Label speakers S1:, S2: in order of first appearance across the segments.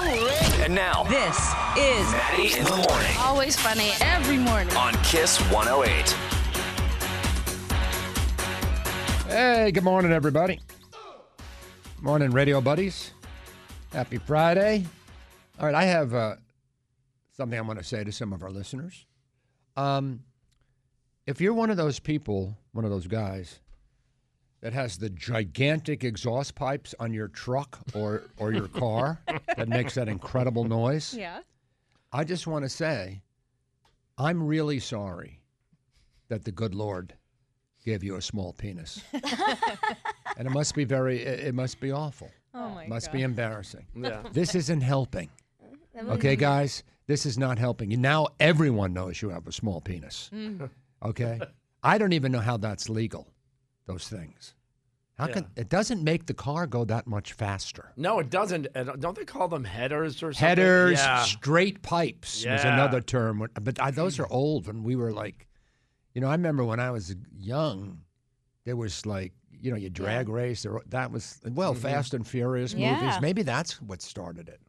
S1: And now,
S2: This is
S1: Maddie in the morning
S3: Always funny every morning.
S1: on Kiss 108.
S4: Hey, good morning, everybody. Morning, radio buddies. Happy Friday. All right, I have uh, something I'm going to say to some of our listeners. Um, if you're one of those people, one of those guys that has the gigantic exhaust pipes on your truck or, or your car that makes that incredible noise,
S3: Yeah.
S4: I just want to say I'm really sorry that the good Lord gave you a small penis. and it must be very, it, it must be awful.
S3: Oh my
S4: must be embarrassing.
S5: Yeah.
S4: This isn't helping. Okay, guys, this is not helping. And now everyone knows you have a small penis.
S3: Mm.
S6: Mm.
S4: Okay? I don't even know how that's legal, those things. How can it doesn't make the car go that much faster.
S5: No, it doesn't. Uh, Don't they call them headers or something?
S4: Headers,
S5: Yeah.
S4: straight pipes was
S5: Yeah.
S4: another term. When- But I, those are old when we were like, you know, I remember when I was young, there was like, you know, you drag race. There, that was, well,
S5: Mm-hmm.
S4: Fast and Furious movies.
S3: Yeah.
S4: Maybe that's what started it.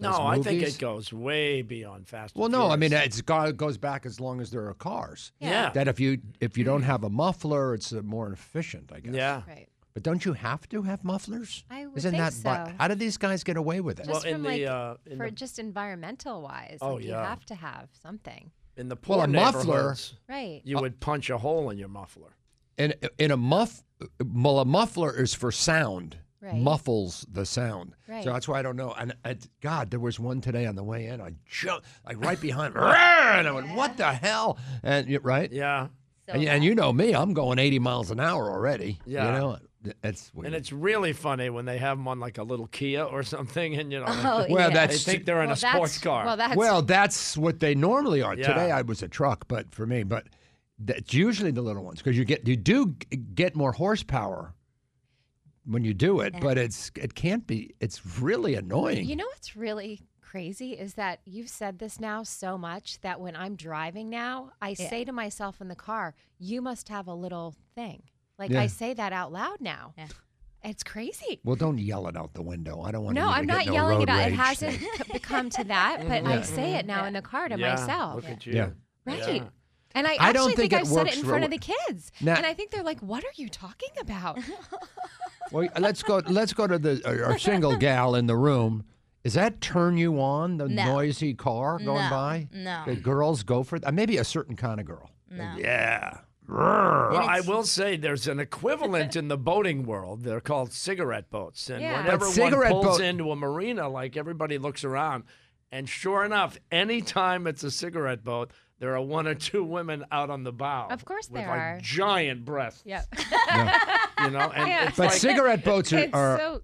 S5: No,
S4: Those
S5: I think
S4: movies.
S5: it goes way beyond fast. and
S4: Well, no, I mean,
S5: Furious.
S4: it's go- it goes back as long as there are cars.
S5: yeah. Mm-hmm.
S4: That if you if you don't have a muffler, it's uh, more efficient, I guess.
S5: yeah.
S6: Right.
S4: But don't you have to have mufflers?
S6: I would
S4: Isn't
S6: think
S4: that bu-
S6: so.
S4: how did these guys get away with it?
S6: Just
S5: Well, in
S6: from,
S5: the,
S6: like,
S5: uh, in
S6: for
S5: the-
S6: just environmental wise,
S5: Oh,
S6: like you
S5: yeah.
S6: have to have something,
S5: In the poor
S4: Well, a muffler-
S5: neighborhoods,
S6: right?
S5: you would punch a hole in your muffler.
S4: in in a muff well a muffler is for sound
S6: Right.
S4: muffles the sound
S6: Right.
S4: so that's why i don't know and I, god there was one today on the way in i jumped like right behind and i went what the hell and you- right
S5: Yeah.
S6: So
S4: and, and you know me i'm going 80 miles an hour already
S5: Yeah.
S4: you know it's weird
S5: And it's really funny when they have them on like a little Kia or something, and you know,
S6: Oh,
S5: they-
S4: well
S6: yeah.
S5: they
S4: that's
S5: think they're in
S6: Well,
S5: a sports
S6: that's-
S5: car.
S6: Well, that's
S4: well that's what they normally are
S5: Yeah.
S4: today i was a truck but for me but that's usually the little ones because you get you do g- get more horsepower when you do it but it's it can't be it's really annoying
S6: You know what's really crazy is that you've said this now so much that when I'm driving now, I say to myself in the car, "You must have a little thing." Like
S4: Yeah.
S6: I say that out loud now.
S2: Yeah.
S6: It's crazy.
S4: Well, don't yell it out the window. I don't want.
S6: No,
S4: you to
S6: I'm
S4: get
S6: not
S4: no
S6: yelling
S4: road
S6: it out. It
S4: rage.
S6: hasn't c- come to that, but I
S4: Yeah.
S6: say it now
S2: Yeah.
S6: in the car to
S5: Mm-hmm. yeah,
S6: myself.
S5: Look at you.
S4: Yeah.
S6: Right.
S5: Yeah.
S6: And I,
S4: I
S6: actually
S4: don't think
S6: think,
S4: it
S6: I've said
S4: works
S6: it in
S4: for
S6: front
S4: a-
S6: of the kids.
S4: Now-
S6: and I think they're like, what are you talking about?
S4: Well, let's go. Let's go to the our, our single gal in the room. Does that turn you on? The
S2: No.
S4: noisy car going
S2: No.
S4: by.
S2: No.
S4: The girls go for uh, maybe a certain kind of girl.
S2: No.
S4: Yeah.
S5: Well, I
S2: it's-
S5: will say there's an equivalent in the boating world. They're called cigarette boats, and
S6: Yeah. But
S5: whenever
S4: cigarette
S5: one pulls
S4: boat-
S5: into a marina, like everybody looks around, and sure enough, anytime it's a cigarette boat, there are one or two women out on the bow.
S6: Of course
S5: with
S6: there
S5: like
S6: are.
S5: giant breasts.
S6: yeah.
S5: you know, and
S6: Yeah.
S5: it's
S4: But
S5: like,
S4: cigarette boats are,
S6: It's
S4: are
S6: so,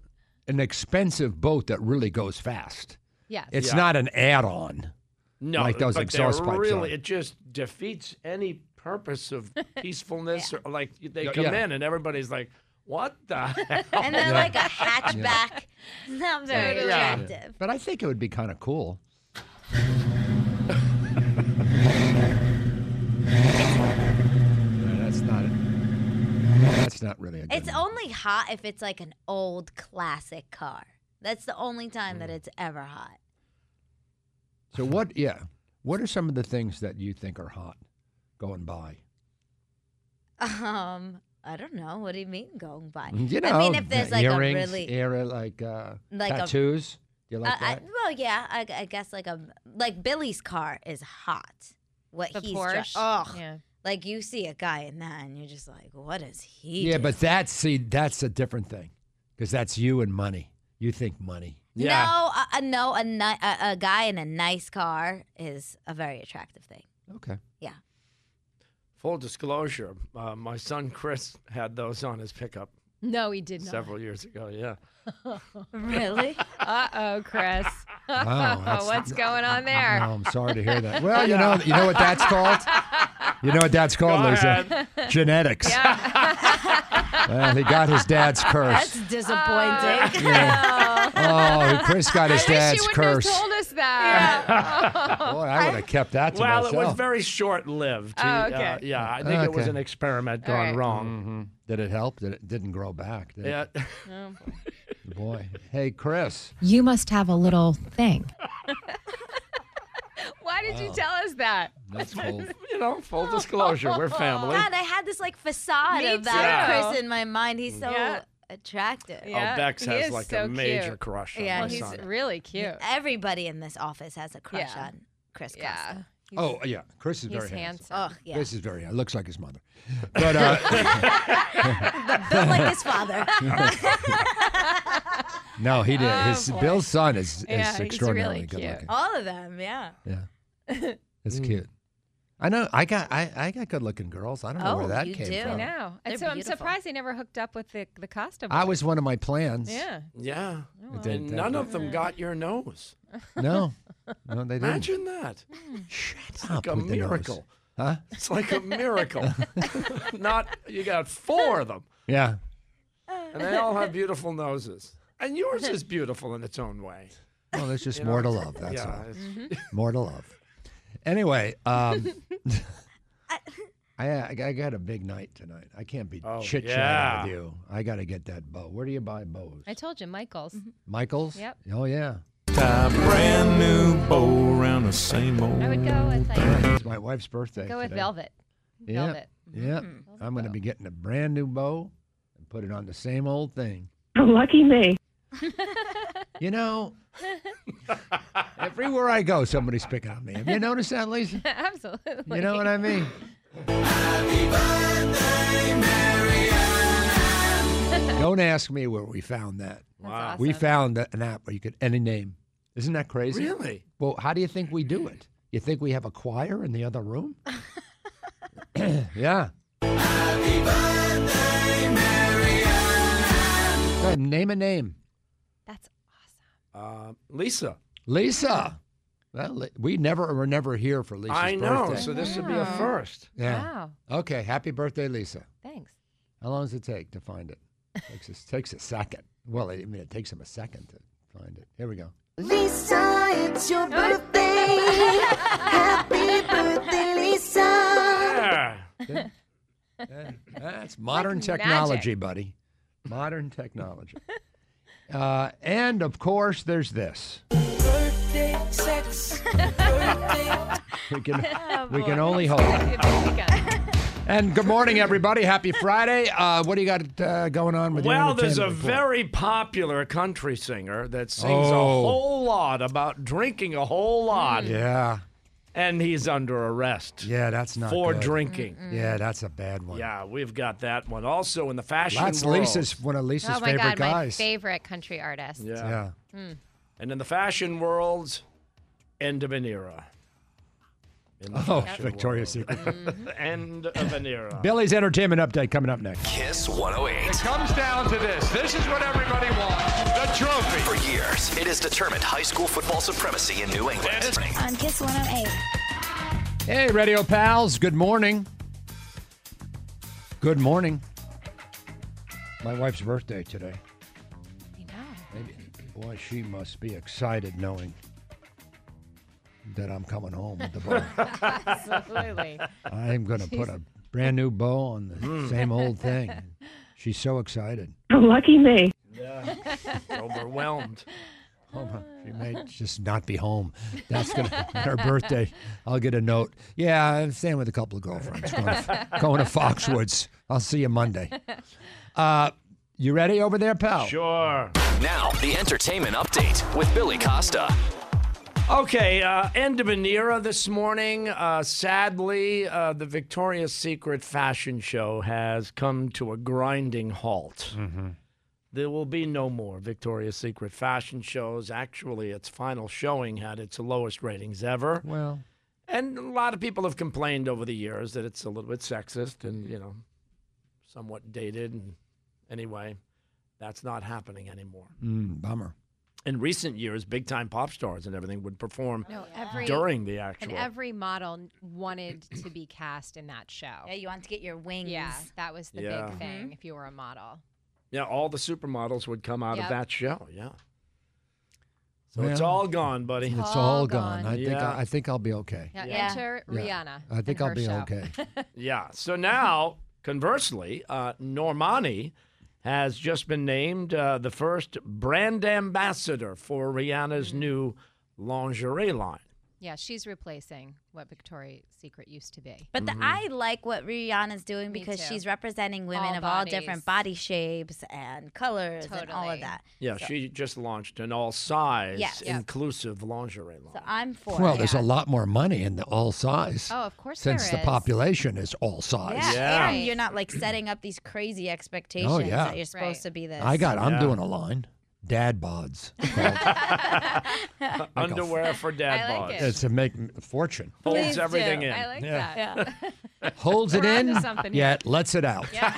S4: an expensive boat that really goes fast.
S6: yes.
S4: It's
S5: Yeah.
S4: not an add-on.
S5: no,
S4: like those
S5: but
S4: exhaust
S5: they're
S4: pipes
S5: Really,
S4: are.
S5: it just defeats any purpose of peacefulness. or, like they
S4: Yeah,
S5: come
S4: yeah.
S5: in, and everybody's like, "What the?" hell?"
S2: And they're like a hatchback. Not very
S5: Yeah.
S2: attractive.
S4: But I think it would be kind of cool. No, that's not. That's not really a. Good
S2: It's only hot if it's like an old classic car. That's the only time
S4: Mm.
S2: that it's ever hot.
S4: So what? Yeah. What are some of the things that you think are hot going by?
S2: Um, I don't know. What do you mean going by?
S4: Mm, You know,
S2: I mean, if there's
S4: the
S2: like
S4: earrings,
S2: a really
S4: ear- like, uh,
S2: Like a- Uh,
S4: tattoos. Do you like
S2: I- I-
S4: that?
S2: well, yeah, I, I guess like a like Billy's car is hot. What
S6: the
S2: he's
S6: Porsche.
S2: oh,
S6: Yeah.
S2: like you see a guy in that, and you're just like, what is he?
S4: yeah,
S2: do?
S4: but that's see, that's a different thing, because that's you and money. You think money.
S5: yeah,
S2: no, uh, uh, no, a, ni- a a guy in a nice car is a very attractive thing.
S4: Okay.
S2: Yeah,
S5: Full disclosure, uh, my son Chris had those on his pickup
S6: No, he did not.
S5: several years ago. Yeah.
S2: really.
S6: Uh oh, Chris.
S4: Wow, that's-
S6: What's going on there?
S4: No, I'm sorry to hear that. Well, you know, you know what that's called. You know what that's called,
S5: Go
S4: Lisa. Genetics. well, he got his dad's curse.
S2: Disappointing.
S4: Oh, Chris got his
S6: I wish
S4: dad's
S6: you wouldn't
S4: curse.
S6: have told us that.
S4: Boy, I would have kept that to
S5: Well,
S4: myself.
S5: it was very short lived.
S6: Oh, okay.
S5: yeah, I think it
S4: Okay.
S5: was
S4: Mm-hmm.
S5: an experiment
S6: All
S5: gone
S6: right.
S5: wrong.
S4: Did it help? Did it didn't grow back? Did it?
S5: Yeah.
S4: Boy. Hey, Chris.
S6: You must have a little thing. did you tell us that? Oh,
S4: That's cold.
S5: You know, full disclosure, we're family.
S2: God, I had this like facade
S6: Me
S2: of that
S5: too.
S2: person in my mind. He's so
S6: Yeah.
S2: attractive.
S5: Oh,
S6: Yeah,
S5: Bex
S6: he
S5: has
S6: is
S5: like
S6: so
S5: a major
S6: cute.
S5: crush on
S2: Yeah,
S5: my
S6: he's
S5: son.
S6: really cute.
S2: Everybody in this office has a crush
S6: Yeah.
S2: on Chris
S6: Yeah.
S2: Costa.
S6: He's-
S4: Oh yeah, Chris is
S6: he's
S4: very handsome.
S2: Oh yeah,
S4: Chris is very. Looks like his mother, but uh,
S2: built like his father.
S4: no, he did. His
S6: Oh, boy.
S4: Bill's son is,
S6: Yeah,
S4: is
S6: he's
S4: extraordinarily
S6: really
S4: good
S6: cute.
S4: looking.
S2: All of them, yeah.
S4: Yeah, that's
S5: Hmm.
S4: cute. I know. I got. I, I got good looking girls. I don't know
S2: Oh,
S4: where that
S2: you
S4: came
S2: do.
S6: I
S4: from.
S6: know. And
S2: They're
S6: so I'm
S2: beautiful.
S6: surprised they never hooked up with the the costume.
S4: I was one of my plans.
S6: Yeah.
S5: Yeah.
S6: Oh,
S4: I did
S5: And
S4: that,
S5: none
S4: uh, but-
S5: of them got your nose.
S4: No, no, they didn't.
S5: Imagine that.
S6: Hmm.
S4: Shut up
S5: Like a
S4: with the nose.
S5: miracle.
S4: huh?
S5: It's like a miracle. Not you got four of them,
S4: Yeah.
S5: and they all have beautiful noses. And yours is beautiful in its own way.
S4: Well, there's just more to love. That's
S5: yeah,
S4: all.
S5: it's-
S6: Mm-hmm.
S4: More to love. Anyway, um, I, I I got a big night tonight. I can't be
S5: Oh,
S4: chit chatting
S5: yeah.
S4: with you. I got to get that bow. Where do you buy bows?
S6: I told you, Michael's.
S4: Mm-hmm. Michaels.
S6: Yep.
S4: Oh yeah.
S7: Tie a brand new bow around the same old.
S6: I would go with like,
S4: It's my wife's birthday.
S6: go with
S4: today.
S6: velvet.
S4: Yeah.
S6: Velvet. Mm-hmm.
S4: Yeah. I'm going to be getting a brand new bow and put it on the same old thing.
S8: Lucky me.
S4: You know, everywhere I go, somebody's picking on me. Have you noticed that, Lisa?
S6: Absolutely.
S4: You know what I mean? Don't ask me where we found that.
S5: wow.
S4: We found an app where you could any name. Isn't that crazy?
S5: Really?
S4: Well, how do you think we do it? You think we have a choir in the other room? yeah. Go ahead, name a name.
S6: That's awesome.
S5: Uh, Lisa.
S4: Lisa. Well, Li- we never were never here for Lisa's
S5: I know.
S4: birthday.
S5: So this would be a
S6: Wow.
S5: first.
S4: yeah.
S6: Wow.
S4: Okay. Happy birthday, Lisa.
S6: Thanks.
S4: How long does it take to find it? Takes us, takes a second. Well, I mean, it takes him a second to find it. Here we go.
S9: Lisa, it's your birthday. Happy birthday, Lisa.
S5: There.
S4: Yeah, That's modern
S6: like
S4: technology, buddy. Modern technology. Uh, and of course, there's this. We can,
S6: Oh,
S4: we can only hope.
S6: Good weekend.
S4: And good morning, everybody. Happy Friday. Uh, what do you got uh, going on with your
S5: Well, there's a
S4: entertainment report?
S5: very popular country singer that sings a
S4: Oh.
S5: whole lot about drinking a whole
S6: Mm.
S5: lot,
S4: Yeah,
S5: and he's under arrest
S4: yeah, that's not
S5: for
S4: good.
S5: drinking.
S4: Yeah, that's a bad one.
S5: Yeah, we've got that one. Also in the fashion
S4: that's
S5: world.
S4: Lisa's one of Lisa's
S6: Oh my
S4: favorite
S6: God, my
S4: guys.
S6: favorite country artist. Hmm.
S5: Yeah.
S4: yeah,
S5: And in the fashion world, end of an era. In the
S4: Oh,
S5: fashion
S4: Victoria's Secret.
S5: world. end of an era.
S4: Billy's entertainment update coming up next.
S1: Kiss 108.
S10: comes down to this. This is what everybody wants the trophy.
S1: For years, it has determined high school football supremacy in New England.
S9: On Kiss 108.
S4: Hey, radio pals. Good morning. Good morning. My wife's birthday today.
S6: You know.
S4: Maybe, boy, she must be excited knowing that I'm coming home with the bow.
S6: Absolutely. Hmm.
S4: I'm going to put a brand new bow on the same old thing. She's so excited.
S8: Lucky me.
S5: Overwhelmed.
S4: Oh, my- she may just not be home. That's gonna her birthday. I'll get a note. Yeah, I'm staying with a couple of girlfriends. Going to, going to Foxwoods. I'll see you Monday. Uh, you ready over there, pal?
S5: Sure.
S1: Now, the entertainment update with Billy Costa.
S5: Okay, uh, end of an era this morning. Uh, sadly, uh, the Victoria's Secret fashion show has come to a grinding halt. There will be no more Victoria's Secret fashion shows. Actually, its final showing had its lowest ratings ever.
S4: Well,
S5: And a lot of people have complained over the years that it's a little bit sexist and, you know, somewhat dated. And anyway, that's not happening anymore.
S4: mm, bummer.
S5: In recent years, big time pop stars and everything would perform
S2: Oh,
S6: No, every
S5: during the
S6: and
S5: actual.
S6: every model wanted to be cast in that show.
S2: Yeah, you want to get your wings. Mm-hmm.
S6: Yeah, that was the
S5: Yeah.
S6: big thing if you were a model.
S5: yeah, all the supermodels would come out
S6: Yep.
S5: of that show. Yeah. So it's
S4: Well,
S5: all gone, buddy.
S4: It's, all,
S6: all
S4: gone.
S6: gone.
S4: I think
S5: Yeah.
S4: I, I think I'll be okay.
S6: Now
S2: Yeah.
S6: enter
S4: Yeah.
S6: Rihanna.
S4: I think
S6: and
S4: I'll
S6: her
S4: be
S6: show.
S4: okay.
S5: Yeah. So now, conversely, uh, Normani has just been named uh, the first brand ambassador for Rihanna's new lingerie line.
S6: Yeah, she's replacing what Victoria's Secret used to be.
S2: But
S5: Mm-hmm.
S2: the, I like what Rihanna's doing
S6: Me
S2: because
S6: too.
S2: she's representing women
S6: All
S2: of all different body
S6: bodies.
S2: shapes and colors and all
S6: Totally.
S2: of that.
S5: Yeah, she just launched an all size
S2: Yes. Yep.
S5: inclusive lingerie line.
S2: So I'm for
S4: Well,
S2: it.
S4: there's a lot more money in the all size.
S6: Oh, of course
S4: Since
S6: there
S4: the
S6: is.
S4: population is all size.
S2: Yeah,
S5: Yeah.
S2: and you're not like setting up these crazy expectations
S4: Oh, yeah.
S2: that you're supposed
S6: Right.
S2: to be this.
S4: I got, I'm
S5: Yeah.
S4: doing a line. Dad bods.
S5: Underwear for dad
S6: I
S5: bods.
S6: like it.
S4: it's to make a fortune.
S5: Holds everything in.
S6: I like
S4: Yeah.
S6: that.
S4: Holds it
S6: We're
S4: in,
S6: onto something here.
S4: yet lets it out. that's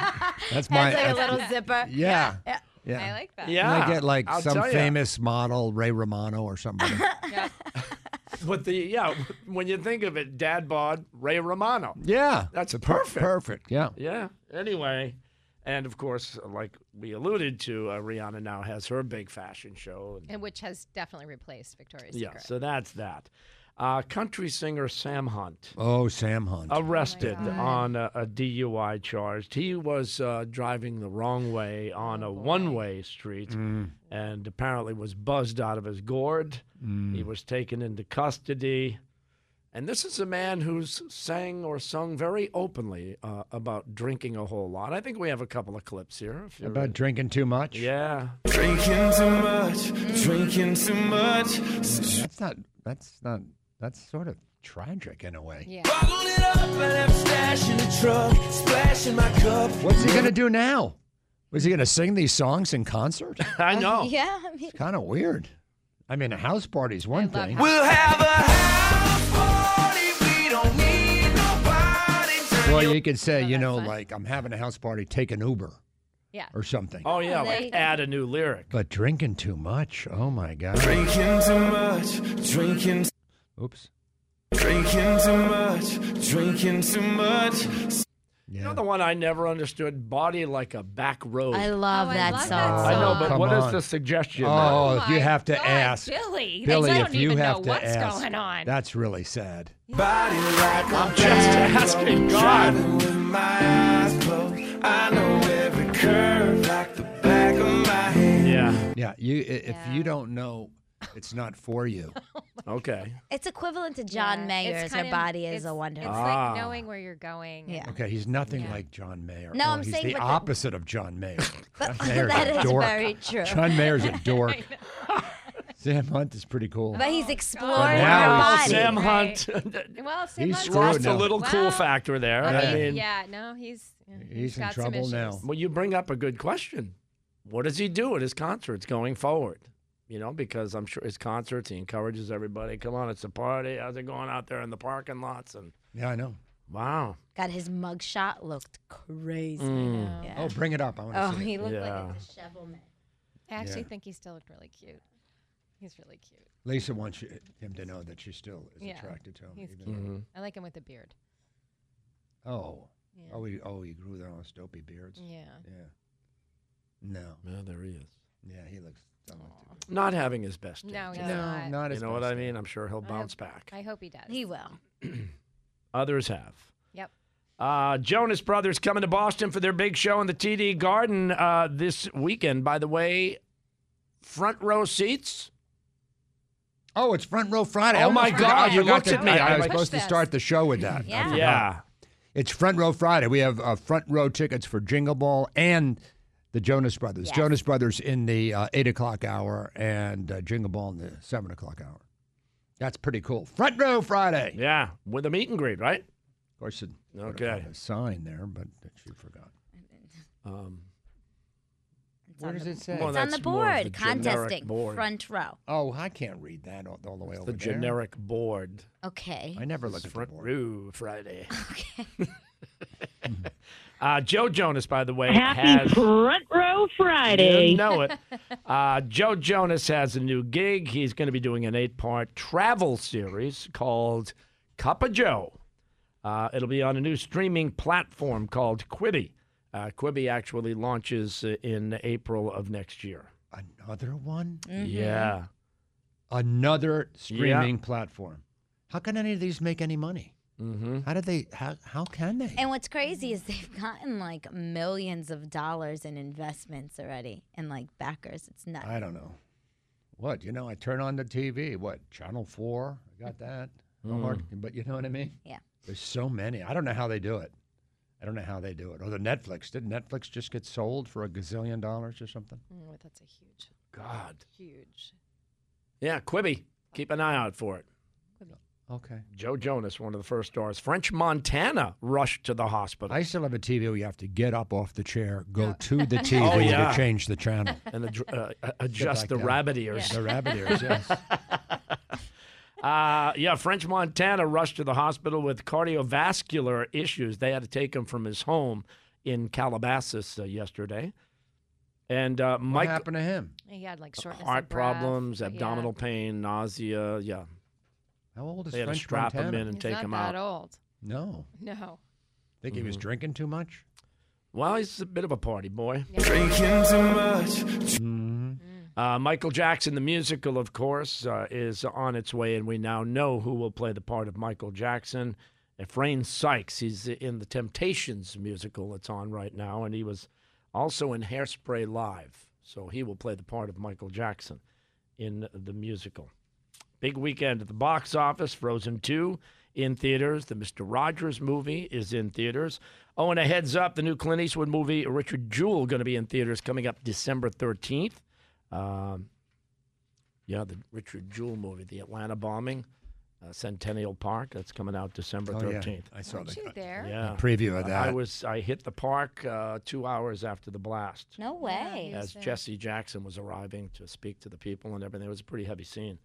S4: my.
S2: It's like a
S4: that's-
S2: little zipper.
S4: yeah. Yeah.
S6: I like that.
S5: Yeah,
S4: And I get like
S5: I'll
S4: some
S5: tell ya.
S4: famous model, Ray Romano or somebody.
S5: But the yeah, when you think of it, dad bod Ray Romano.
S4: yeah.
S5: That's
S4: Per-
S5: perfect.
S4: Perfect. Yeah.
S5: Yeah. Anyway, and of course, like we alluded to, uh, Rihanna now has her big fashion show. And,
S6: And which has definitely replaced Victoria's
S5: yeah,
S6: Secret.
S5: so that's that. Uh, country singer Sam Hunt
S4: Oh, Sam Hunt.
S5: arrested
S2: Oh
S5: on a, a DUI charge. He was uh, driving the wrong way on
S2: Oh,
S5: a one-way street,
S4: Mm.
S5: and apparently was buzzed out of his gourd.
S4: Mm.
S5: He was taken into custody. And this is a man who's sang or sung very openly uh, about drinking a whole lot. I think we have a couple of clips here. If you're
S4: About drinking too much.
S5: yeah,
S7: Drinking too much, drinking too much.
S4: That's not. That's not. That's sort of tragic in a way.
S6: Yeah.
S7: Bottled it up and I'm stashing the truck, splashing my cup.
S4: What's he gonna do now? Was he gonna sing these songs in concert?
S5: I know.
S2: Yeah, I mean,
S4: kind of weird. I mean, a house party's one
S6: love
S4: thing.
S7: We'll have a house party. We don't need nobody. Turn
S4: Well,
S7: your-
S4: you could say,
S6: Oh,
S4: you
S6: that's
S4: know,
S6: fun.
S4: like I'm having a house party, take an Uber
S6: Yeah.
S4: or something.
S5: Oh yeah,
S2: there you
S5: like
S2: go.
S5: add a new lyric.
S4: But drinking too much. Oh my God.
S7: Drinking too much, drinking,
S4: Oops.
S7: drinking too much, drinking too much.
S4: Yeah.
S5: You know the one I never understood? Body like a back road.
S2: I love
S6: Oh, I
S2: that
S6: love that
S2: song.
S5: I know,
S6: Oh,
S5: but
S4: come
S5: what is
S4: on.
S5: the suggestion? there?
S4: Oh, if you
S6: my
S4: have to
S6: God,
S4: ask,
S6: Billy.
S4: Billy,
S6: they don't
S4: if you
S6: even
S4: have
S6: know
S4: to
S6: what's
S4: ask,
S6: going on.
S4: that's really sad.
S7: Body like I'm
S5: Just asking God.
S7: driving with my eyes closed. I know every curve like the back of my hand.
S5: Yeah.
S4: Yeah, you i- if you don't know, it's not for you.
S6: Oh
S5: Okay.
S2: It's equivalent to John Mayer's
S6: It's
S2: "Her
S6: kind of-
S2: Body Is
S6: it's-
S2: a Wonder."
S6: It's
S5: Ah.
S6: like knowing where you're going. and-
S2: Yeah.
S4: Okay, he's nothing like John Mayer.
S2: No,
S4: Oh,
S2: I'm
S4: he's
S2: saying,
S4: the
S2: but the-
S4: opposite of John Mayer.
S2: But
S4: Mayer's
S2: that
S4: a
S2: is
S4: dork.
S2: very true.
S4: John Mayer's a dork. Sam Hunt is pretty cool.
S2: But he's exploring
S6: But
S4: now
S2: her
S4: he's
S2: body.
S5: Sam
S6: Right.
S5: Hunt
S6: Well, Sam
S4: He's
S6: Hunt's
S4: screwed
S5: lost a
S4: now.
S5: little cool
S6: Well,
S5: factor there.
S6: I
S5: I
S4: Yeah.
S5: mean,
S6: yeah, no, he's
S4: He's in
S6: got some
S4: trouble now.
S6: issues.
S5: well, you bring up a good question. What does he do at his concerts going forward? You know, because I'm sure his concerts, he encourages everybody. Come on, it's a party. How's it going out there in the parking lots? And
S4: Yeah, I know.
S5: wow.
S2: Got his mugshot looked crazy. Yeah.
S4: Oh, bring it up. I want to
S2: Oh,
S4: see. it.
S2: he looked
S5: Yeah.
S2: like a dishevelment.
S6: I actually
S4: Yeah.
S6: think he still looked really cute. He's really cute.
S4: Lisa wants you- him to know that she still is
S6: Yeah,
S4: attracted to him.
S6: He's
S4: even
S6: cute.
S4: though-
S5: Hmm. Mm-hmm.
S6: I like him with the beard.
S4: Oh,
S6: Yeah.
S4: oh, he, oh, he grew their own dopey beards.
S6: Yeah.
S4: Yeah. No.
S5: Yeah, there he is.
S4: Yeah, he looks. don't look too
S5: Not having his best day.
S6: No, he's
S4: good.
S6: not.
S4: No, not
S5: You
S4: as.
S5: know what
S4: best.
S5: I mean? I'm sure he'll
S6: I
S5: bounce
S6: hope-
S5: back.
S6: I hope he does.
S2: He will.
S5: Others have.
S6: Yep.
S5: Uh, Jonas Brothers coming to Boston for their big show in the TD Garden uh, this weekend. By the way, front row seats.
S4: Oh, it's front row Friday. I
S5: Oh, my
S4: almost forgot-
S5: God,
S4: I
S5: you
S4: forgot
S5: looked
S4: to-
S5: at me.
S4: I, I
S5: I
S4: was
S5: like-
S4: supposed to
S6: Push
S4: start the show with that. I
S2: Yeah.
S4: forgot.
S5: Yeah.
S4: It's front row Friday. We have uh, front row tickets for Jingle Ball and the Jonas Brothers.
S2: Yes.
S4: Jonas Brothers in the uh, eight o'clock hour and uh, Jingle Ball in the seven o'clock hour. That's pretty cool. Front row Friday.
S5: Yeah. With a meet and greet, right?
S4: Of course, it would have
S5: Okay.
S4: had a sign there, but she forgot.
S5: Um,
S4: Where does it say?
S5: Well,
S2: It's on
S5: that's
S2: the
S5: more of
S2: board,
S5: the generic
S2: contesting,
S5: board.
S2: front row.
S4: Oh, I can't read that all, all the way over
S5: the
S4: there.
S5: generic board.
S2: Okay.
S4: I never look at
S5: Front
S4: the board.
S5: row Friday. uh, Joe Jonas, by the way,
S8: Happy
S5: has.
S8: Front Row Friday.
S5: You know it. Uh, Joe Jonas has a new gig. He's going to be doing an eight part travel series called Cup of Joe. Uh, it'll be on a new streaming platform called Quibi. Uh, Quibi actually launches uh, in April of next year.
S4: Another one?
S2: Mm-hmm.
S5: Yeah.
S4: Another streaming platform. How can any of these make any money? Mm-hmm. How do they? How, how can they?
S2: And what's crazy is they've gotten like millions of dollars in investments already and like backers. It's nuts.
S4: I don't know. what you know. I turn on the TV. What channel four? I got that. Hallmark,
S5: Mm.
S4: But you know what I mean.
S2: Yeah.
S4: There's so many. I don't know how they do it. I don't know how they do it. Or the Netflix. Did Netflix just get sold for a gazillion dollars or something?
S6: Mm, that's a huge,
S5: God.
S6: huge.
S5: Yeah, Quibi. Keep an eye out for it.
S4: Okay.
S5: Joe Jonas, one of the first stars. French Montana rushed to the hospital.
S4: I still have a TV where you have to get up off the chair, go to the TV
S5: Oh, yeah.
S4: to change the channel.
S5: and adj- uh, uh, adjust
S4: like
S5: the
S4: that.
S5: rabbit ears.
S4: the rabbit ears, yes.
S5: Uh, yeah, French Montana rushed to the hospital with cardiovascular issues. They had to take him from his home in Calabasas uh, yesterday. And uh,
S4: What
S5: Mike,
S4: happened to him?
S6: He had like shortness of
S5: Uh, heart
S6: breath,
S5: problems,
S6: but yeah.
S5: abdominal pain, nausea. Yeah,
S4: How old is
S5: they had
S4: French
S5: to strap
S4: Montana?
S5: him in and
S6: He's
S5: take
S6: not
S5: him
S6: that
S5: out.
S6: old.
S4: No.
S6: No.
S4: Think he was drinking too much?
S5: Mm-hmm. Well, he's a bit of a party boy.
S7: Drinking too much.
S4: Mm-hmm.
S5: Uh, Michael Jackson, the musical, of course, uh, is on its way, and we now know who will play the part of Michael Jackson. Efrain Sykes, he's in the Temptations musical that's on right now, and he was also in Hairspray Live. So he will play the part of Michael Jackson in the musical. Big weekend at the box office. Frozen 2 in theaters. The Mr. Rogers movie is in theaters. Oh, and a heads up the new Clint Eastwood movie, Richard Jewell, going to be in theaters coming up December 13th. Um, yeah, the Richard Jewell movie, The Atlanta Bombing, uh, Centennial Park. That's coming out December
S4: Oh, yeah.
S5: 13th.
S4: I saw
S6: Aren't
S4: that.
S6: you there?
S5: Yeah.
S4: Preview of that.
S5: I was I hit the park uh, two hours after the blast
S2: No way.
S5: as Jesse Jackson was arriving to speak to the people and everything. It was a pretty heavy scene.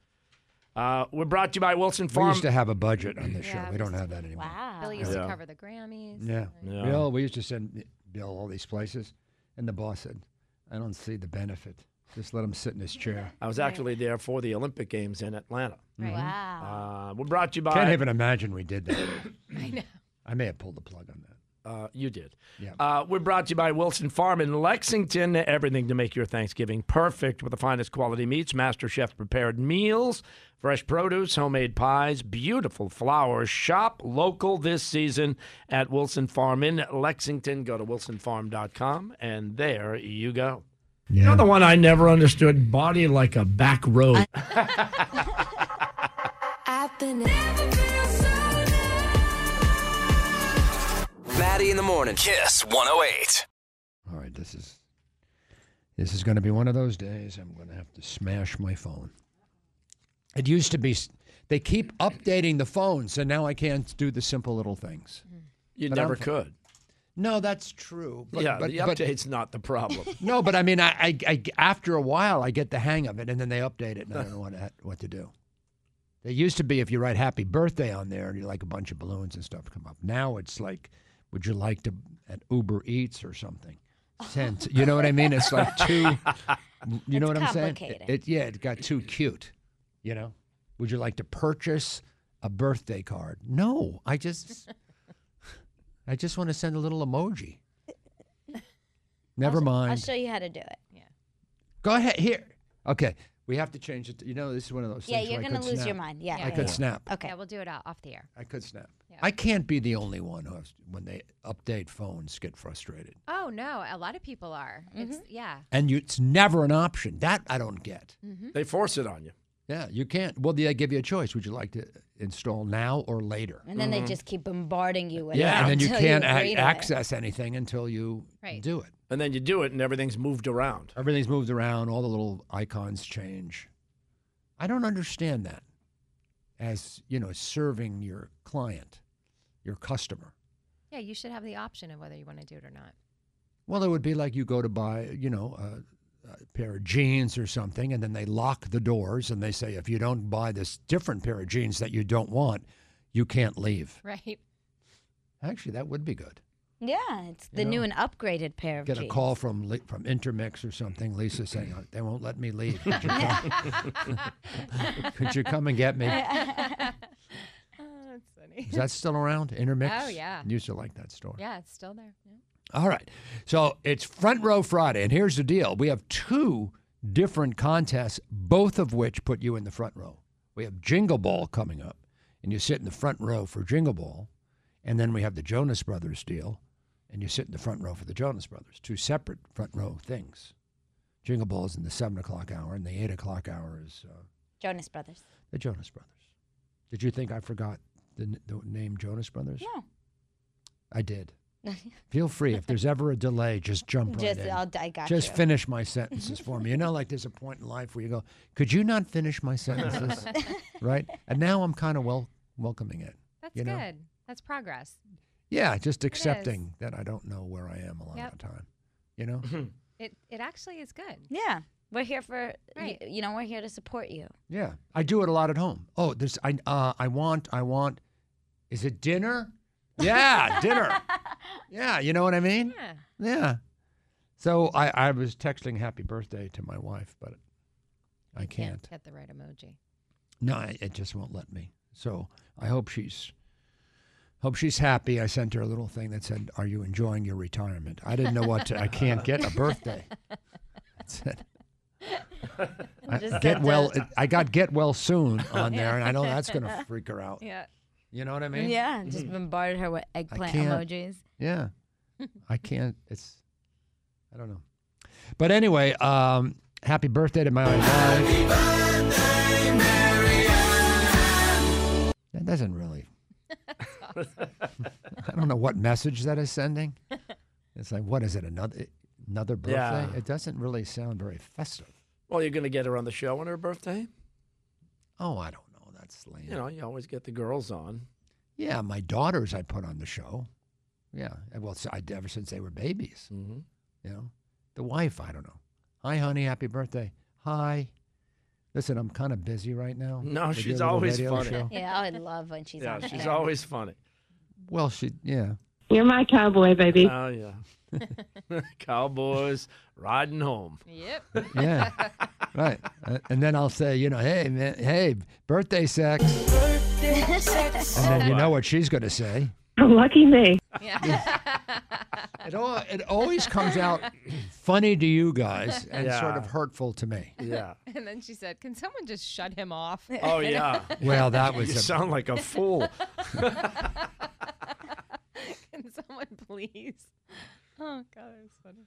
S5: Uh, we're brought to you by Wilson
S4: we
S5: Farm.
S4: used to have a budget on this
S6: Yeah,
S4: show.
S6: we
S4: We don't
S6: used to
S4: have that anymore.
S2: Wow.
S6: Billy used
S5: Yeah.
S6: to cover the Grammys.
S4: Yeah.
S5: Yeah.
S4: Bill, we used to send Bill all these places, and the boss said, I don't see the benefit. Just let him sit in his chair.
S5: I was actually there for the Olympic Games in Atlanta.
S2: Mm-hmm. Wow.
S5: Uh, we're brought to you by.
S4: Can't even imagine we did that.
S6: I know.
S4: I may have pulled the plug on that.
S5: Uh, you did.
S4: Yeah.
S5: Uh, we're brought to you by Wilson Farm in Lexington. Everything to make your Thanksgiving perfect with the finest quality meats, Master Chef prepared meals, fresh produce, homemade pies, beautiful flowers. Shop local this season at Wilson Farm in Lexington. Go to wilsonfarm.com and there you go. You know the one I never understood? Body like a back road.
S9: I've been
S1: Maddie in the morning. Kiss 108.
S4: All right, this is this is going to be one of those days. I'm going to have to smash my phone. It used to be s- they keep updating the phones, and now I can't do the simple little things.
S5: You
S4: But
S5: never
S4: I'm-
S5: could.
S4: No, that's true. But,
S5: yeah,
S4: but,
S5: the
S4: but-
S5: update's not the problem.
S4: no, but I mean, I, I, I- after a while, I get the hang of it, and then they update it, and I don't know what to, what to do. It used to be if you write "Happy Birthday" on there, you like a bunch of balloons and stuff come up. Now it's like, "Would you like to at Uber Eats or something?" Sent, you know what I mean? It's like too, you know
S2: It's
S4: what I'm saying? It,
S2: complicated.
S4: it- yeah, it got too cute. You know, would you like to purchase a birthday card? No, I just, I just want to send a little emoji. Never mind.
S2: I'll show you how to do it.
S4: Go ahead here. Okay, we have to change it. You know, this is one of those.
S2: Yeah,
S4: things where
S2: you're
S4: I
S2: gonna
S4: could
S2: lose your
S4: snap.
S2: mind. Yeah.
S4: I could snap.
S2: Okay.
S6: Yeah, we'll do it o- off the air.
S4: I could snap.
S6: Yeah.
S4: I can't be the only one who, has, when they update phones, get frustrated.
S6: Oh no, a lot of people are. It's
S2: Mm-hmm.
S6: yeah.
S4: And you, it's never an option. That I don't get.
S2: Mm-hmm.
S5: they force it on you.
S4: Yeah, you can't. Well, they give you a choice. Would you like to install now or later?
S2: And then
S5: Mm-hmm.
S2: they just keep bombarding you with
S4: Mm-hmm. Yeah,
S2: it
S4: and then you
S2: until
S4: can't
S2: agree
S4: ac
S2: to it.
S4: access anything until you
S6: Right.
S4: do it.
S5: And then you do it and everything's moved around.
S4: Everything's moved around. All the little icons change. I don't understand that as, you know, serving your client, your customer.
S6: Yeah, you should have the option of whether you want to do it or not.
S4: Well, it would be like you go to buy, you know, a, a pair of jeans or something, and then they lock the doors and they say, if you don't buy this different pair of jeans that you don't want, you can't leave.
S6: Right?
S4: Actually, that would be good.
S2: Yeah, it's the new and upgraded pair of
S4: Get a
S2: jeans.
S4: call from Li- from Intermix or something. Lisa saying "Uh, they won't let me leave. Could you come, could you come and get me?
S6: Oh, that's funny.
S4: Is that still around? Intermix.
S6: Oh, yeah.
S4: Used to like that store.
S6: Yeah, it's still there. Yeah.
S4: All right. So it's Front Row Friday. And here's the deal we have two different contests, both of which put you in the front row. We have Jingle Ball coming up, and you sit in the front row for Jingle Ball. And then we have the Jonas Brothers deal, and you sit in the front row for the Jonas Brothers. Two separate front row things. Jingle Balls in the 7 o'clock hour, and the 8 o'clock hour is uh,
S2: Jonas Brothers.
S4: the Jonas Brothers. Did you think I forgot the, n- the name Jonas Brothers?
S2: No.
S4: I did. Feel free. If there's ever a delay, just jump
S2: Just,
S4: right in.
S2: I'll, I got
S4: just
S2: you.
S4: finish my sentences for me. You know, like there's a point in life where you go, could you not finish my sentences? right? And now I'm kind of well welcoming it.
S6: That's
S4: you know?
S6: good. That's progress.
S4: Yeah, just
S6: is.
S4: accepting that I don't know where I am a lot
S6: Yep.
S4: of the time. You know?
S6: It it actually is good.
S2: yeah. We're here for,
S6: Right.
S2: you, you know, we're here to support you.
S4: yeah. I do it a lot at home. Oh, there's I uh, I want I want is it dinner? Yeah, dinner. Yeah, you know what I mean?
S6: Yeah.
S4: Yeah. So I, I was texting happy birthday to my wife, but I
S6: You
S4: can't.
S6: hit the right emoji.
S4: No, I- it just won't let me. So I hope she's hope she's happy. I sent her a little thing that said, "Are you enjoying your retirement?" I didn't know what to, I can't get a birthday. That's it. I-
S2: Just
S4: get
S2: sent
S4: well. I got get well soon on there, and I know that's gonna freak her out.
S6: Yeah.
S4: You know what I mean? mm-hmm.
S2: Yeah. Just bombard her with eggplant
S4: can't.
S2: emojis.
S4: Yeah. I can't. It's. I don't know. But anyway, um, happy birthday to my wife. That doesn't really. I don't know what message that is sending. It's like, what is it? Another another birthday?
S5: Yeah.
S4: It doesn't really sound very festive.
S5: Well, you're going to get her on the show on her birthday.
S4: Oh, I don't know. That's lame.
S5: You know, you always get the girls on.
S4: Yeah, my daughters I put on the show. Yeah, and well, so I, ever since they were babies.
S5: Mhm.
S4: You know, the wife, I don't know. Hi, honey, happy birthday. Hi. Listen, I'm kind of busy right now.
S5: No,
S4: with your
S5: she's
S4: little
S5: always
S4: radio
S5: funny.
S4: show.
S2: Yeah, I love when she's
S5: Yeah,
S2: on
S5: she's
S2: air.
S5: always funny.
S4: Well, she, yeah.
S8: You're my cowboy, baby.
S5: Oh yeah, Cowboys riding home.
S6: Yep.
S4: Yeah. right. Uh, and then I'll say, you know, hey, man, hey, birthday sex. and then you know what she's going to say.
S8: Lucky me.
S4: It, all, it always comes out funny to you guys and sort
S5: Yeah.
S4: of hurtful to me.
S5: Yeah.
S6: And then she said, "Can someone just shut him off?"
S5: Oh yeah.
S4: Well, that
S5: You
S4: was a
S5: sound like a fool.
S6: Can someone please? Oh God, that was funny.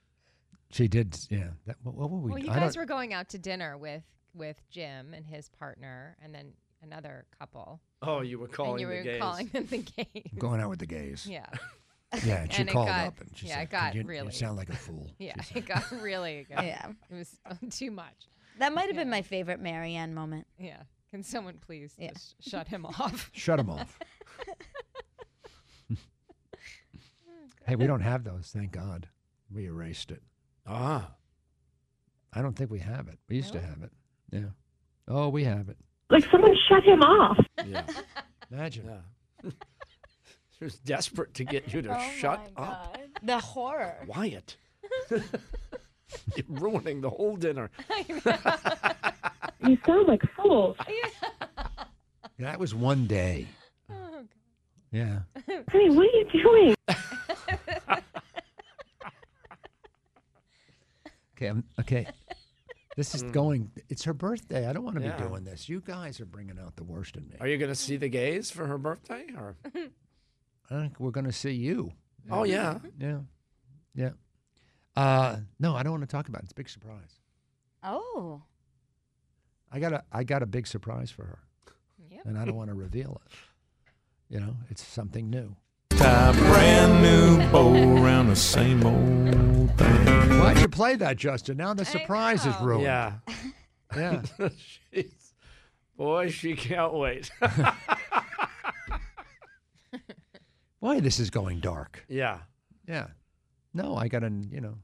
S4: She did, yeah. That, what, what were we?
S6: Well, you
S4: I
S6: guys
S4: don't-
S6: were going out to dinner with with Jim and his partner, and then another couple,
S5: Oh, you were
S6: and
S5: calling
S6: you
S5: the
S6: were
S5: gays.
S6: calling them the gays.
S4: going out with the gays.
S6: Yeah,
S4: Yeah, and she
S6: And it
S4: called
S6: got-
S4: up and she
S6: yeah,
S4: said,
S6: it
S4: "Dude,
S6: got
S4: you, you
S6: really-
S4: sound like a fool."
S6: yeah.
S4: She said,
S6: It got really good.
S2: Yeah.
S6: it was uh, too much.
S2: That might have been my favorite Marianne moment.
S6: Yeah. Can someone please
S2: Yeah.
S6: just shut him off?
S4: Shut him off. hey, we don't have those. Thank God, we erased it.
S5: Ah.
S4: I don't think we have it. We used to have it. Yeah. Oh, we have it.
S8: Like someone shut him off.
S5: Yeah.
S4: Imagine.
S5: Yeah. she was desperate to get you to
S2: Oh
S5: shut
S8: Oh
S5: up.
S2: The horror.
S5: Wyatt. You're ruining the whole dinner.
S8: You sound like fools. Oh,
S4: That was one day.
S6: Oh,
S4: Yeah.
S8: Honey, what are you doing?
S4: Okay. I'm, okay. This is going. It's her birthday. I don't want to
S5: Yeah.
S4: be doing this. You guys are bringing out the worst in me.
S5: Are you going to see the gays for her birthday? Or
S4: I think we're going to see you.
S5: oh yeah,
S4: Yeah. Yeah. Uh, no, I don't want to talk about it. It's a big surprise.
S2: Oh.
S4: I got a I got a big surprise for her.
S6: Yep.
S4: And I don't want to reveal it. You know, it's something new.
S7: Tie a brand new bow around the same old thing.
S4: Why'd you play that, Justin? Now the surprise is
S6: know.
S4: ruined.
S5: yeah.
S4: Yeah.
S5: Jeez. Boy, she can't wait.
S4: Boy, this is going dark.
S5: yeah.
S4: Yeah. No, I got an you know,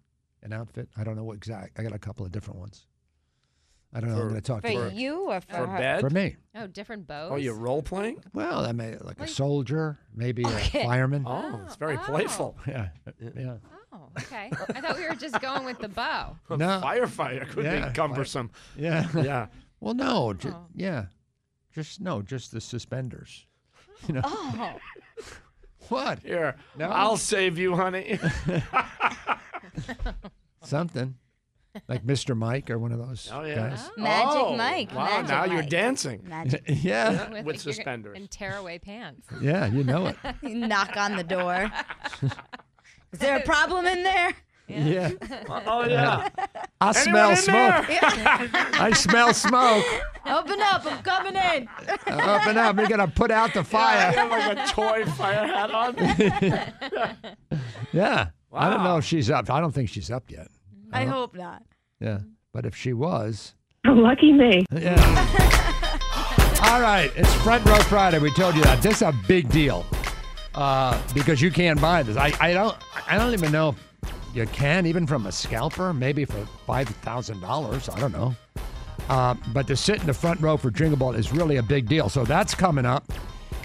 S4: an outfit. I don't know what exact I got a couple of different ones. I don't know. I'm
S5: For-
S4: gonna talk
S2: For,
S4: to her.
S2: you or for,
S5: For
S2: her?
S5: bed?
S4: For me.
S6: Oh, different bows.
S5: Oh, you're role playing?
S4: Well, I may like a soldier, maybe a fireman.
S5: Oh, it's very
S6: Oh.
S5: playful.
S4: Yeah. Yeah.
S6: Oh, okay. I thought we were just going with the bow.
S4: No.
S5: Firefighter could
S4: Yeah.
S5: be cumbersome.
S4: Yeah.
S5: Yeah.
S4: Well, no, ju-
S6: Oh.
S4: yeah, just no, just the suspenders. You know
S1: Oh.
S8: Oh.
S4: what?
S5: Here, I'll save you, honey.
S4: Something like Mr. Mike or one of those
S5: Oh, yeah.
S4: guys.
S2: Magic
S5: Oh,
S2: Mike.
S5: Wow,
S2: Magic
S5: now you're
S2: Mike.
S5: dancing.
S2: Magic.
S4: Yeah,
S5: With
S6: your-
S5: suspenders.
S6: and tearaway pants.
S4: yeah, you know it.
S2: You knock on the door. Is there a problem in there?
S5: Yeah. oh yeah.
S4: I smell
S5: in
S4: smoke. I smell smoke. Uh,
S3: Open up, I'm coming in.
S4: Up and up. We're gonna put out the
S5: I
S4: fire.
S5: have like a toy fire hat on.
S4: Yeah. I don't know
S5: Wow.
S4: if she's up. I don't think she's up yet.
S2: I hope not.
S4: Yeah. But if she was,
S8: Lucky me.
S4: yeah. All right. It's Front Row Friday. We told you that. This is a big deal uh, because you can't buy this. I, I don't. I don't even know. if You can even from a scalper, maybe for five thousand dollars. I don't know. Uh, but to sit in the front row for Jingle Ball is really a big deal. So that's coming up.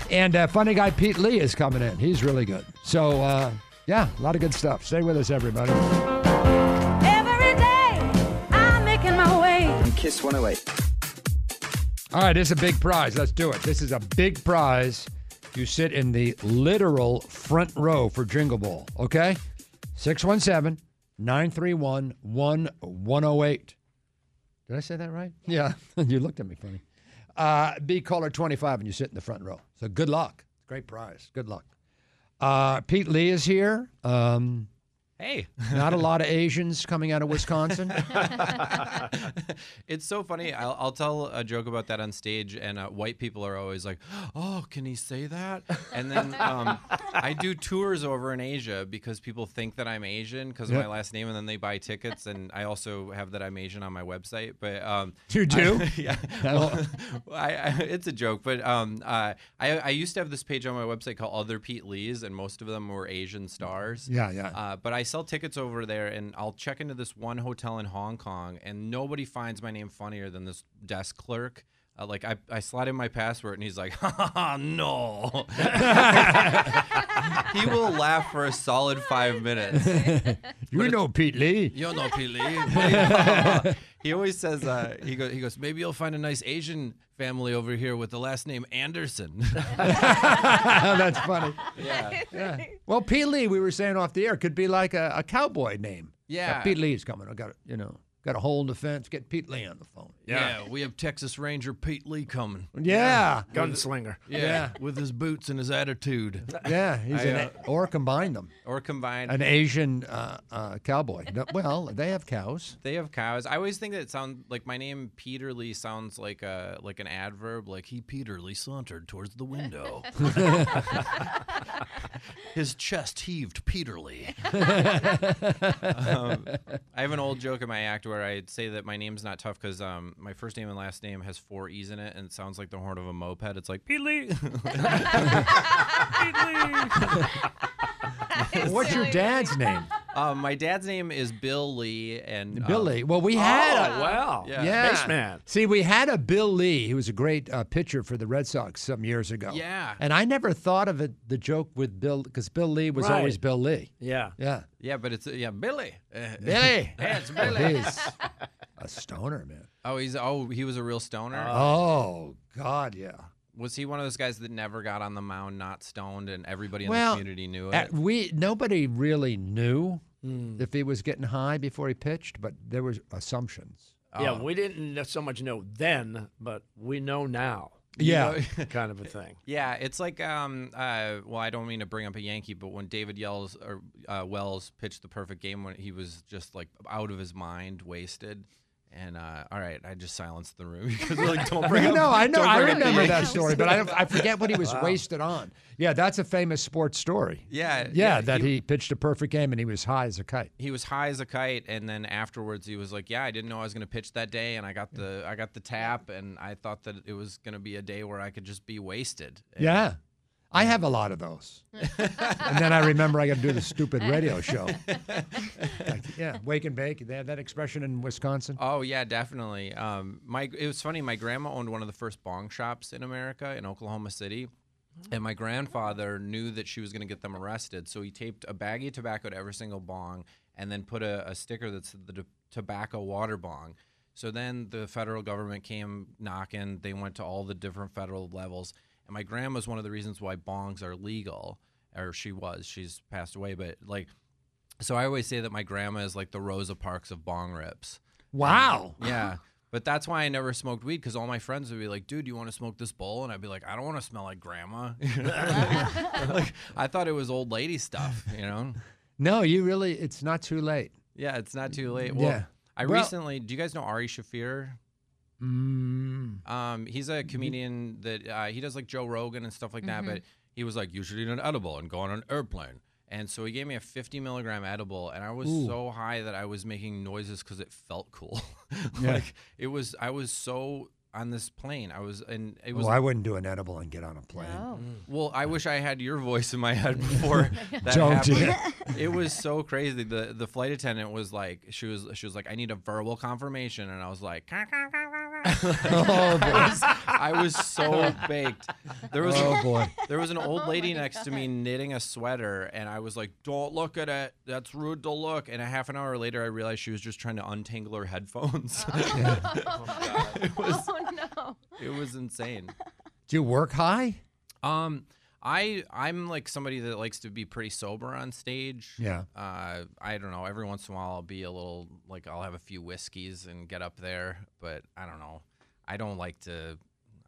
S4: And uh, funny guy Pete Lee is coming in. He's really good. So, uh, yeah, a lot of good stuff. Stay with us, everybody.
S9: Every day I'm making my way.
S1: Kiss 108.
S4: All right, this is a big prize. Let's do it. This is a big prize. You sit in the literal front row for Jingle Ball, okay? 617 931 1108. Did I say that right? Yeah, you looked at me funny. Uh, be caller 25 and you sit in the front row. So good luck. Great prize. Good luck. Uh, Pete Lee is here. Um,
S11: Hey,
S4: not a lot of Asians coming out of Wisconsin.
S11: it's so funny. I'll, I'll tell a joke about that on stage, and uh, white people are always like, "Oh, can he say that?" And then um, I do tours over in Asia because people think that I'm Asian because of
S4: Yeah.
S11: my last name, and then they buy tickets. And I also have that I'm Asian on my website. But um,
S4: You do?
S11: I- yeah. Well, I, I, it's a joke, but um, uh, I, I used to have this page on my website called Other Pete Lees, and most of them were Asian stars.
S4: Yeah, yeah.
S11: Uh, but I sell tickets over there, and I'll check into this one hotel in Hong Kong, and nobody finds my name funnier than this desk clerk. Uh, like I, I slide in my password, and he's like, "Ha, ha,
S4: Uh,
S11: ha, "No." he will laugh for a solid five minutes.
S4: you know Pete Lee.
S11: You're not believe. he always says uh, he goes he goes maybe you'll find a nice Asian family over here with the last name Anderson.
S4: That's funny.
S11: yeah.
S4: Well, Pete Lee, we were saying off the air, could be like a, a cowboy name.
S11: Yeah.
S4: Pete Lee's coming. I got you know, got to hold the fence. Get Pete Lee on the phone.
S11: yeah, we have Texas Ranger Pete Lee coming.
S4: Yeah,
S5: Gunslinger.
S11: Yeah,
S4: Yeah.
S11: with his boots and his attitude. uh,
S4: yeah. he's an, or combine them,
S11: Or combined.
S4: an Asian uh, uh, cowboy. No, well, they have cows.
S11: They have cows. I always think that it sounds like my name Peter Lee sounds like a like an adverb, like he Peterly sauntered towards the window. His chest heaved Peterly. um, I have an old joke in my act where I say that my name's not tough because um, my first name and last name has four e's in it, and it sounds like the horn of a moped. It's like Peterly.
S4: What's your dad's name?
S11: um, my dad's name is Bill Lee, and um,
S4: Billy. Well, we had a,
S5: Oh wow.
S11: Yeah.
S4: Yeah.
S5: Spaceman.
S4: See, we had a Bill Lee. He was a great uh, pitcher for the Red Sox some years ago.
S11: Yeah.
S4: And I never thought of it, the joke with Bill, because Bill Lee was
S5: Right.
S4: always Bill Lee.
S5: Yeah.
S4: Yeah.
S11: yeah, but it's yeah Billy. Uh,
S4: Billy.
S11: it's Billy.
S4: He's a stoner, man.
S11: Oh, he's oh he was a real stoner.
S4: Oh, God, yeah.
S11: Was he one of those guys that never got on the mound, not stoned, and everybody in
S4: Well,
S11: the community knew it?
S4: Uh, we Nobody really knew if he was getting high before he pitched, but there was assumptions.
S11: Uh,
S5: Yeah. We didn't know- so much know then, but we know now.
S4: Yeah.
S5: kind of a thing.
S11: yeah, it's like um, uh, well, I don't mean to bring up a Yankee, but when David Yells or uh, Wells pitched the perfect game, when he was just like out of his mind, wasted. And uh, all right, I just silenced the room because like don't bring
S4: No,
S11: up.
S4: no, I know.
S11: don't
S4: I
S11: bring up the
S4: remember that
S11: Yankees.
S4: story, but I, don't- I forget what he was wasted on. Yeah, that's a famous sports story.
S11: Yeah,
S4: Yeah,
S11: yeah,
S4: that
S11: he-
S4: he pitched a perfect game and he was high as a kite.
S11: he was high as a kite and then afterwards he was like yeah i didn't know i was going to pitch that day and i got the i got the tap and i thought that it was going to be a day where i could just be wasted And-
S4: Yeah. I have a lot of those. and then I remember I got to do the stupid radio show. Like, yeah, wake and bake. They have that expression in Wisconsin.
S11: oh yeah definitely um my it was funny my grandma owned one of the first bong shops in america in oklahoma city and my grandfather knew that she was going to get them arrested so he taped a baggie of tobacco to every single bong and then put a, a sticker that said the t- tobacco water bong So then the federal government came knocking. They went to all the different federal levels. And my grandma's one of the reasons why bongs are legal, or she was. She's passed away. But like, so I always say that my grandma is like the Rosa Parks of bong rips.
S4: Wow.
S11: Yeah. But that's why I never smoked weed because all my friends would be like, dude, you want to smoke this bowl? And I'd be like, I don't want to smell like grandma. like, I thought it was old lady stuff, you know?
S4: No, you really, it's not too late.
S11: Yeah, it's not too late. Well,
S4: Yeah.
S11: I
S4: Well-
S11: recently, do you guys know Ari Shafir?
S4: Mm.
S11: Um, he's a comedian that uh, he does like Joe Rogan and stuff like that.
S4: Mhm.
S11: But he was like, you should eat an edible and go on an airplane. And so he gave me a 50 milligram edible, and I was
S4: Ooh.
S11: so high that I was making noises because it felt cool.
S4: Yeah.
S11: like it was, I was so on this plane. I was, and it was.
S4: well, Oh, I wouldn't do an edible and get on a plane.
S11: Well, I wish I had your voice in my head before that
S4: Don't do
S11: happened. It was so crazy. The the flight attendant was like, she was she was like, I need a verbal confirmation, and I was like,
S4: Oh,
S11: I, was, I was so baked. There was
S4: Oh, boy.
S11: there was an old lady next to me knitting a sweater, and I was like, Don't look at it. That's rude to look. And a half an hour later, I realized she was just trying to untangle her headphones. it was
S6: Oh, no.
S11: it was insane.
S4: Do you work high?
S11: Um, I I'm like somebody that likes to be pretty sober on stage.
S4: Yeah.
S11: Uh, I don't know. Every once in a while, I'll be a little like I'll have a few whiskeys and get up there, but I don't know. I don't like to.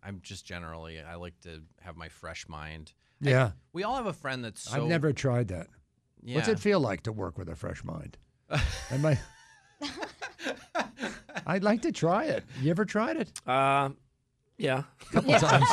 S11: I'm just generally I like to have my fresh mind. I-
S4: Yeah.
S11: we all have a friend that's. So,
S4: I've never tried that. What's
S11: Yeah.
S4: it feel like to work with a fresh mind? Am I? I'd like to try it. You ever tried it?
S5: Uh, yeah.
S4: Couple times.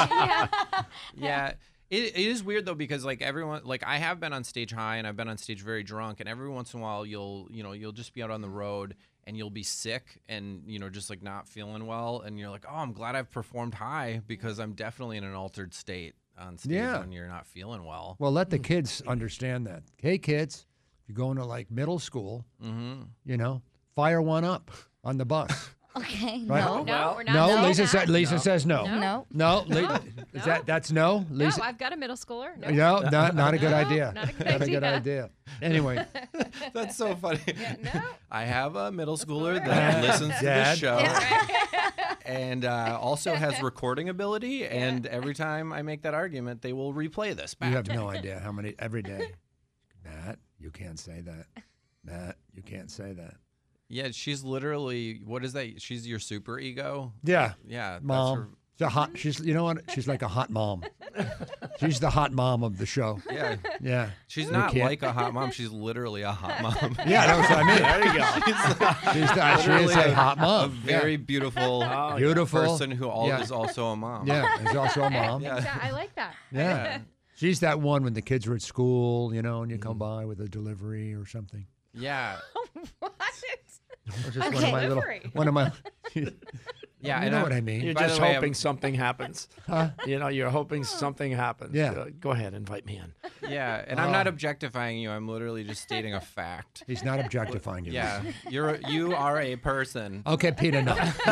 S11: yeah it, it is weird though because like everyone like i have been on stage high and i've been on stage very drunk and every once in a while you'll you know you'll just be out on the road and you'll be sick and you know just like not feeling well and you're like oh i'm glad i've performed high because i'm definitely in an altered state on stage
S4: Yeah.
S11: when you're not feeling well
S4: Well, let the kids understand that. Hey, kids, if you're going to like middle school,
S11: mm-hmm.
S4: you know, fire one up on the bus.
S2: Okay.
S4: Right?
S2: No.
S6: No, we're not.
S4: no,
S6: saying
S4: Lisa
S6: that.
S4: said. Lisa says no.
S2: No.
S4: No, Li-
S6: No.
S4: is that that's no,
S6: No,
S4: Lisa.
S6: I've got a middle schooler. No.
S4: No, not, not a good
S6: No,
S4: idea.
S6: not a good
S4: idea. Anyway,
S11: that's so funny
S6: no.
S11: i have a middle schooler that listens to
S4: Dad.
S11: this show and uh, also has recording ability and every time i make that argument they will replay this back
S4: you have no idea how many every day. Matt, you can't say that. Matt, you can't say that.
S11: Yeah, she's literally what is that? She's your super ego.
S4: Yeah.
S11: Yeah,
S4: Mom. She's a hot. She's you know what? She's like a hot mom. she's the hot mom of the show.
S11: Yeah,
S4: Yeah.
S11: she's
S4: You
S11: not
S4: can't-
S11: like a hot mom. She's literally a hot mom.
S4: Yeah, that's what I mean.
S5: There you go.
S4: She's the, she is
S11: Literally
S4: a hot mom.
S11: A very
S4: Oh,
S11: beautiful,
S5: yeah.
S4: Beautiful.
S11: person who al-
S4: Yeah.
S11: is also a mom.
S4: yeah. Yeah, she's also a mom.
S11: Yeah.
S6: Yeah, I like that.
S4: Yeah. She's that one when the kids are at school, you know, and you come
S11: Mm-hmm.
S4: by with a delivery or something.
S11: yeah,
S6: what?
S4: Or just one of my little,
S6: Delivery.
S4: one of my, you
S11: yeah. and
S4: know
S11: I-
S4: what I mean?
S5: You're
S11: By the
S5: just
S11: way,
S5: hoping
S11: I'm-
S5: something happens.
S4: Huh?
S5: You know, you're hoping something happens.
S4: Yeah. Oh,
S5: Uh, go ahead, invite me in.
S11: Yeah, and I'm not objectifying you. I'm literally just stating a fact.
S4: He's not objectifying you.
S11: Yeah, you're you are a person.
S4: Okay, Pete, enough.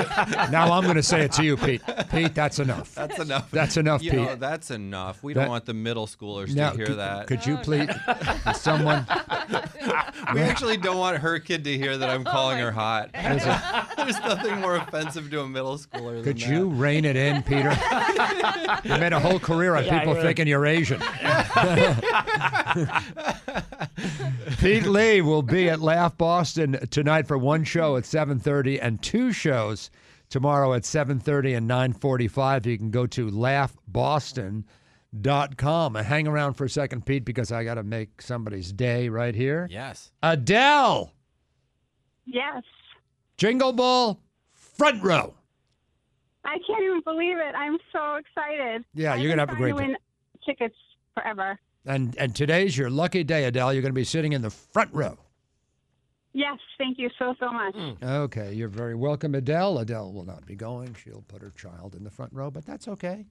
S4: now I'm going to say it to you, Pete. Pete, that's enough.
S11: That's enough.
S4: That's enough,
S11: You
S4: Pete.
S11: know, that's enough. We
S4: That-
S11: don't want the middle schoolers
S4: now,
S11: to hear
S4: c-
S11: that.
S4: Could you please, someone,
S11: We actually don't want her kid to hear that I'm
S5: Oh
S11: calling her hot.
S4: listen,
S11: There's nothing more offensive to a middle schooler than
S4: could you rein it in, Peter? you made a whole career of
S5: Yeah,
S4: people
S5: yeah.
S4: thinking you're Asian. Pete Lee will be at Laugh Boston tonight for one show at 7:30 and two shows tomorrow at 7:30 and 9:45. You can go to laughboston.com. And Uh, hang around for a second, Pete, because I got to make somebody's day right here.
S11: Yes.
S4: Adele,
S8: Yes.
S4: Jingle Ball, front row.
S8: I can't even believe it. I'm so excited.
S4: Yeah,
S8: I've
S4: you're
S8: been
S4: gonna have a
S8: trying
S4: great
S8: to
S4: day.
S8: win tickets forever.
S4: And and today's your lucky day, Adele. You're going to be sitting in the front row.
S8: Yes, thank you so so much.
S6: Hmm.
S4: Okay, you're very welcome, Adele. Adele will not be going. She'll put her child in the front row, but that's okay.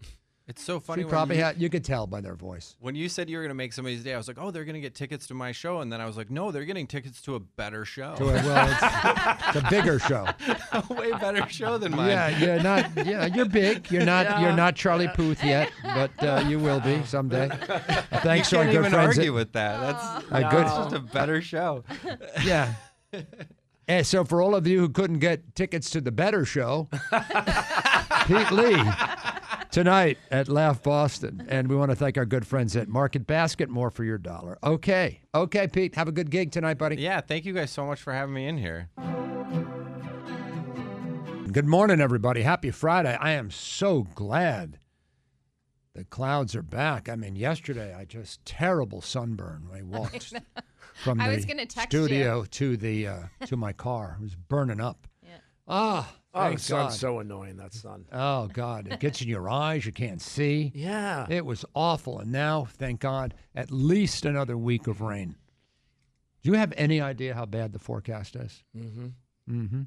S11: It's so funny.
S4: she probably
S11: when, you,
S4: had. You could tell by their voice.
S11: when you said you were going to make somebody's day, I was like, oh, they're going to get tickets to my show. And then I was like, no, they're getting tickets to a better show.
S4: To it, well, it's, it's a bigger show.
S11: a way better show than mine.
S4: Yeah, you're not. Yeah, you're big. You're not. You're not Charlie Puth yet, but uh, you will be someday. Thanks to our
S11: Can't
S4: good
S11: even
S4: friends.
S11: argue with that.
S5: Oh.
S11: That's
S4: our
S11: it's just a
S4: good.
S11: better show.
S4: Yeah. And so for all of you who couldn't get tickets to the better show, Pete Lee tonight at Laugh Boston. And we want to thank our good friends at Market Basket more for your dollar. Okay. Okay, Pete. Have a good gig tonight, buddy.
S11: Yeah. Thank you guys so much for having me in here.
S4: Good morning, everybody. Happy Friday. I am so glad the clouds are back. I mean, yesterday I just terrible sunburn. I walked from
S6: I
S4: the
S6: was gonna text you.
S4: studio to the uh, to my car. It was burning up. Ah,
S5: oh,
S4: thank
S5: the sun's
S4: God.
S5: so annoying. That sun.
S4: Oh God, it gets in your eyes. You can't see.
S5: Yeah.
S4: it was awful. And now, thank God, at least another week of rain. Do you have any idea how bad the forecast is?
S5: Mm-hmm.
S4: Mm-hmm.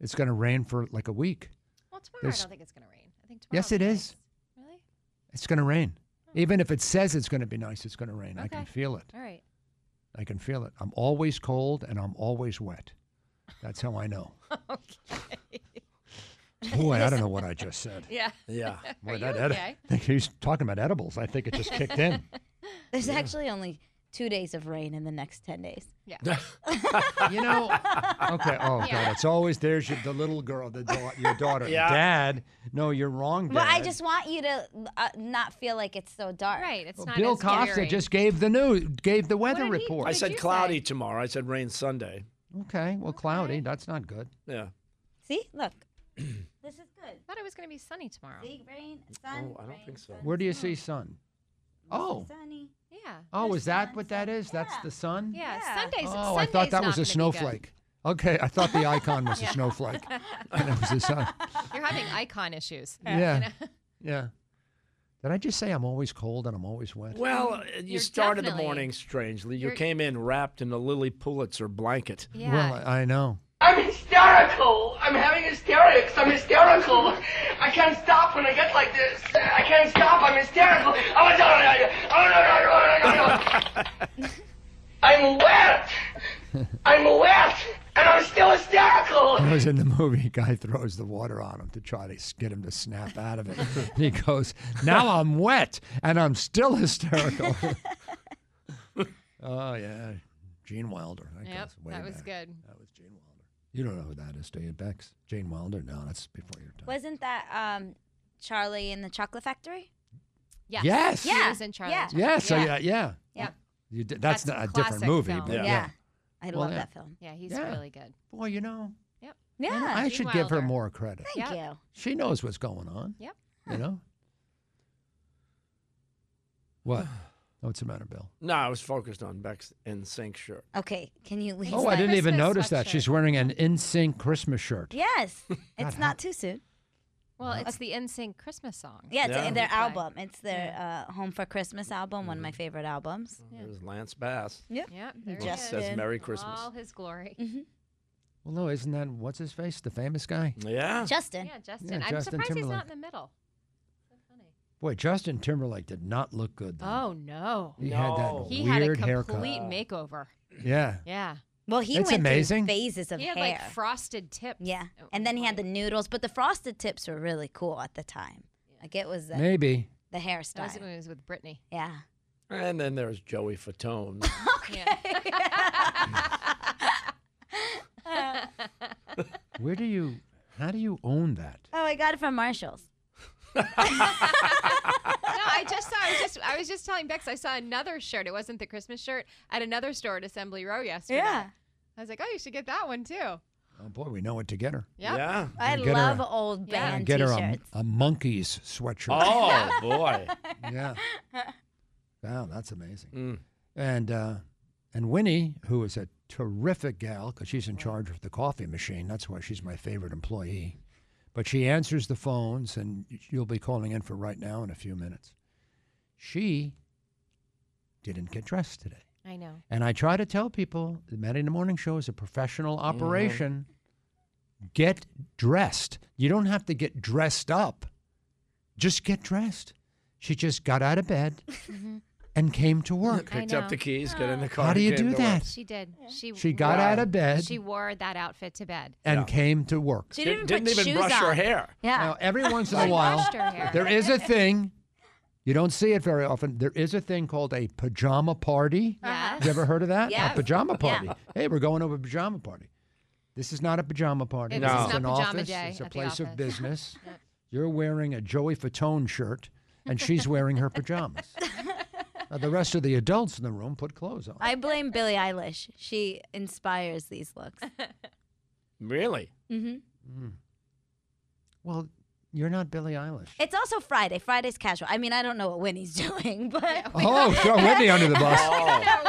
S4: It's going to rain for like a week.
S6: Well, tomorrow
S4: There's-
S6: I don't think it's going to rain. I think tomorrow.
S4: Yes, it is.
S6: Really?
S4: It's going to rain. Even if it says it's going to be nice, it's going to rain. I can
S6: Okay.
S4: feel it.
S6: All right.
S4: I can feel it. I'm always cold and I'm always wet. That's how I know. Boy, I don't know what I just said.
S6: Yeah.
S5: Yeah.
S4: Boy,
S6: Are
S4: that
S6: you
S4: edi-
S6: okay?
S4: I think he's talking about edibles. I think it just kicked in.
S2: There's actually only two days of rain in the next 10 days.
S6: Yeah.
S4: you know. Okay. Oh
S2: Yeah.
S4: God, it's always there's your, the little girl, the da- your daughter.
S5: Yeah.
S4: Dad, no, you're wrong. Dad.
S2: Well, I just want you to uh, not feel like it's so dark.
S6: Right. It's not
S4: Bill
S6: as
S4: Costa
S6: scary.
S4: just gave the news, gave the weather
S6: did he-
S4: report.
S5: I
S6: did
S5: said
S6: you
S5: cloudy
S6: say?
S5: tomorrow. I said rain Sunday.
S4: Okay, well, cloudy. That's not good.
S5: Yeah.
S2: See, look. this is good.
S6: I thought it was going to be sunny tomorrow.
S2: See, rain, sun.
S5: Oh, I don't
S2: rain,
S5: think so.
S2: sun,
S4: Where do you
S2: sun.
S4: see sun? Oh,
S2: Sunny.
S6: Yeah.
S4: oh,
S2: there's
S4: is that
S2: sun,
S4: what that
S2: sun.
S4: is? That's
S2: Yeah.
S4: the sun.
S6: Yeah.
S2: Yeah.
S6: Sundays.
S4: Oh, I thought
S6: Sunday's
S4: that was a
S6: not gonna be good.
S4: snowflake. Okay, I thought the icon was a snowflake, and it was the sun.
S6: You're having icon issues.
S4: Yeah, yeah. Did I just say I'm always cold and I'm always wet?
S5: Well, uh, you
S6: You're
S5: started the
S6: definitely-
S5: morning strangely. You
S6: You're-
S5: came in wrapped in a Lily Pulitzer blanket.
S6: Yeah.
S4: Well, I I know.
S12: I'm hysterical. I'm having hysterics. I'm hysterical. I can't stop when I get like this. I can't stop. I'm hysterical. I'm wet. I'm wet. And I'm still hysterical.
S4: I was in the movie. A guy throws the water on him to try to s- get him to snap out of it. he goes, "Now I'm wet and I'm still hysterical." oh yeah, Gene Wilder. That
S6: Yep.
S4: goes way
S6: That was
S4: back.
S6: good.
S4: That was Gene Wilder. You don't know who that is, do you, Bex? Gene Wilder? No, that's before your time.
S2: Wasn't that um, Charlie in the Chocolate Factory?
S6: Yes.
S4: Yes.
S6: He
S2: Yeah.
S6: was in Charlie.
S2: Yeah.
S6: and Chocolate.
S4: yeah, so
S6: Yeah.
S4: yeah, yeah.
S2: Yeah.
S4: You did, that's,
S6: That's a
S4: not a different
S6: classic
S4: movie,
S6: film.
S4: but
S5: Yeah.
S4: yeah.
S2: I
S4: Well,
S2: love
S4: yeah.
S2: that film.
S6: Yeah. He's
S4: Yeah.
S6: really good.
S4: Boy, you know,
S6: Yep.
S2: Yeah.
S4: I
S6: Gene
S4: should give her
S6: Wilder.
S4: more credit.
S2: Thank
S6: Yeah.
S2: you.
S4: She knows what's going on.
S6: Yep.
S4: You know. What? Oh, What's the matter, Bill?
S5: No, I was focused on Beck's in sync shirt.
S2: Okay, can you leave?
S4: Oh, I
S6: like-
S4: didn't even
S6: Christmas
S4: notice that.
S6: sweatshirt.
S4: She's wearing an NSYNC Christmas shirt.
S2: Yes,
S4: God,
S2: it's
S4: how-
S2: not too soon.
S6: Well, it's the NSYNC Christmas song.
S2: Yeah, it's
S5: Yeah.
S2: their
S6: Fine.
S2: album. It's their uh, Home for Christmas album, one
S4: Mm-hmm.
S2: of my favorite albums.
S6: Mm-hmm.
S5: There's Lance Bass.
S6: Yep. There
S5: Well,
S6: he
S5: it
S6: is.
S5: says Merry Christmas.
S6: All his glory.
S2: Mm-hmm.
S4: Well, no, isn't that what's his face? The famous guy?
S5: Yeah.
S2: Justin.
S6: Yeah, Justin.
S4: Yeah,
S6: I'm
S4: Justin
S6: surprised he's
S4: Timberlake.
S6: not in the middle. So funny.
S4: Boy, Justin Timberlake did not look good. Though.
S6: Oh no.
S4: he had
S5: No.
S4: that
S6: He had a
S4: weird
S6: complete
S4: haircut.
S6: makeover.
S4: Yeah.
S6: Yeah.
S2: Well, he
S4: That's
S2: went
S4: amazing.
S2: through phases of
S6: he had
S2: hair.
S6: like frosted tips.
S2: yeah,
S6: at one
S2: and then he had the
S6: point.
S2: noodles, but the frosted tips were really cool at the time. Like it was the,
S4: Maybe.
S2: the
S6: That was
S2: hairstyle.
S6: when he was with Britney.
S2: Yeah.
S5: And then there's Joey Fatone.
S6: Yeah.
S4: Where do you? How do you own that?
S2: Oh, I got it from Marshalls.
S6: No, I just saw. I was just. I was just telling Bex. I saw another shirt. It wasn't the Christmas shirt at another store at Assembly Row yesterday.
S2: Yeah.
S6: I was like, oh, you should get that one too. Yep.
S4: Oh boy, we know what to get her.
S5: Yeah.
S2: I
S4: get her
S2: love
S4: a-
S2: old
S4: And
S6: Yeah.
S2: band
S4: get her a,
S2: t-shirts.
S4: a monkey's sweatshirt.
S5: Oh boy.
S4: Yeah. Wow, that's amazing.
S5: Mm.
S4: And uh, and Winnie, who is a terrific gal, because she's in charge of the coffee machine. That's why she's my favorite employee. But she answers the phones, and you'll be calling in for right now in a few minutes. She didn't get dressed today.
S6: I know.
S4: And I try to tell people the Maddie in the Morning Show is a professional operation. Get dressed. You don't have to get dressed up. Just get dressed. She just got out of bed
S6: Mm-hmm.
S4: and came to work.
S5: Picked
S6: I
S5: up the
S6: know.
S5: keys, got in the car.
S4: How do
S5: and
S4: you do
S5: came to work.
S4: that?
S6: She did. She.
S4: She got out of bed
S6: She wore that outfit to bed.
S4: and
S5: Yeah.
S4: came to work.
S2: She
S5: Didn't,
S2: didn't,
S5: didn't
S2: put
S5: even
S2: shoes
S5: brush her
S2: on.
S5: hair.
S2: Yeah.
S4: Now, every once in
S6: She
S4: a while,
S6: washed her hair.
S4: there is a thing. You don't see it very often. There is a thing called a pajama party.
S6: Yes.
S4: You ever heard of that?
S2: Yes.
S4: A pajama
S2: Yeah.
S4: party. Hey, we're going to a pajama party. This is not a pajama party.
S6: It-
S4: This
S5: No.
S4: is
S5: it's
S4: an
S6: not pajama
S4: office.
S6: day
S4: it's a
S6: at the
S4: place of
S6: office.
S4: business. You're wearing a Joey Fatone shirt, and she's wearing her pajamas. Now, the rest of the adults in the room put clothes on.
S2: I blame Billie Eilish. She inspires these looks.
S4: Mm-hmm.
S5: Really?
S2: hmm
S4: Mm. well, You're not Billie Eilish.
S2: It's also Friday. Friday's casual. I mean, I don't know what Winnie's doing, but
S4: Oh, throw Whitney under the bus.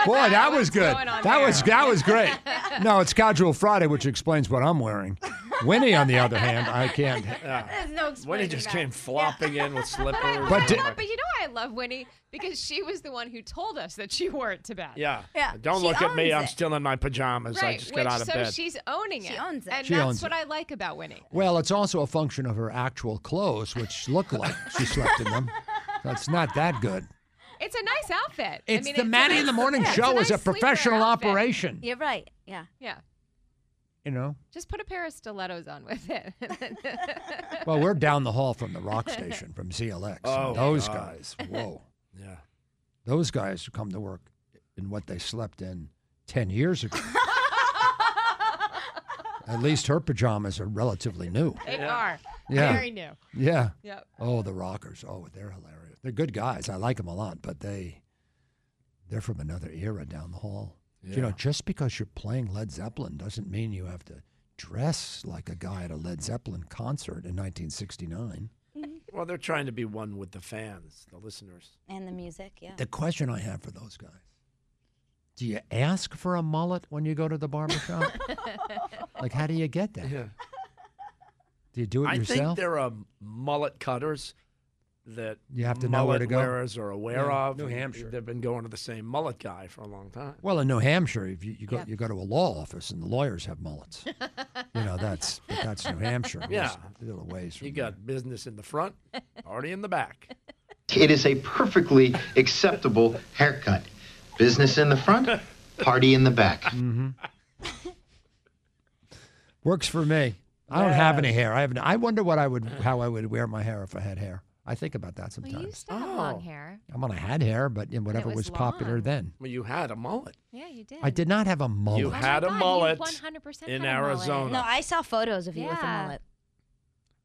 S4: Boy, that was good.
S2: going
S4: That
S2: on
S4: was that was great. No, it's Casual Friday, which explains what I'm wearing. Winnie, on the other hand, I can't.
S6: There's no
S5: Winnie
S6: explaining
S5: just
S6: that.
S5: came flopping in with slippers.
S6: But, I
S5: and
S6: love-
S5: everything.
S6: but you know I love Winnie because she was the one who told us that she wore it to bed.
S5: yeah.
S6: Yeah,
S5: Don't
S6: she
S5: look at me.
S6: owns
S5: I'm
S6: it.
S5: still in my pajamas.
S6: right.
S5: I just
S6: which,
S5: got out of
S6: so
S5: bed.
S6: she's owning it. She owns it. And
S4: She
S6: that's
S4: owns
S6: what I like about Winnie.
S4: Well, it's also a function of her actual clothes, which look like she slept in them. That's not that good.
S6: It's a nice outfit.
S4: It's the Maddie in the Morning Show is a professional operation.
S6: You're right. Yeah. Yeah.
S4: You know.
S6: Just put a pair of stilettos on with it.
S4: Well, we're down the hall from the rock station from ZLX. and
S5: Oh,
S4: those
S5: God.
S4: guys. Whoa.
S5: Yeah.
S4: Those guys who come to work in what they slept in 10 years ago. At least her pajamas are relatively new.
S6: They are.
S4: Yeah.
S6: Very new.
S4: Yeah.
S6: Yep.
S4: Oh, the rockers. Oh, they're hilarious. They're good guys. I like them a lot, but they they're from another era down the hall. You know,
S5: Yeah.
S4: just because you're playing Led Zeppelin doesn't mean you have to dress like a guy at a Led Zeppelin concert in 1969.
S6: Mm-hmm.
S5: Well, they're trying to be one with the fans, the listeners.
S2: and the music, yeah.
S4: The question I have for those guys do you ask for a mullet when you go to the barber shop? like, how do you get that?
S5: Yeah.
S4: Do you do it
S5: I think
S4: yourself?
S5: there are mullet cutters that
S4: You have to know where to
S5: mullet
S4: go.
S5: wearers are aware
S4: Yeah,
S5: of.
S4: New
S5: and
S4: Hampshire.
S5: They've been going to the same mullet guy for a long time.
S4: Well, in New Hampshire, if you, you go
S5: Yeah.
S4: you go to a law office and the lawyers have mullets. you know that's but that's New Hampshire. We're
S5: Yeah.
S4: just A little ways.
S5: You got business in the front, party in the back.
S13: It is a perfectly acceptable haircut. Business in the front, party in the back.
S4: Mm-hmm. Works for me. I don't have any hair. I have. No, I wonder what I would how I would wear my hair if I had hair. I think about that
S6: Well, you
S4: sometimes.
S6: used to have
S5: Oh.
S6: long hair.
S4: I'm on a had hair, but in whatever
S6: was
S4: was, popular
S6: long.
S4: then.
S5: Well, you had a mullet.
S6: Yeah, you did.
S4: I did not have a mullet.
S5: You had a mullet
S6: 100%
S5: in
S6: had a mullet.
S5: Arizona.
S2: No, I saw photos of you with a
S6: Yeah.
S2: mullet.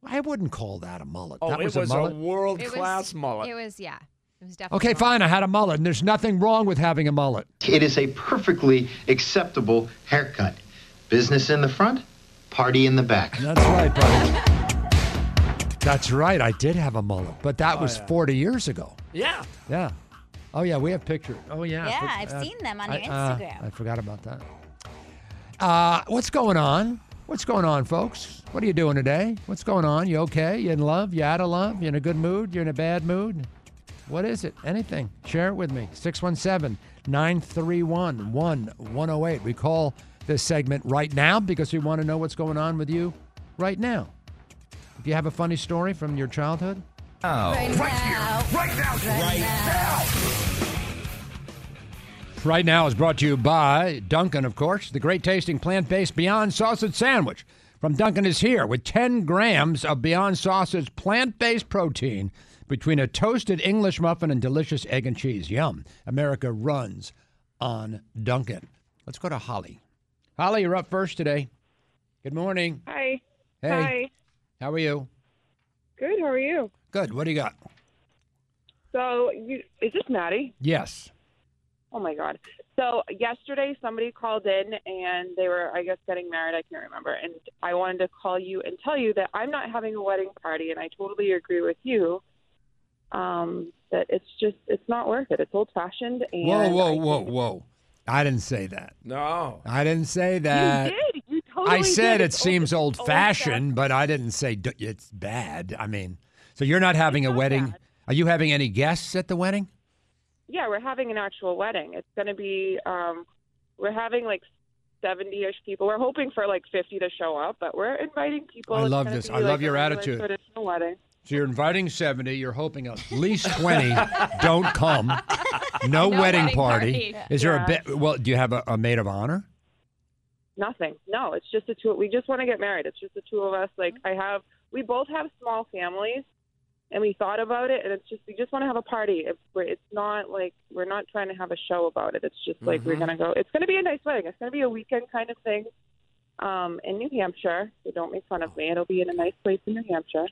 S4: I wouldn't call that a mullet.
S5: Oh,
S4: that
S5: it
S4: was,
S5: was
S4: a
S5: a
S4: mullet.
S5: world
S6: It was-
S5: class mullet.
S6: It was yeah. It was definitely
S4: okay,
S6: long.
S4: fine. I had a mullet, and there's nothing wrong with having a mullet.
S13: It is a perfectly acceptable haircut. Business in the front, party in the back.
S4: That's right, buddy. That's right. I did have a mullet, but that was 40 years ago.
S5: Yeah.
S4: Yeah. Oh yeah, we have pictures. Oh yeah.
S2: Yeah,
S4: Pic-
S2: I've seen them on
S4: I-
S2: your
S4: uh,
S2: Instagram.
S4: I forgot about that. Uh, what's going on? What's going on, folks? What are you doing today? What's going on? You okay? You in love? You out of love? You in a good mood? You in a bad mood? What is it? Anything? Share it with me. 617-931-1108. We call this segment right now because we want to know what's going on with you right now. If you have a funny story from your childhood,
S7: Oh. Right, here. Right now. Right now.
S4: Right now is brought to you by Duncan, of course. The great tasting plant based Beyond Sausage Sandwich from Duncan is here with 10 grams of Beyond Sausage plant based protein between a toasted English muffin and delicious egg and cheese. Yum. America runs on Duncan. Let's go to Holly. Holly, you're up first today. Good morning.
S14: Hi.
S4: Hey.
S14: Hi.
S4: How are you?
S14: Good. How are you?
S4: Good. What do you got?
S14: So, you, is this Maddie?
S4: Yes.
S14: Oh my God. So yesterday, somebody called in and they were, I guess, getting married. I can't remember. And I wanted to call you and tell you that I'm not having a wedding party, and I totally agree with you. Um, that it's just, it's not worth it. It's old fashioned. And
S4: Whoa, whoa, whoa, whoa. I didn't say that.
S5: No.
S4: I didn't say that.
S14: you did. You totally. Oh,
S4: I said
S14: did.
S4: it
S14: It's
S4: seems
S14: old,
S4: old
S14: it's
S4: fashioned, but I didn't say d- it's bad. I mean, so you're not having a wedding. Are you having any guests at the wedding?
S14: Yeah, we're having an actual wedding. It's going to be, um, we're having like 70 ish people. We're hoping for like 50 to show up, but we're inviting people.
S4: I
S14: It's
S4: love
S14: gonna
S4: this.
S14: be,
S4: I love
S14: a
S4: your
S14: really
S4: attitude.
S14: Traditional wedding.
S4: So you're inviting 70, you're hoping at least 20 don't come. No, wedding, party.
S14: party.
S4: Is there a
S14: Yeah.
S4: bit? Well, do you have a, a maid of honor?
S14: Nothing. No, it's just the two. We just want to get married. It's just the two of us. Like I have, we both have small families, and we thought about it, and it's just we just want to have a party. It's, we're- it's not like we're not trying to have a show about it. It's just like we're
S15: Mhm.
S14: gonna go. It's gonna be a nice wedding. It's gonna be a weekend kind of thing, um, in New Hampshire. So don't make fun of me. It'll be in a nice place in New Hampshire.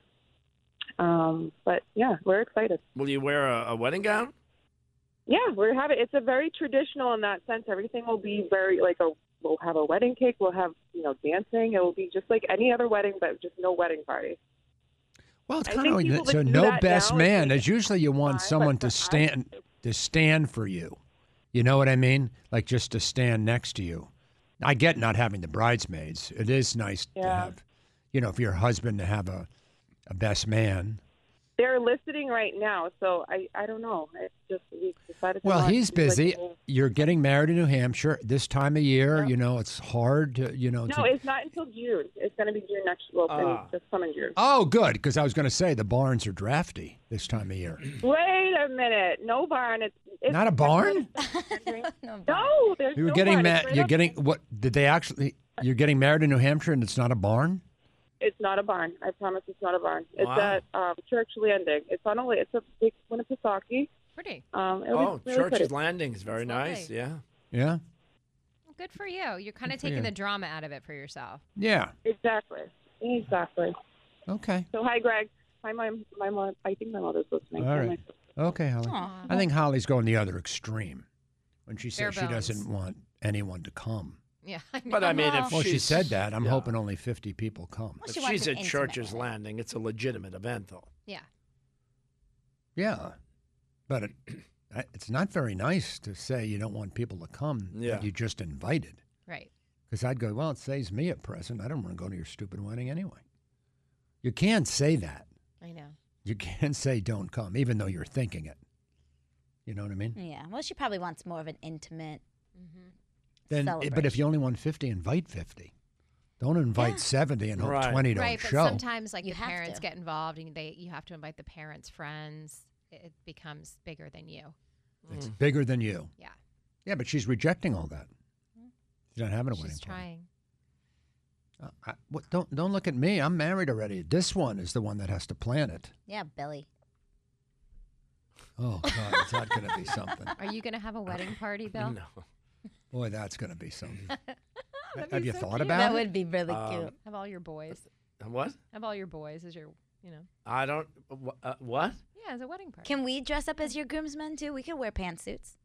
S14: Um, but yeah, we're excited.
S5: Will you wear a, a wedding gown?
S14: Yeah, we're having. It's a very traditional in that sense. Everything will be very like a. We'll have a wedding cake. We'll have you know dancing. It will be just like any other wedding, but just no wedding party.
S4: Well, it's
S14: I
S4: kind
S14: think people
S4: of
S14: that
S4: so
S14: do
S4: no
S14: that
S4: best
S14: now,
S4: man. As usually, you want someone to stand to stand for you. You know what I mean? Like just to stand next to you. I get not having the bridesmaids. It is nice to
S14: Yeah.
S4: have, you know, if your husband to have a, a best man.
S14: They're listening right now, so I, I don't know. It's just we decided. to
S4: Well,
S14: not
S4: he's
S14: do, like,
S4: busy.
S14: a-
S4: You're getting married in New Hampshire this time of year. You know, it's hard to, you know.
S14: no,
S4: to,
S14: it's not until June. It's going to be June next. Well,
S4: Ah.
S14: in this coming June.
S4: oh, good, because I was going to say the barns are drafty this time of year.
S14: Wait a minute. No barn. It's, it's
S4: Not a barn?
S14: No, there's
S4: You're
S14: no
S4: getting
S14: barn.
S4: ma-
S14: It's right
S4: You're
S14: up-
S4: getting what? Did they actually? You're getting married in New Hampshire, and it's not a barn.
S14: It's not a barn. I promise, it's not a barn. It's
S4: Wow.
S14: at um, Church Landing. It's on a. la- It's a big Winnipesaukee.
S6: Pretty.
S14: Um, it
S5: Oh,
S14: was really
S5: Church's
S14: pretty.
S5: Landing is very nice. Yeah.
S4: Yeah.
S6: Good for you. You're kind of
S4: Good for
S6: taking
S4: you.
S6: the drama out of it for yourself.
S4: Yeah.
S14: Exactly. Exactly.
S4: Okay.
S14: So hi, Greg. Hi, my my mom. I think my mother's listening.
S4: All right. Okay, Holly.
S14: Aw.
S4: I think Holly's going the other extreme when she
S6: Bare
S4: says she doesn't want anyone to come.
S6: Yeah.
S5: But I mean, if
S4: Well, she
S5: she's-
S4: said that. I'm
S5: yeah.
S4: hoping only 50 people come.
S5: If she's at Church's Landing, it's a legitimate event, though.
S6: Yeah.
S4: Yeah. But it, I- it's not very nice to say you don't want people to come
S5: Yeah.
S4: that you just invited.
S6: Right.
S4: Because I'd go, well, it saves me a present. I don't want to go to your stupid wedding anyway. You can't say that.
S6: I know.
S4: You can't say don't come, even though you're thinking it. You know what I mean?
S2: Yeah. Well, she probably wants more of an intimate.
S6: Mm-hmm.
S4: Then, i- but if
S2: Celebration.
S4: you only want 50, invite 50. Don't invite 70 and hope
S5: Right.
S4: 20 don't
S6: right,
S4: show.
S6: but sometimes like
S2: You
S6: the
S2: have
S6: parents
S2: to.
S6: get involved and they you have to invite the parents' friends. It it becomes bigger than you.
S4: it's
S5: Mm.
S4: bigger than you.
S6: Yeah. Mm-hmm.
S4: Yeah, but she's rejecting all that. She's not having a wedding
S6: She's
S4: party.
S6: trying.
S4: Uh, I, what, don't don't look at me. I'm married already. This one is the one that has to plan it.
S2: Yeah, Billy.
S4: Oh God, it's not going to be something.
S6: Are you going to have a wedding party, Bill?
S5: No.
S4: Boy, that's going to be something.
S6: That'd
S4: Have
S6: be
S4: you
S6: so
S4: thought
S6: cute. Uh,
S4: about it?
S2: be really
S5: Um, cute.
S6: Have all your boys.
S4: uh,
S5: What?
S6: Have all your boys as your, you know.
S5: I don't. wh- Uh, what?
S6: Yeah, as a wedding party.
S2: Can we dress up as your groomsmen too? We could wear pantsuits,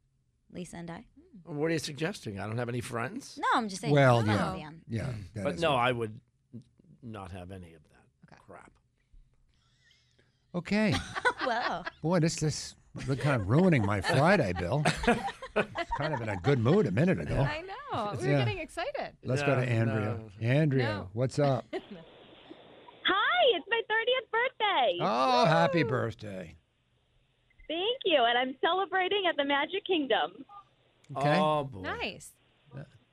S2: Lisa and I.
S5: What are you suggesting? I don't have any friends.
S2: No, I'm just saying.
S4: Well,
S2: come
S4: yeah,
S2: on, man.
S4: yeah. that
S5: but
S4: is
S5: no,
S4: it.
S5: I would not have any of that crap.
S4: Okay,
S2: Whoa.
S4: boy, this this you're kind of ruining my Friday, Bill. kind of in a good mood a minute ago.
S6: I know. We Oh, were
S4: Yeah.
S6: getting excited.
S4: Let's go to
S5: No,
S4: Andrea.
S5: no.
S4: Andrea,
S6: No.
S4: what's up?
S15: Hi, it's my 30th birthday.
S4: Oh, happy birthday.
S15: Thank you. And I'm celebrating at the Magic Kingdom.
S4: Okay.
S5: Oh boy.
S6: Nice.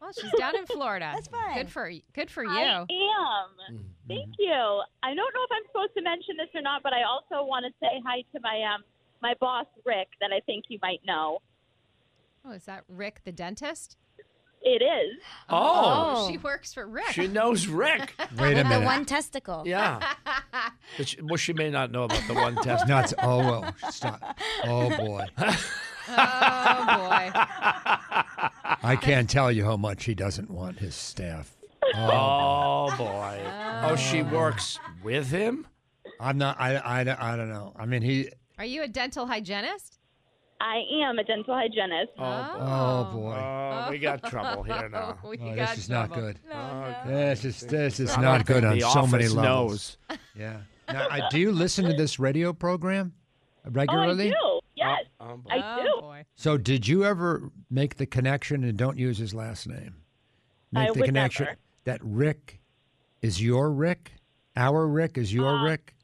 S6: Well, she's down in Florida. That's fun. Good for y- good for you. Mm-hmm.
S15: I am. Thank you. I don't know if I'm supposed to mention this or not, but I also want to say hi to my um my boss Rick that I think you might know.
S6: Oh, is that Rick the dentist?
S15: It is.
S5: Oh.
S6: she works for Rick.
S5: She knows Rick.
S4: Wait a
S2: With the
S4: minute.
S2: one testicle.
S5: Yeah. But she- well, she may not know about the one test.
S4: Nuts. Oh well. Stop. Oh boy.
S6: oh boy.
S4: I can't tell you how much he doesn't want his staff. Oh,
S5: Oh boy. Oh, she works with him.
S4: I'm not. I, I, I don't know. I mean, he.
S6: Are you a dental hygienist?
S15: I am a dental hygienist.
S4: Oh boy.
S5: Oh, we got trouble here now.
S6: we
S4: Oh,
S6: got
S4: this is not
S6: trouble.
S4: good.
S2: Oh,
S5: Okay.
S4: This is this is
S5: I
S4: not
S5: don't
S4: good on
S5: think the
S4: so many
S5: office
S4: levels. Yeah. Now, I, do you listen to this radio program regularly?
S15: Oh, I do. Yes,
S5: Oh, boy.
S15: I do.
S4: So, did you ever make the connection and don't use his last name?
S15: I
S4: Make the
S15: would
S4: connection
S15: never.
S4: that Rick is your Rick, our Rick is your
S15: Uh,
S4: Rick.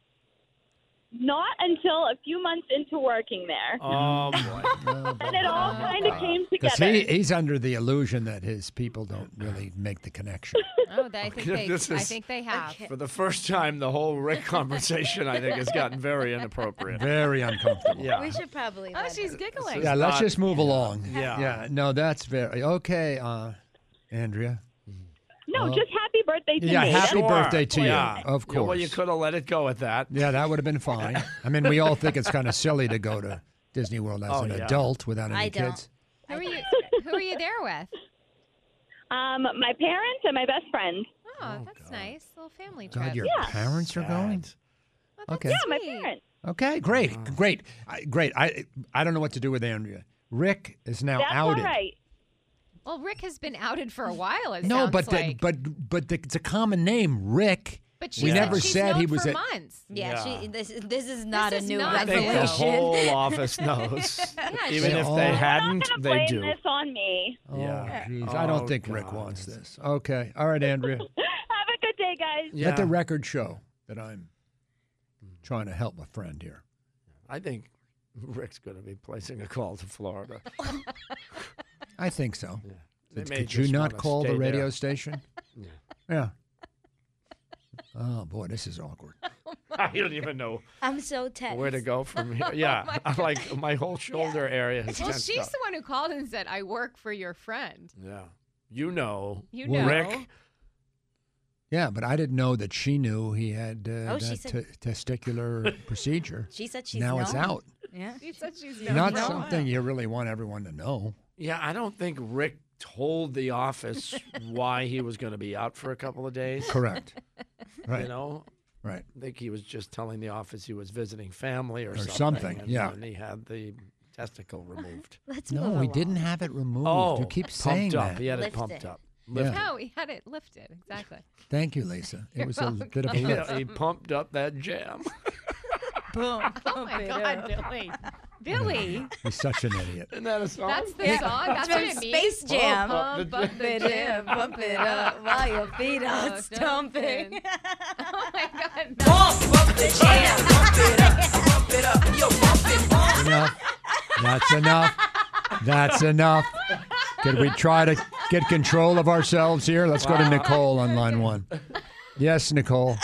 S15: Not until a few months into working there.
S5: Oh boy.
S15: and it all kind of came
S4: Because
S15: together.
S4: Oh, he, he's under the illusion that his people don't really make the connection.
S6: Oh, they, I think
S5: Okay,
S6: they.
S5: this
S6: I
S5: is-
S6: think they have.
S5: For the first time, the whole Rick conversation, I think, has gotten very inappropriate.
S4: Very uncomfortable.
S5: Yeah.
S2: We should probably.
S6: Oh,
S2: let her.
S6: she's giggling.
S4: yeah, let's
S5: not-
S4: just move along.
S5: Yeah.
S4: Yeah. No, that's very okay, uh, Andrea.
S15: no, just happy birthday to
S4: uh-huh. Yeah,
S15: me.
S4: happy
S5: Sure.
S4: birthday to you.
S5: Yeah.
S4: Of
S5: Yeah, well, you
S4: course.
S5: could have let it go at that.
S4: Yeah, that would have been fine. I mean, we all think it's kind of silly to go to Disney World as
S5: Oh,
S4: an
S5: yeah.
S4: adult without any
S2: I don't.
S4: kids.
S6: Who are you? Who are you there with? Oh,
S15: Um, my parents and my best friend.
S6: Oh, that's nice. little family trip.
S4: God, your parents are going.
S6: Oh, that's
S4: okay. Yeah,
S15: My
S6: sweet.
S15: parents.
S4: Okay, great,
S5: Uh.
S4: great, I, great. I I don't know what to do with Andrea. Rick is now
S15: That's
S4: outed.
S15: all right.
S6: Well, Rick has been outed for a while. It
S4: No,
S6: sounds
S4: but the,
S6: like.
S4: but but the, it's a common name, Rick.
S6: But
S4: she We said never she's said known he was for a-
S6: months.
S2: Yeah,
S5: Yeah.
S2: She, this, this is not
S6: This
S2: a
S6: is
S2: new
S6: not-
S5: I think
S2: revelation.
S5: the whole office knows.
S2: Yeah,
S5: Even
S4: she-
S5: if
S4: Oh.
S5: they
S4: I'm not
S5: hadn't,
S15: gonna
S5: they
S15: blame
S5: do.
S15: this on me.
S4: Oh,
S5: Yeah.
S4: geez. I don't
S5: Oh,
S4: think Rick wants this. Okay. All right, Andrea.
S15: Have a good day, guys.
S4: Let the record show that I'm trying to help a friend here.
S5: I think Rick's going to be placing a call to Florida.
S6: Oh
S4: I think so.
S5: They
S4: Did-
S5: may
S4: Could you
S5: just
S4: not
S5: wanna
S4: call the
S5: stay
S4: radio
S5: there.
S4: station?
S5: Yeah.
S4: Yeah. Oh boy, this is awkward.
S5: I don't even know
S2: I'm so tense.
S5: where to go from here. Yeah,
S6: Oh my
S5: I'm like my whole shoulder area is
S6: Well,
S5: tensed
S6: she's
S5: up.
S6: the one who called and said, "I work for your friend."
S5: Yeah, you know,
S6: You know.
S5: Rick.
S4: Yeah, but I didn't know that she knew he had uh,
S2: Oh, she
S4: that
S2: said-
S4: te- testicular procedure.
S2: She said she's
S4: now it's
S2: known.
S4: out.
S2: Yeah.
S6: She said she's
S4: Not something you really want everyone to know.
S5: Yeah, I don't think Rick told the office why he was going to be out for a couple of days.
S4: Correct. Right.
S5: You know,
S4: Right.
S5: I think he was just telling the office he was visiting family or,
S4: Or something,
S5: and-
S4: yeah.
S5: and he had the testicle removed.
S2: Let's
S4: No,
S2: move
S4: we
S2: along.
S4: didn't have it removed.
S5: oh,
S4: you keep
S5: pumped
S4: saying
S5: up.
S4: that.
S5: He had it
S2: Lifted.
S5: pumped up.
S4: Yeah.
S6: No, he had it lifted exactly.
S4: Thank you, Lisa. It
S6: You're
S4: was a l- bit of a lift.
S5: Yeah, he pumped up that jam.
S2: Boom.
S6: Oh my God, Billy! Billy,
S4: He's such an idiot.
S5: Isn't that a song?
S6: that's the
S2: Yeah.
S6: song. That's
S2: From
S6: what it means.
S2: Space Jam.
S5: Up the
S6: Pump up the
S2: Bump it in,
S6: jam.
S2: bump it up while your feet
S6: Oh,
S2: are stomping.
S6: Oh my God! that-
S4: enough. That's enough. That's enough. Did we try to get control of ourselves here? Let's go to Nicole on line one. Yes, Nicole.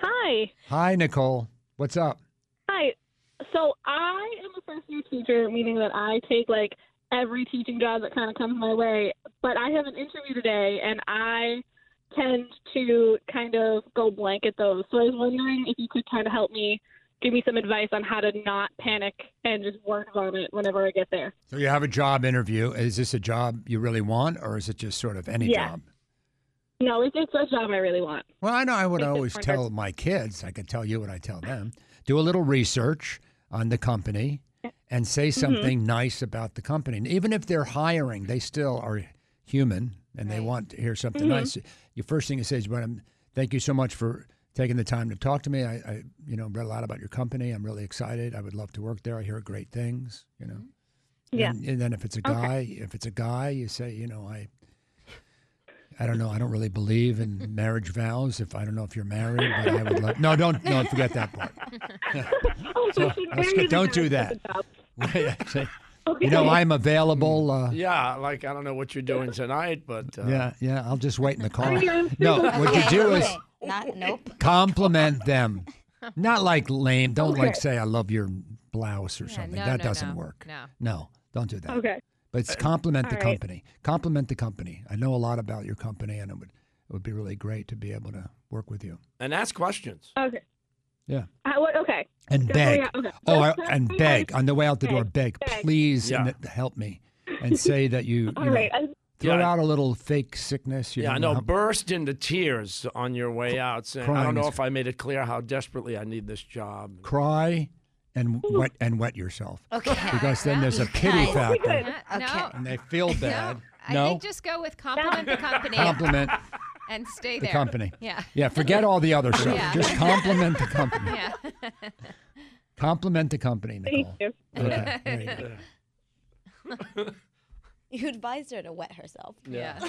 S8: Hi.
S4: Hi, Nicole. What's up?
S8: Hi. So I am a first year teacher, meaning that I take like every teaching job that kind of comes my way. But I have an interview today, and I tend to kind of go blank at those. So I was wondering if you could kind of help me, give me some advice on how to not panic and just work on it whenever I get there.
S4: So you have a job interview. Is this a job you really want, or is it just sort of any
S8: Yeah.
S4: job?
S8: No, it's it's a job I really want.
S4: Well, I know I would
S8: Makes it
S4: always
S8: harder.
S4: tell my kids, I could tell you what I tell them, do a little research on the company and say something nice about the company. And even if they're hiring, they still are human and they want to hear something nice. Your first thing you say is, "Madam, thank you so much for taking the time to talk to me. I, I you know, read a lot about your company. I'm really excited. I would love to work there. I hear great things, you know.
S8: Mm-hmm. Yeah.
S4: And, and then if it's a guy, if it's a guy, you say, you know, I I don't know. I don't really believe
S8: Mm-hmm.
S4: in marriage vows. If I don't know if you're married, but I would love. No, don't no, forget that part.
S8: Oh, so she's
S4: let's
S8: very
S4: go- don't do
S8: nice
S4: that.
S8: at the job.
S4: Say, you know,
S8: Okay.
S4: I'm available. Uh,
S5: Yeah, like I don't know what you're doing tonight, but uh,
S4: yeah, yeah. I'll just wait in the car.
S8: I'm
S4: No,
S8: super
S4: what you do is
S2: okay. Not, nope.
S4: compliment them. Not like lame. Don't like
S8: Okay.
S4: say I love your blouse or
S6: Yeah,
S4: something.
S6: no,
S4: that
S6: no,
S4: doesn't
S6: no,
S4: work.
S6: no.
S4: no, don't do that.
S8: Okay.
S4: But it's compliment the
S8: all right.
S4: company. Compliment the company. I know a lot about your company, and it would it would be really great to be able to work with you.
S5: and ask questions.
S8: Okay.
S4: Yeah.
S8: I, what- okay.
S4: and
S8: Definitely
S4: beg.
S8: not- okay.
S4: Oh, I, and beg on the way out the door. Beg,
S8: Beg, beg.
S4: please
S5: Yeah.
S4: n- help me, and say that you, you
S8: All
S4: know,
S8: right. I,
S4: throw
S5: Yeah.
S4: out a little fake sickness. You
S5: Yeah, I
S4: don't
S5: know.
S4: how-
S5: Burst into tears on your way out, saying, "I don't
S4: crying
S5: know
S4: is-
S5: if I made it clear how desperately I need this job."
S4: cry and wet and wet yourself
S2: Okay.
S4: because then there's a pity
S2: Guys.
S4: factor,
S6: Uh, No,
S4: and they feel bad.
S6: I
S4: No,
S6: think just go with compliment the company
S4: compliment
S6: and stay
S4: the
S6: there.
S4: company.
S6: Yeah.
S4: Yeah, forget all the other stuff.
S6: Yeah.
S4: Just compliment the company.
S6: Yeah.
S4: Compliment the company,
S8: thank
S4: Nicole.
S8: you.
S4: Okay. there you go.
S2: You advised her to wet herself.
S6: Yeah.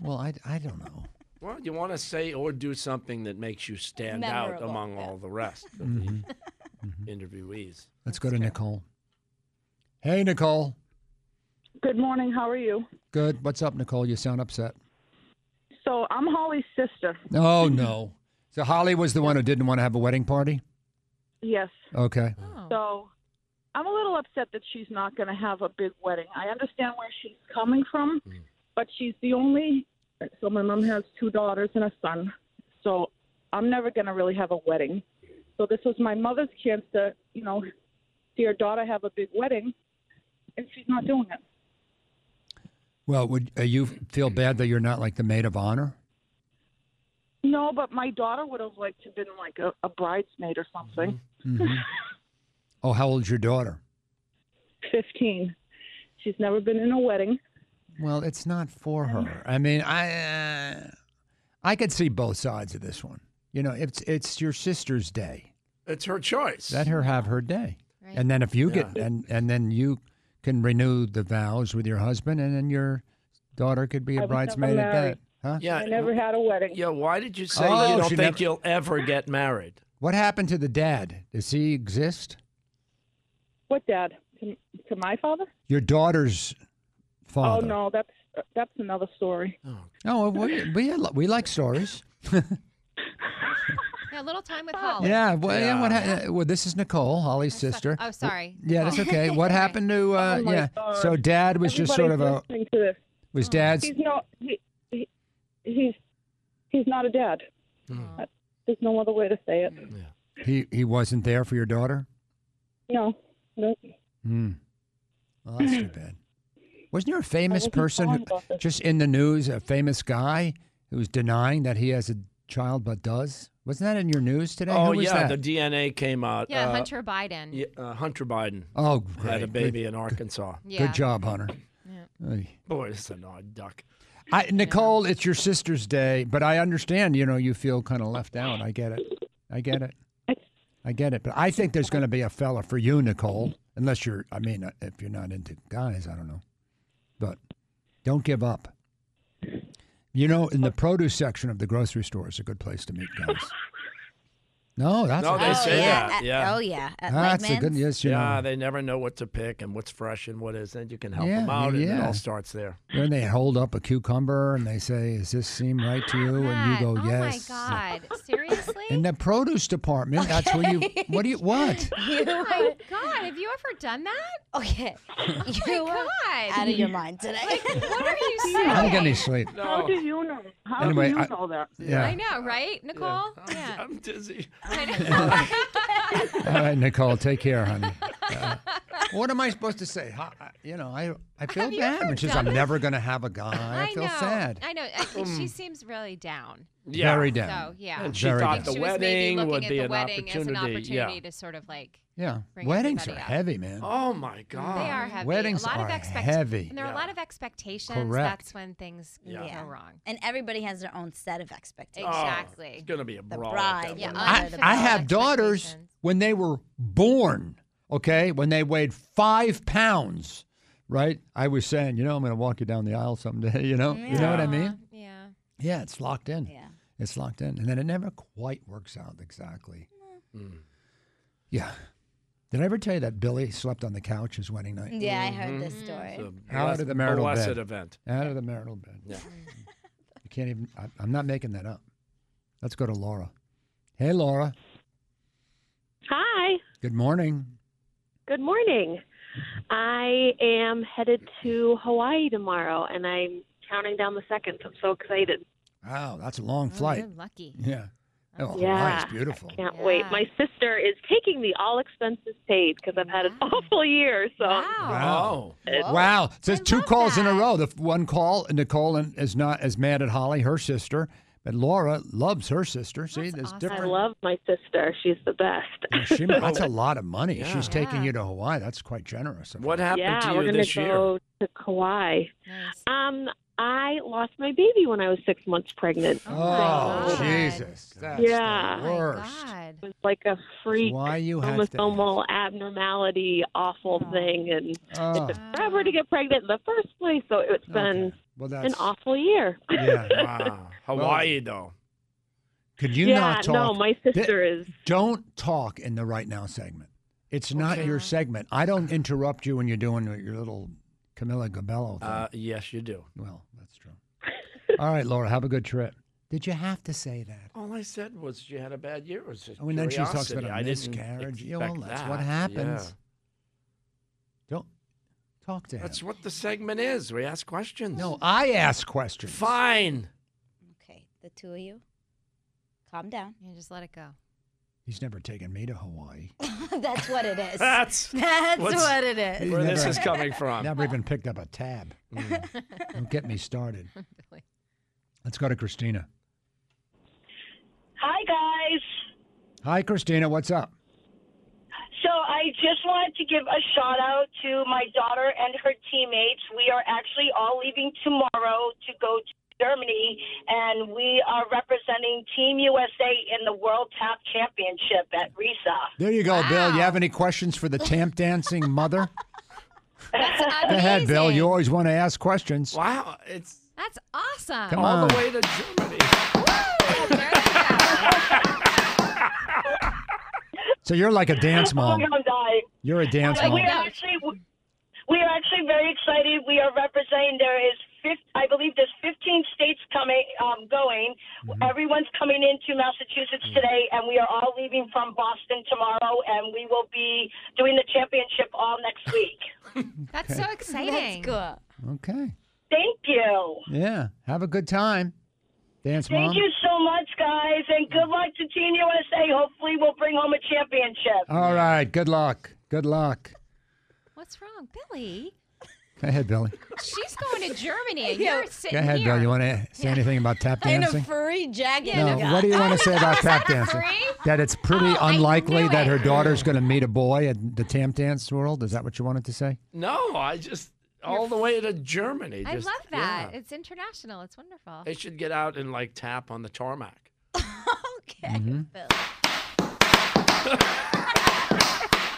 S4: Well, I, I don't know.
S5: Well, you want to say or do something that makes you stand out
S2: Memorable,
S5: among
S2: yeah.
S5: all the rest of the interviewees.
S4: Mm-hmm. Let's go to Nicole. Hey, Nicole.
S16: Good morning. How are you?
S4: Good. What's up, Nicole? You sound upset.
S16: So I'm Holly's sister.
S4: Oh no. So Holly was the one who didn't want to have a wedding party.
S16: Yes.
S4: Okay.
S16: So I'm a little upset that she's not going to have a big wedding. I understand where she's coming from, but she's the only. So my mom has two daughters and a son. So I'm never going to really have a wedding. So this was my mother's chance to, you know, see her daughter have a big wedding, and she's not doing it.
S4: Well, would uh, you feel bad that you're not like the maid of honor?
S16: No, but my daughter would have liked to been like a, a bridesmaid or something.
S4: Mhm. oh, how old's your daughter?
S16: Fifteen. She's never been in a wedding.
S4: Well, it's not for her. I mean, I uh, I could see both sides of this one. You know, it's it's your sister's day.
S5: It's her choice.
S4: Let her have her day, and then if you get
S5: Yeah.
S4: and and then you can renew the vows with your husband, and then your daughter could be
S16: I
S4: a
S16: was never
S4: bridesmaid at that.
S16: married.
S4: Huh?
S5: Yeah.
S16: I never had a wedding.
S5: Yeah, why did you say
S4: Oh,
S5: you don't
S4: she
S5: think
S4: never-
S5: you'll ever get married?
S4: What happened to the dad? Does he exist?
S16: What dad? To, to my father?
S4: Your daughter's father. Oh.
S16: Oh no, that's that's another story. Oh,
S4: No, we we, we like stories.
S6: Yeah, a little time with Holly.
S4: Yeah. Well, yeah. what ha- well, this is Nicole, Holly's sister.
S6: oh, sorry,
S4: Yeah, that's
S6: Nicole.
S4: okay. What happened to? Uh,
S16: Oh, my
S4: yeah.
S16: God.
S4: So dad was just sort of
S16: Everybody's
S4: a
S16: listening to this.
S4: was dad's.
S16: He's not. He, he, he's he's not a dad.
S4: Hmm.
S16: That- There's no other way to say it.
S4: He he wasn't there for your daughter.
S16: No, no.
S4: Hmm. Well, that's too bad. Wasn't there a famous
S16: wasn't
S4: person
S16: calling
S4: who-
S16: about this.
S4: just in the news? A famous guy who's denying that he has a child but does. Wasn't that in your news today?
S5: Oh
S4: Who was
S5: yeah,
S4: that?
S5: the DNA came out.
S6: Yeah,
S5: uh,
S6: Hunter Biden.
S5: yeah, uh, Hunter Biden.
S4: Oh,
S5: had a
S4: great.
S5: baby
S4: Good-
S5: in Arkansas.
S4: Good job, Hunter. Oy.
S5: Boy, this is an odd duck.
S4: I, Nicole, it's your sister's day, but I understand. You know, you feel kind of left out. I get it. I get it. I get it. But I think there's going to be a fella for you, Nicole. Unless you're, I mean, uh, if you're not into guys, I don't know. But don't give up. You know, in the produce section of the grocery store is a good place to meet guys. No, that's
S5: no,
S4: a
S5: they
S4: good
S5: say
S4: place.
S5: that.
S2: Uh,
S5: yeah.
S2: oh, yeah. At
S4: That's a good
S2: Wegmans?
S4: yes. You
S5: yeah,
S4: know,
S5: they never know what to pick and what's fresh and what isn't. You can help
S4: Yeah,
S5: them out, and it
S4: yeah.
S5: all starts there.
S4: when they hold up a cucumber and they say, "Does this seem right to you?" and you go,
S6: oh
S4: "Yes."
S6: my God, seriously?
S4: In the produce department, that's where you. What do you? What?
S6: oh my God, have you ever done that? Okay. Oh my God.
S2: Out of your mind today.
S6: What are you saying?
S4: I'm getting sleep.
S16: How do you know? How
S4: Anyway,
S16: do you
S4: I-
S16: know that?
S4: Yeah.
S6: I know, right, Nicole? Yeah.
S5: I'm dizzy.
S6: I know.
S4: All right, Nicole, take care, honey. Uh, what am I supposed to say? Hi- I- you know, I I feel
S6: Have you
S4: bad,
S6: ever
S4: which is
S6: done
S4: I'm
S6: it?
S4: never gonna have a guy. I,
S6: I
S4: feel
S6: know.
S4: sad.
S6: I know. I think
S5: Um,
S6: she seems really down.
S5: Yeah.
S4: Very down.
S6: So, yeah.
S5: And she
S4: Very
S5: thought
S4: down.
S5: the
S6: she was
S5: wedding
S6: maybe looking
S5: would
S6: at
S5: be
S6: the
S5: an
S6: wedding as an
S5: opportunity. Yeah.
S6: opportunity to sort of like.
S4: Yeah,
S6: Bring
S4: weddings are
S6: everybody up.
S4: heavy, man.
S5: Oh my God.
S6: They are heavy.
S4: Weddings
S6: a lot
S4: are
S6: of expect-
S4: heavy.
S6: And there are a lot of expectations.
S4: Correct.
S6: That's when things
S2: Yeah.
S6: go wrong. Oh,
S2: And everybody has their own set of expectations.
S6: Exactly.
S5: Oh, It's gonna be a
S2: The
S5: brawl. at
S2: bride,
S5: that
S2: yeah,
S5: wedding.
S4: I,
S2: Under the
S4: I
S2: bra
S4: have daughters when they were born, okay? When they weighed five pounds, right? I was saying, you know, I'm going to walk you down the aisle someday, you know? You know what I mean?
S6: Yeah.
S4: Yeah, it's locked in.
S2: Yeah.
S4: It's locked in. And then it never quite works out exactly. Yeah. Did I ever tell you that Billy slept on the couch his wedding night?
S2: Yeah,
S5: Mm-hmm.
S2: I heard this story.
S4: Out of the marital
S5: blessed
S4: bed.
S5: event.
S4: Out of the marital bed.
S5: Yeah.
S4: You can't even, I, I'm not making that up. Let's go to Laura. Hey, Laura.
S17: Hi.
S4: Good morning.
S17: Good morning. I am headed to Hawaii tomorrow, and I'm counting down the seconds. I'm so excited.
S4: Wow, that's a long
S6: Oh,
S4: flight.
S6: You're lucky.
S4: Yeah. Oh,
S17: yeah.
S4: Hawaii's beautiful.
S17: I can't wait. My sister is taking the all expenses paid because I've had an awful year. So
S4: Wow.
S5: Oh.
S17: Whoa.
S4: Wow. So it's two calls in a row. The f- one call, Nicole and- is not as mad at Holly, her sister, but Laura loves her sister. See, there's
S17: I
S4: different.
S17: love my sister. She's the best.
S4: Yeah, she- that's a lot of money.
S5: Yeah.
S4: She's taking you to Hawaii. That's quite generous. of
S5: What
S4: her.
S5: happened
S17: yeah,
S5: to
S17: we're
S5: you
S17: gonna
S5: this year?
S17: go to Kauai. Um, I lost my baby when I was six months pregnant.
S4: Oh,
S6: God.
S4: Jesus. That's
S17: Yeah.
S4: the worst.
S6: God.
S17: It was like a freak
S4: Why you have to-
S17: chromosomal abnormality, awful thing, and
S4: Oh.
S17: it took forever to get pregnant in the first place. So it's been
S4: Well,
S17: an
S4: that's.
S17: awful year.
S4: Yeah.
S5: Wow. Ah, Hawaii though.
S4: Could you
S17: yeah,
S4: not talk?
S17: no, my
S4: Th-
S17: sister is.
S4: Don't talk in the right now segment. It's not
S5: Okay.
S4: your segment. I don't interrupt you when you're doing your little Camilla Gabello thing.
S5: Uh, yes, you do.
S4: well, that's true. All right, Laura, have a good trip. Did you have to say that?
S5: All I said was she had a bad year. It was just
S4: Oh, and then she talks about
S5: curiosity.
S4: a
S5: I didn't
S4: miscarriage. Yeah,
S5: expect
S4: well, that's
S5: that.
S4: what happens.
S5: Yeah.
S4: Don't talk to him.
S5: That's what the segment is. We ask questions.
S4: No, I ask questions.
S5: Fine.
S2: Okay, the two of you, calm down.
S6: You just let it go.
S4: He's never taken me to Hawaii.
S2: That's what it is.
S5: That's
S2: That's
S5: what's-
S2: what it is.
S4: He's
S5: where this
S4: never-
S5: is coming from.
S4: Never even picked up a tab.
S2: Mm.
S4: Don't get me started. Let's go to Christina.
S18: Hi, guys.
S4: Hi, Christina. What's up?
S18: So I just wanted to give a shout out to my daughter and her teammates. We are actually all leaving tomorrow to go to Germany, and we are representing Team USA in the World Tap Championship at RISA.
S4: There you go, Bill. You have any questions for the tamp dancing mother? Go ahead, Bill. You always want to ask questions.
S5: Wow, it's
S6: That's awesome.
S4: Come All the on. way
S5: to Germany.
S4: So you're like a dance mom.
S18: I'm gonna die.
S4: You're a dance
S18: Uh,
S4: mom.
S18: We are actually we are actually very excited. We are representing. There is fif I believe there's 15 states coming um, going.
S4: Mm-hmm.
S18: Everyone's coming into Massachusetts
S4: Mm.
S18: today, and we are all leaving from Boston tomorrow. And we will be doing the championship all next week.
S6: That's so exciting.
S2: That's
S4: Okay.
S18: Thank you.
S4: Yeah. Have a good time. Dance
S18: Thank
S4: mom.
S18: you so much, guys, and good luck to Team USA. Hopefully, we'll bring home a championship.
S4: All right. Good luck. Good luck.
S6: What's wrong, Billy?
S4: Go ahead, Billy.
S6: She's going to Germany, and
S2: Yeah.
S6: you're
S4: Go
S6: sitting
S4: ahead,
S6: here.
S4: Bill. You want to say anything about tap dancing?
S2: furry jacket.
S4: No. What do you want to say about tap dancing? That it's
S6: Oh,
S4: pretty unlikely that her daughter's going to meet a boy in the tap dance world. Is that what you wanted to say?
S5: No, I just all the way to Germany.
S6: I
S5: just-
S6: love that.
S5: yeah.
S6: It's international. It's wonderful.
S5: They should get out and like tap on the tarmac.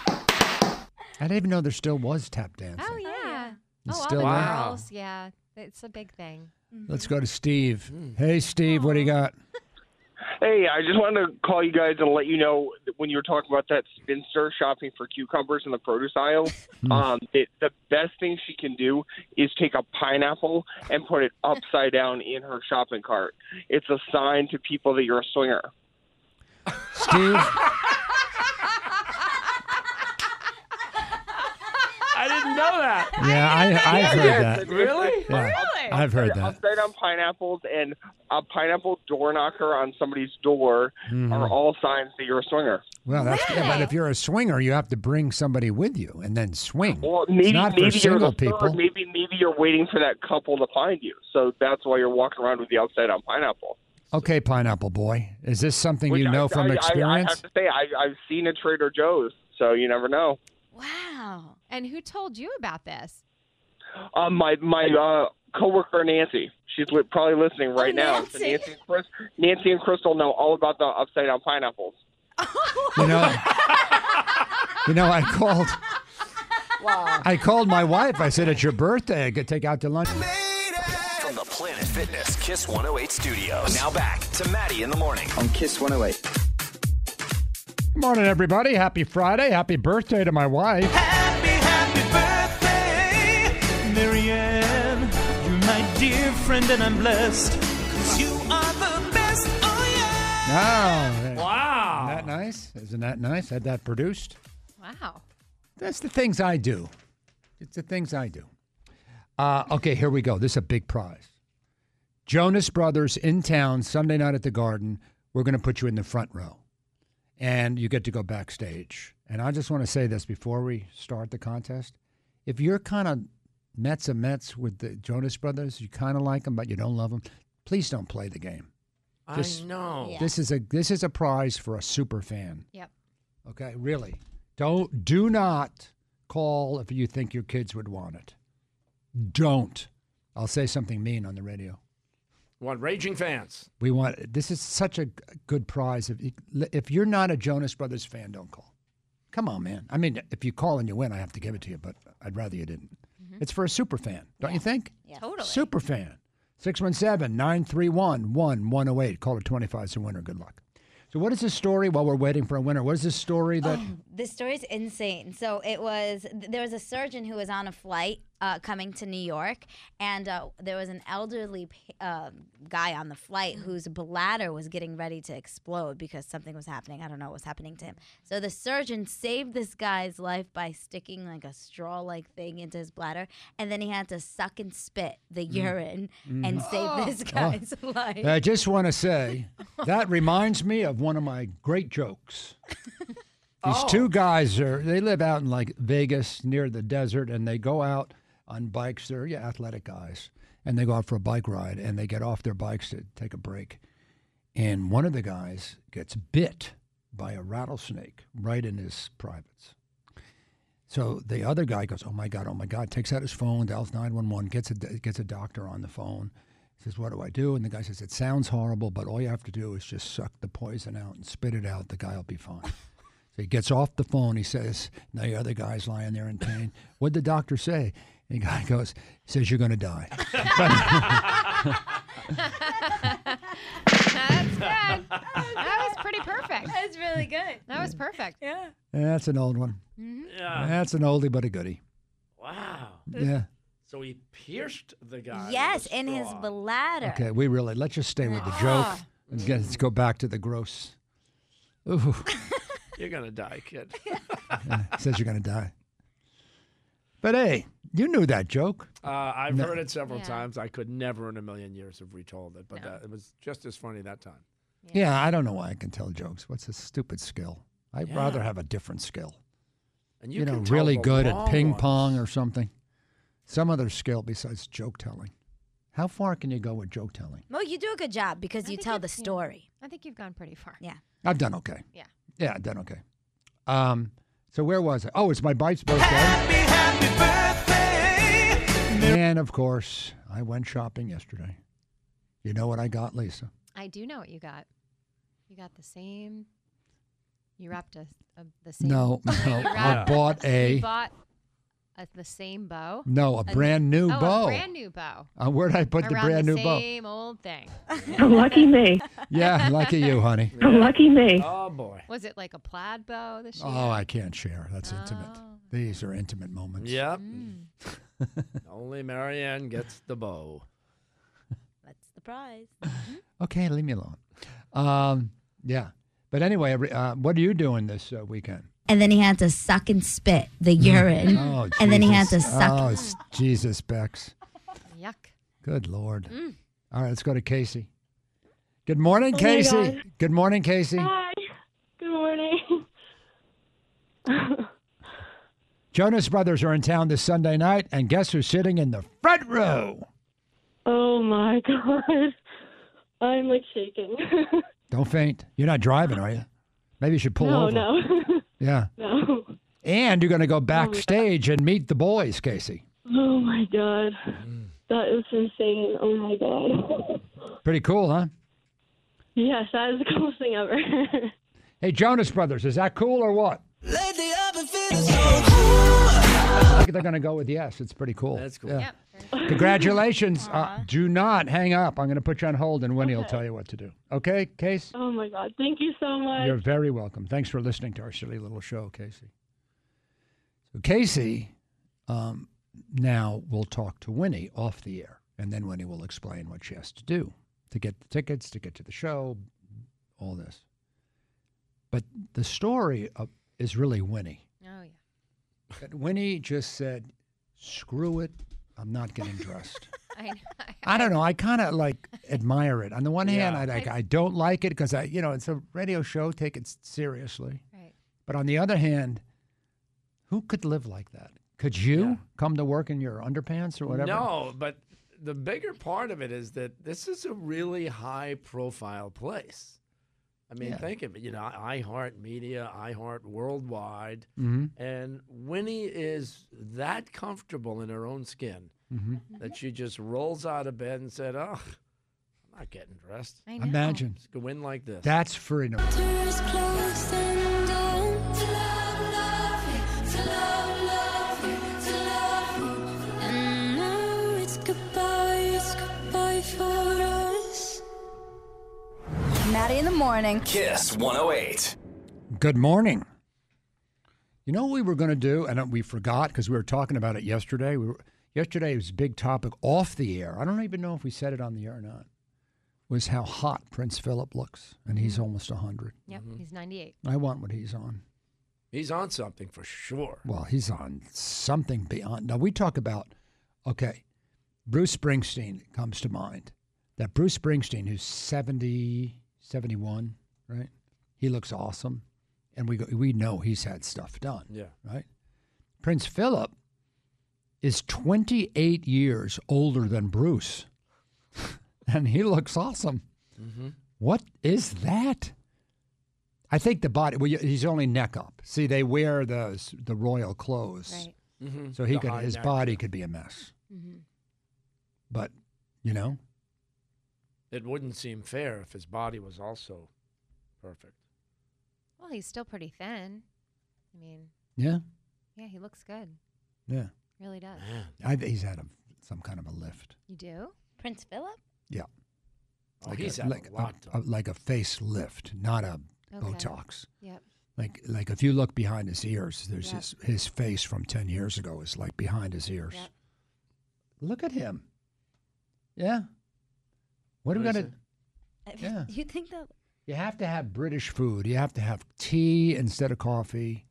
S4: I didn't even know there still was tap dancing.
S6: Oh yeah. Oh,
S4: It's
S6: all
S4: still
S6: the
S4: there.
S6: girls. Yeah, it's a big thing.
S4: Let's go to Steve.
S19: Hmm.
S4: Hey, Steve, what do you got?
S19: Hey, I just wanted to call you guys and let you know that when you were talking about that spinster shopping for cucumbers in the produce aisle,
S4: Mm.
S19: um, that the best thing she can do is take a pineapple and put it upside down in her shopping cart. It's a sign to people that you're a swinger.
S4: Steve,
S5: I didn't know that.
S4: Yeah, I, I've heard that.
S5: Really?
S4: Yeah, I've heard that.
S19: Upside down pineapples and a pineapple door knocker on somebody's door are
S4: Mhm.
S19: all signs that you're a swinger.
S4: Well, that's yeah, but if you're a swinger, you have to bring somebody with you and then swing.
S19: Well, maybe,
S4: it's not
S19: maybe
S4: for single
S19: you're the
S4: people.
S19: Third, maybe maybe you're waiting for that couple to find you, so that's why you're walking around with the upside down pineapple.
S4: Okay, pineapple boy, is this something you
S19: I-
S4: know from
S19: I- I- I,
S4: experience?
S19: have to say, I, I've seen a Trader Joe's, so you never know.
S6: Wow. And who told you about this?
S19: Um, my my uh, coworker Nancy, she's li- probably listening right now. So
S6: Nancy.
S19: Nancy and Chris, Nancy and Crystal know all about the upside down pineapples.
S4: you know, you know, I called. I called my wife. I said, "It's your birthday. I could take out to lunch."
S1: From the Planet Fitness Kiss 108 studios. Now back to Maddie in the morning on Kiss 108.
S4: Good morning, everybody. Happy Friday. Happy birthday to my wife.
S7: Marianne, you're my dear friend, and I'm blessed. Cause you are the best, oh yeah.
S4: Oh,
S5: Wow.
S4: Isn't that nice? Isn't that nice? Had that produced.
S6: Wow.
S4: That's the things I do. It's the things I do. Uh, okay, here we go. This is a big prize. Jonas Brothers in town Sunday night at the Garden. We're going to put you in the front row, and you get to go backstage. And I just want to say this before we start the contest: if you're kind of Mets and Mets with the Jonas Brothers, you kind of like them, but you don't love them. Please don't play the game.
S5: I know. Yeah.
S4: This is a this is a prize for a super fan.
S6: Yep.
S4: Okay, really. Don't do not call if you think your kids would want it. Don't. I'll say something mean on the radio.
S5: What raging fans?
S4: We want this is such a g- good prize. If you, if you're not a Jonas Brothers fan, don't call. Come on, man. I mean, if you call and you win, I have to give it to you, but I'd rather you didn't. It's for a super fan, don't you think?
S6: Mm-hmm. Yeah. Totally.
S4: Super fan. 617-931-1108. Call it 25 is a winner. Good luck. So what is the story while we're waiting for a winner? What is the story that
S2: Oh, This story's insane. So it was th- there was a surgeon who was on a flight uh, coming to New York, and uh, there was an elderly pa- uh, guy on the
S4: Mm.
S2: flight whose bladder was getting ready to explode because something was happening. I don't know what was happening to him. So the surgeon saved this guy's life by sticking like a straw-like thing into his bladder, and then he had to suck and spit the urine and
S4: Mm.
S2: save this guy's life.
S4: I just want to say that reminds me of one of my great jokes. These
S2: Oh.
S4: two guys are they live out in like Vegas near the desert and they go out on bikes. They're yeah, athletic guys. And they go out for a bike ride and they get off their bikes to take a break. And one of the guys gets bit by a rattlesnake right in his privates. So the other guy goes, "Oh my god, oh my god!" Takes out his phone, dials nine one one, gets a gets a doctor on the phone, says, What do I do? And the guy says, It sounds horrible, but all you have to do is just suck the poison out and spit it out. The guy will be fine. so he gets off the phone. He says, Now the other guy's lying there in pain. What'd the doctor say? And the guy goes, He says, You're going to die.
S6: That's good. That was pretty perfect.
S3: That's really good.
S6: That was perfect.
S3: Yeah.
S4: That's an old one.
S5: Yeah.
S4: That's an oldie, but a goodie.
S5: Wow.
S4: Yeah.
S5: So he pierced the guy.
S2: Yes, in his bladder.
S4: Okay, we really let's just stay with the joke.
S2: Ah.
S4: Let's, get, let's go back to the gross. Ooh,
S5: You're gonna die, kid.
S4: he says you're gonna die. But hey, you knew that joke.
S5: Uh, I've
S4: No.
S5: heard it several
S4: Yeah.
S5: times. I could never in a million years have retold it, but that, it was just as funny that time.
S4: Yeah. I don't know why I can tell jokes. What's this stupid skill? I'd
S5: Yeah.
S4: rather have a different skill.
S5: And
S4: You,
S5: you,
S4: know,
S5: can tell
S4: really
S5: the
S4: good
S5: wrong
S4: at ping
S5: ones.
S4: pong or something. Some other skill besides joke telling. How far can you go with joke telling?
S2: Well, you do a good job because you tell the story.
S6: I think you've gone pretty far.
S2: Yeah.
S4: I've done okay.
S6: Yeah.
S4: Yeah, I've done okay. Um, so where was I? Oh, it's my bite's birthday. Happy, happy birthday. And of course, I went shopping yesterday. You know what I got, Lisa?
S6: I do know what you got. You got the same. You wrapped a, a the same.
S4: No, no,
S6: You
S4: I
S6: wrapped-
S4: bought a-
S6: You bought a, the same bow.
S4: No, a brand new
S6: oh,
S4: bow.
S6: A brand new bow.
S4: Uh, where'd I put the
S6: Around
S4: brand
S6: the
S4: new bow?
S6: Same old thing.
S17: Lucky me.
S4: Yeah, lucky you, honey.
S17: Lucky me.
S5: Oh boy.
S6: Was it like a plaid bow this year?
S4: Oh, I can't share. That's intimate.
S6: Oh.
S4: These are intimate moments.
S5: Yep.
S4: Mm.
S5: Only Marianne gets the bow.
S2: That's the prize.
S4: Okay, leave me alone. Um, yeah. But anyway, every- uh, what are you doing this uh, weekend?
S2: And then he had to suck and spit the urine.
S4: Oh,
S2: and then he had to
S4: Jesus.
S2: suck.
S4: Oh, s- Jesus, Bex.
S6: Yuck.
S4: Good Lord.
S6: Mm.
S4: All right, let's go to Casey. Good morning,
S17: Oh my
S4: Casey.
S17: God. Ah.
S4: Good morning, Casey.
S17: Hi. Good morning.
S4: Jonas Brothers are in town this Sunday night, and guess who's sitting in the front row?
S17: Oh my god. I'm like shaking.
S4: Don't faint. You're not driving, are you? Maybe you should pull
S17: no,
S4: over.
S17: no.
S4: Yeah.
S17: no.
S4: And you're going to go
S17: God.
S4: backstage and meet the boys, Casey.
S17: Oh my god. That is insane. Oh my god.
S4: Pretty cool, huh?
S17: Yes, that is the coolest thing ever.
S4: Hey, Jonas Brothers, is that cool or what?
S9: Lately I've been feeling
S4: I think they're going to go with yes. It's pretty cool. That's cool. Congratulations. Uh, do not hang up. I'm going to put you on hold, and Winnie will
S17: Okay.
S4: tell you what to do. Okay, Case?
S17: oh my god. Thank you so much.
S4: You're very welcome. Thanks for listening to our silly little show, Casey. So Casey um, now will talk to Winnie off the air, and then Winnie will explain what she has to do to get the tickets, to get to the show, all this. But the story of, is really Winnie.
S6: Oh yeah.
S4: That Winnie just said, "Screw it, I'm not getting dressed."
S6: I know.
S4: I don't know. I kind of like admire it. On the one hand,
S6: Yeah.
S4: I like I don't like it because I, you know, it's a radio show. Take it s- seriously.
S6: Right.
S4: But on the other hand, who could live like that? Could you come to work in your underpants or whatever?
S5: No, but the bigger part of it is that this is a really high profile place. I mean,
S4: Yeah.
S5: think of it, you know, iHeart Media, iHeart Worldwide.
S4: Mhm.
S5: And Winnie is that comfortable in her own skin
S4: Mhm.
S5: that she just rolls out of bed and said, Oh, I'm not getting dressed.
S6: I
S4: know. Imagine.
S5: Just go in like this.
S4: That's freedom.
S2: Maddie in the morning.
S1: Kiss 108.
S4: Good morning. You know what we were going to do, and we forgot because we were talking about it yesterday. We were, yesterday was a big topic off the air. I don't even know if we said it on the air or not. Was how hot Prince Philip looks, and he's almost hundred.
S6: Yep. He's 98.
S4: I want what he's on.
S5: Mm-hmm. He's on something for sure.
S4: Well, he's on something beyond. Now we talk about okay, Bruce Springsteen comes to mind. That Bruce Springsteen who's 70, 71, right? He looks awesome and we go, we know he's had stuff done.
S5: Yeah.
S4: Right? Prince Philip is 28 years older than Bruce. and he looks awesome. What is that? I think the body. Well, he's only neck up. See, they wear the the royal clothes,
S5: Right. Mhm.
S4: so he
S5: The
S4: could
S5: high
S4: his
S5: neck,
S4: body could be a mess. But you know,
S5: It wouldn't seem fair if his body was also perfect.
S6: Well, he's still pretty thin. I mean,
S4: Yeah.
S6: yeah, he looks good.
S4: Yeah.
S6: Really does.
S4: I think he's had a, some kind of a lift.
S6: You do?
S2: Prince Philip?
S4: Yeah.
S5: Oh, he's had a
S4: like
S5: lot,
S4: a, like a face lift, not a
S2: Okay.
S4: Botox.
S6: Yep.
S4: Like like if you look behind his ears, there's
S6: Yep.
S4: his his face from ten years ago is like behind his ears.
S6: Yep.
S4: Look at him. Yeah. What, are we gonna?
S6: Uh,
S4: Yeah.
S2: You think that?
S4: You have to have British food. You have to have tea instead of coffee.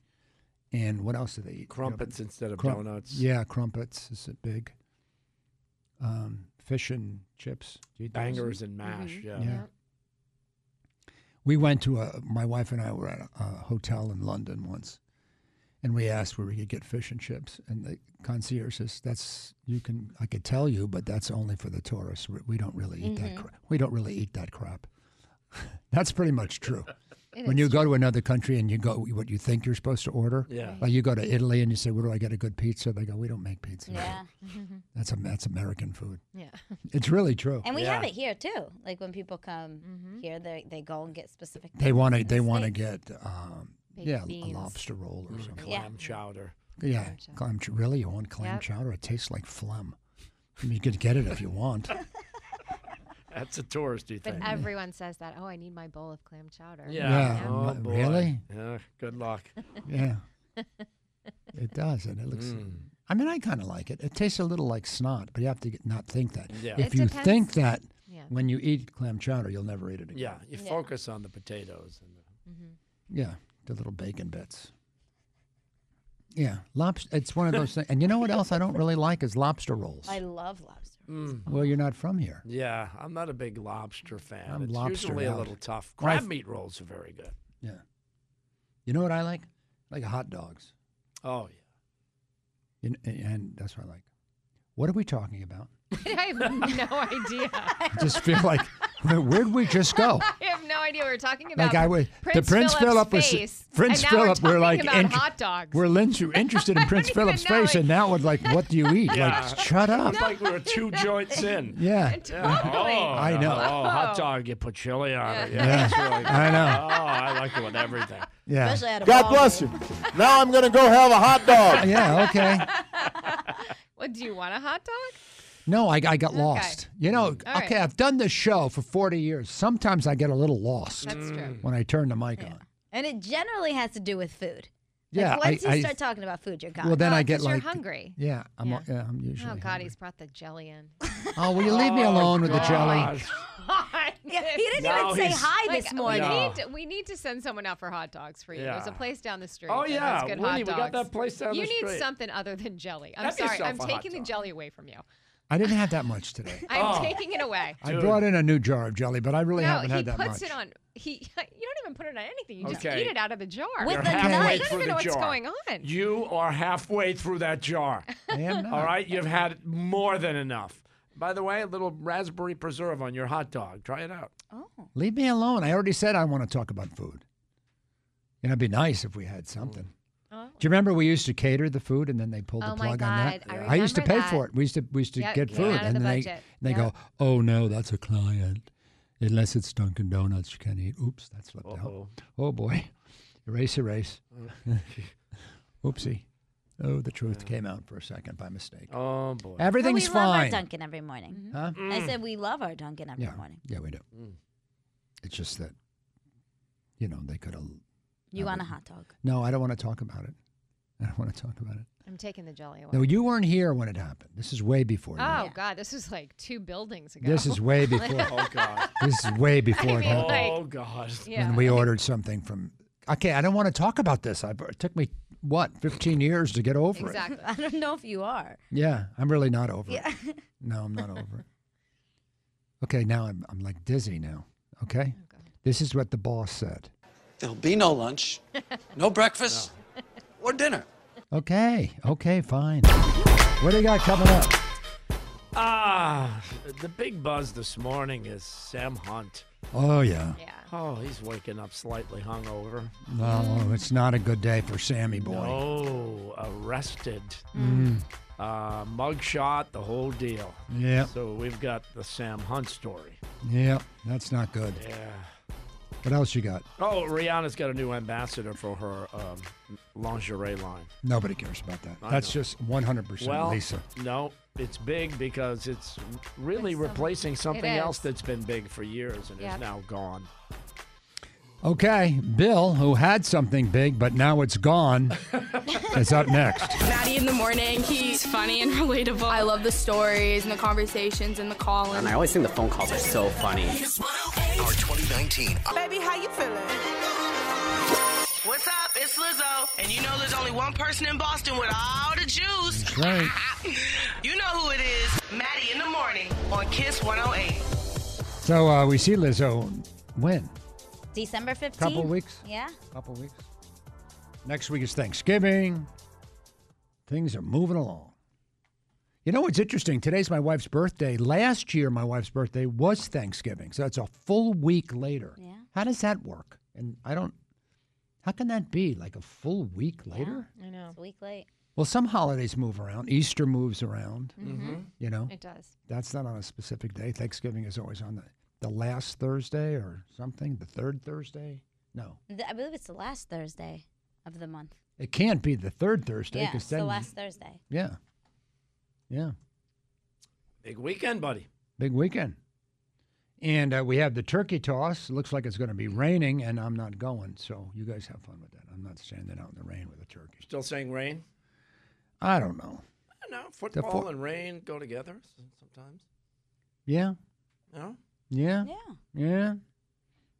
S4: And what else do they eat?
S5: Crumpets instead of donuts.
S4: Yeah, crumpets is a big. Um, fish and chips. Do you do those?
S5: Bangers and
S4: Mm-hmm.
S5: mash, Mhm. yeah.
S4: yeah.
S5: Yep.
S4: We went to a, my wife and I were at a, a hotel in London once, and we asked where we could get fish and chips. And the concierge says, that's, you can, I could tell you, but that's only for the tourists. We- We don't really eat
S2: Mm-hmm.
S4: that
S6: Mhm.
S4: crap. We don't really eat that crap. That's pretty much true.
S6: It
S4: when
S6: is
S4: you go to another country and you go what you think you're supposed to order,
S5: Yeah.
S4: like you go to Italy and you say, "Where do I get a good pizza?" They go, "We don't make pizza."
S2: Yeah.
S4: That's a, that's American food.
S2: Yeah.
S4: It's really true.
S2: And we have it here too. Like when people come
S6: Mm-hmm.
S2: here, they they go and get specific.
S4: They
S2: things
S4: want to
S2: in the
S4: they want to
S2: States.
S4: get um,
S2: Baked
S4: yeah
S2: beans.
S4: a lobster roll or something.
S5: Mm-hmm. Clam chowder.
S4: Yeah, clam ch- really you want clam
S5: Yep.
S4: chowder? It tastes like phlegm. I mean, you could get it if you want.
S5: That's a touristy
S6: But
S5: thing.
S6: everyone says that. Oh, I need my bowl of clam chowder.
S5: yeah.
S4: Yeah,
S5: Oh,
S4: mm,
S5: boy.
S4: really?
S5: Yeah. Good luck.
S4: Yeah. It does, and it looks.
S5: Mm.
S4: I mean, I kind of like it. It tastes a little like snot, but you have to get, not think that.
S5: Yeah.
S4: If
S5: It
S4: you
S5: depends.
S4: think that
S5: Yeah.
S4: when you eat clam chowder, you'll never eat it again.
S5: Yeah. You focus on the potatoes and the.
S4: Yeah, the little bacon bits. Yeah, lobster. It's one of those things. And you know what else I don't really like is lobster rolls.
S2: I love lobster.
S5: Mm.
S4: Well, you're not from here.
S5: Yeah, I'm not a big lobster fan.
S4: I'm
S5: it's
S4: lobster
S5: usually a
S4: out.
S5: little tough.
S4: My
S5: Crab
S4: f-
S5: meat rolls are very good.
S4: Yeah. You know what I like? I like hot dogs.
S5: Oh yeah.
S4: And, and that's what I like. What are we talking about?
S6: I have no idea. I
S4: I just feel like where, where'd we just go?
S6: have no idea what we're talking about.
S4: Like I was,
S6: Prince
S4: the Prince
S6: Philip's
S4: Philip was
S6: face,
S4: Prince
S6: and now
S4: Philip.
S6: We're,
S4: We're, like
S6: talking about
S4: int-
S6: hot dogs.
S4: We're lin- interested in Prince
S6: even
S4: Philip's
S6: know
S4: face,
S6: it.
S4: and now it's like, what do you eat?
S5: Yeah.
S4: Like, shut up.
S5: It's like we were two joints in.
S4: Yeah.
S5: Oh,
S4: I know.
S5: Oh, hot dog, you put chili on it. Yeah,
S4: Yeah.
S5: that's really
S4: I know.
S5: Oh, I like it with everything.
S4: Yeah.
S2: Especially at a
S20: God
S2: ball
S20: bless you. Now I'm going to go have a hot dog.
S4: yeah. Okay.
S6: What do you want a hot dog?
S4: No, I, I got lost. You know,
S6: All
S4: okay,
S6: right.
S4: I've done this show for 40 years. Sometimes I get a little lost
S2: That's true.
S4: when I turn the mic on.
S2: And it generally has to do with food.
S4: Yeah,
S2: Like once
S4: I-
S2: you
S4: I-
S2: start talking about food, you're gone.
S4: Well, then
S6: Oh,
S4: I get
S6: 'cause you're
S4: like
S6: hungry.
S4: Yeah, I'm
S6: Yeah.
S4: yeah, I'm
S6: Oh
S4: usually.
S6: God,
S4: hungry.
S6: he's brought the jelly in.
S4: Oh, will you leave me alone with the jelly?
S5: gosh.
S2: Yeah, he didn't
S5: No,
S2: even say
S5: he's-
S2: hi
S6: Like,
S2: this morning.
S6: We,
S5: No.
S6: need to, we need to send someone out for hot dogs for you. There's a
S5: Yeah.
S6: place down the street.
S5: Oh,
S6: that
S5: yeah,
S6: has good
S5: Winnie,
S6: hot
S5: we
S6: dogs.
S5: got that place down
S6: you
S5: the
S6: You
S5: street.
S6: need something other than jelly. I'm
S5: Have
S6: sorry.
S5: yourself
S6: I'm
S5: a hot
S6: taking the jelly away from you.
S4: I didn't have that much today.
S6: I'm
S5: Oh.
S6: taking it away.
S4: I brought in a new jar of jelly, but I really
S6: no,
S4: haven't
S6: he
S4: had that
S6: puts
S4: much.
S6: it on. He, you don't even put it on anything. You just
S5: Okay.
S6: eat it out of a jar.
S5: You're halfway
S6: I don't
S5: through
S6: even
S5: the
S6: know what's
S5: jar.
S6: going on.
S5: You are halfway through that jar. All right, you've had more than enough. By the way, a little raspberry preserve on your hot dog. Try it out.
S4: Leave me alone. I already said I want to talk about food. And it'd be nice if we had something.
S6: Oh.
S4: Do you remember we used to cater the food and then they pulled
S6: Oh
S4: the
S6: my
S4: plug on that?
S6: God, I
S4: used to pay
S6: remember
S4: for
S6: that.
S4: it. We used to we used to
S6: Yep,
S4: get
S6: came
S4: food
S6: out of
S4: and
S6: the
S4: they
S6: budget.
S4: they
S6: Yep.
S4: go, "Oh no, that's a client. Unless it's Dunkin' Donuts, you can't eat." Oops, that slipped
S5: Uh-oh.
S4: out. Oh boy, erase, erase. Oopsie. Oh, the truth came out for a second by mistake.
S5: Oh boy.
S4: Everything's
S2: but we love our
S4: fine.
S2: Dunkin' every morning.
S4: Huh?
S2: I said we love our Dunkin' every
S4: yeah,
S2: morning.
S4: yeah, we do. It's just that, you know, they could have.
S2: You want a hot dog?
S4: No, I don't want to talk about it. I don't want to talk about it.
S6: I'm taking the jelly away.
S4: No, you weren't here when it happened. This is way before.
S6: Oh
S4: you.
S6: God, this was like two buildings ago.
S4: This is way before.
S5: Oh God.
S4: This is way before
S6: I
S4: it
S6: mean,
S4: happened.
S6: like,
S5: Oh God.
S6: yeah.
S4: When we ordered something from. Okay, I don't want to talk about this. I, it took me what 15 years to get over
S2: Exactly. I don't know if you are.
S4: it. Yeah, I'm really not over
S2: Yeah.
S4: it. No, I'm not over it. Okay, now I'm I'm like dizzy now. Okay, this is what the boss said.
S21: There'll be no lunch, no breakfast, or dinner.
S4: Okay, okay, fine. What do you got coming up?
S5: Ah, the big buzz this morning is Sam Hunt.
S4: Oh yeah.
S5: Oh, he's waking up slightly hungover.
S4: No, Oh, it's not a good day for Sammy boy.
S5: No, arrested.
S4: Mm.
S5: Uh, mugshot, the whole deal.
S4: Yeah.
S5: So we've got the Sam Hunt story.
S4: Yeah, that's not good.
S5: Yeah.
S4: What else you got?
S5: Oh, Rihanna's got a new ambassador for her um, lingerie line.
S4: Nobody cares about that.
S5: I
S4: That's
S5: know.
S4: just 100%
S5: well,
S4: Lisa.
S5: No, it's big because it's really replacing something
S6: is.
S5: else that's been big for years and
S6: Yep.
S5: is now gone.
S4: Okay, Bill, who had something big but now it's gone, is up next.
S10: Maddie in the morning. He's funny and relatable. I love the stories and the conversations and the calling.
S22: And I always think the phone calls are so funny.
S1: Our 2019
S10: Baby, how you feeling?
S23: What's up? It's Lizzo. And you know there's only one person in Boston with all the juice.
S4: That's right.
S23: You know who it is. Maddie in the morning on Kiss 108.
S4: So uh, we see Lizzo when?
S2: December 15th.
S4: Couple weeks.
S2: Yeah.
S4: Couple weeks. Next week is Thanksgiving. Things are moving along. You know what's interesting? Today's my wife's birthday. Last year, my wife's birthday was Thanksgiving. So that's a full week later. Yeah. How does that work? And I don't, how can that be? Like a full week later?
S2: I know. It's a week late.
S4: Well, some holidays move around. Easter moves around.
S2: Mhm.
S4: Mm-hmm. You know?
S2: It does.
S4: That's not on a specific day. Thanksgiving is always on the, the last Thursday or something, the third Thursday. No.
S2: Th- I believe it's the last Thursday of the month.
S4: It can't be the third Thursday
S2: yeah,
S4: because
S2: it's
S4: then
S2: the last Thursday.
S4: yeah, yeah,
S5: Big weekend, buddy.
S4: big weekend, and uh, we have the turkey toss. Looks like it's going to be raining, and I'm not going. So you guys have fun with that. I'm not standing out in the rain with a turkey.
S5: Still saying rain?
S4: I don't know.
S5: I don't know.
S4: The
S5: Football
S4: fo-
S5: and rain go together s- sometimes.
S4: Yeah,
S5: No?
S4: yeah, yeah, yeah,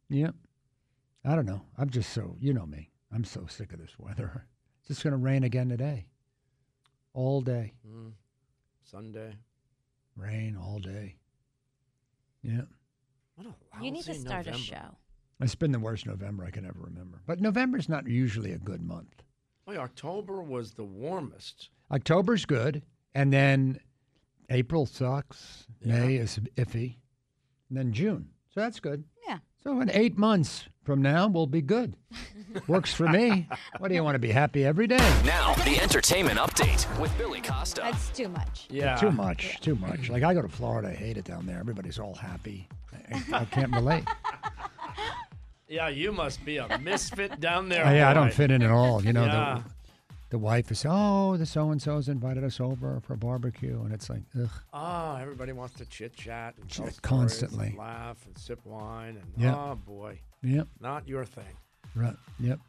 S4: yeah. I don't know. I'm just so you know me. I'm so sick of this weather. It's just going to rain again today, all day.
S5: Mm. Sunday.
S4: Rain all day. Yeah.
S2: You need to
S5: lousy
S2: start a
S5: November.
S2: show.
S4: It's been the worst November I can ever remember. But November's not usually a good month.
S5: Boy, October was the warmest.
S4: October's good, and then April sucks. May is iffy, and then June. So that's good.
S2: Yeah.
S4: So in eight months from now, we'll be good. Works for me. What do you want to be happy every day?
S1: Now, the entertainment update with Billy Costa. That's
S2: too much.
S4: Too much. Too much. Like I go to Florida, I hate it down there. Everybody's all happy. I, I can't relate.
S5: Yeah, you must be a misfit down there.
S4: I, Oh, I
S5: boy.
S4: don't fit in at all. You know,
S5: Yeah.
S4: the, the wife is, oh, the so and so's invited us over for barbecue. And it's like, ugh.
S5: Oh, everybody wants to chit chat and tell
S4: Chit-
S5: stories
S4: constantly.
S5: and laugh and sip wine and
S4: Yep.
S5: oh boy,
S4: Yep.
S5: not your thing.
S4: Right. Yep.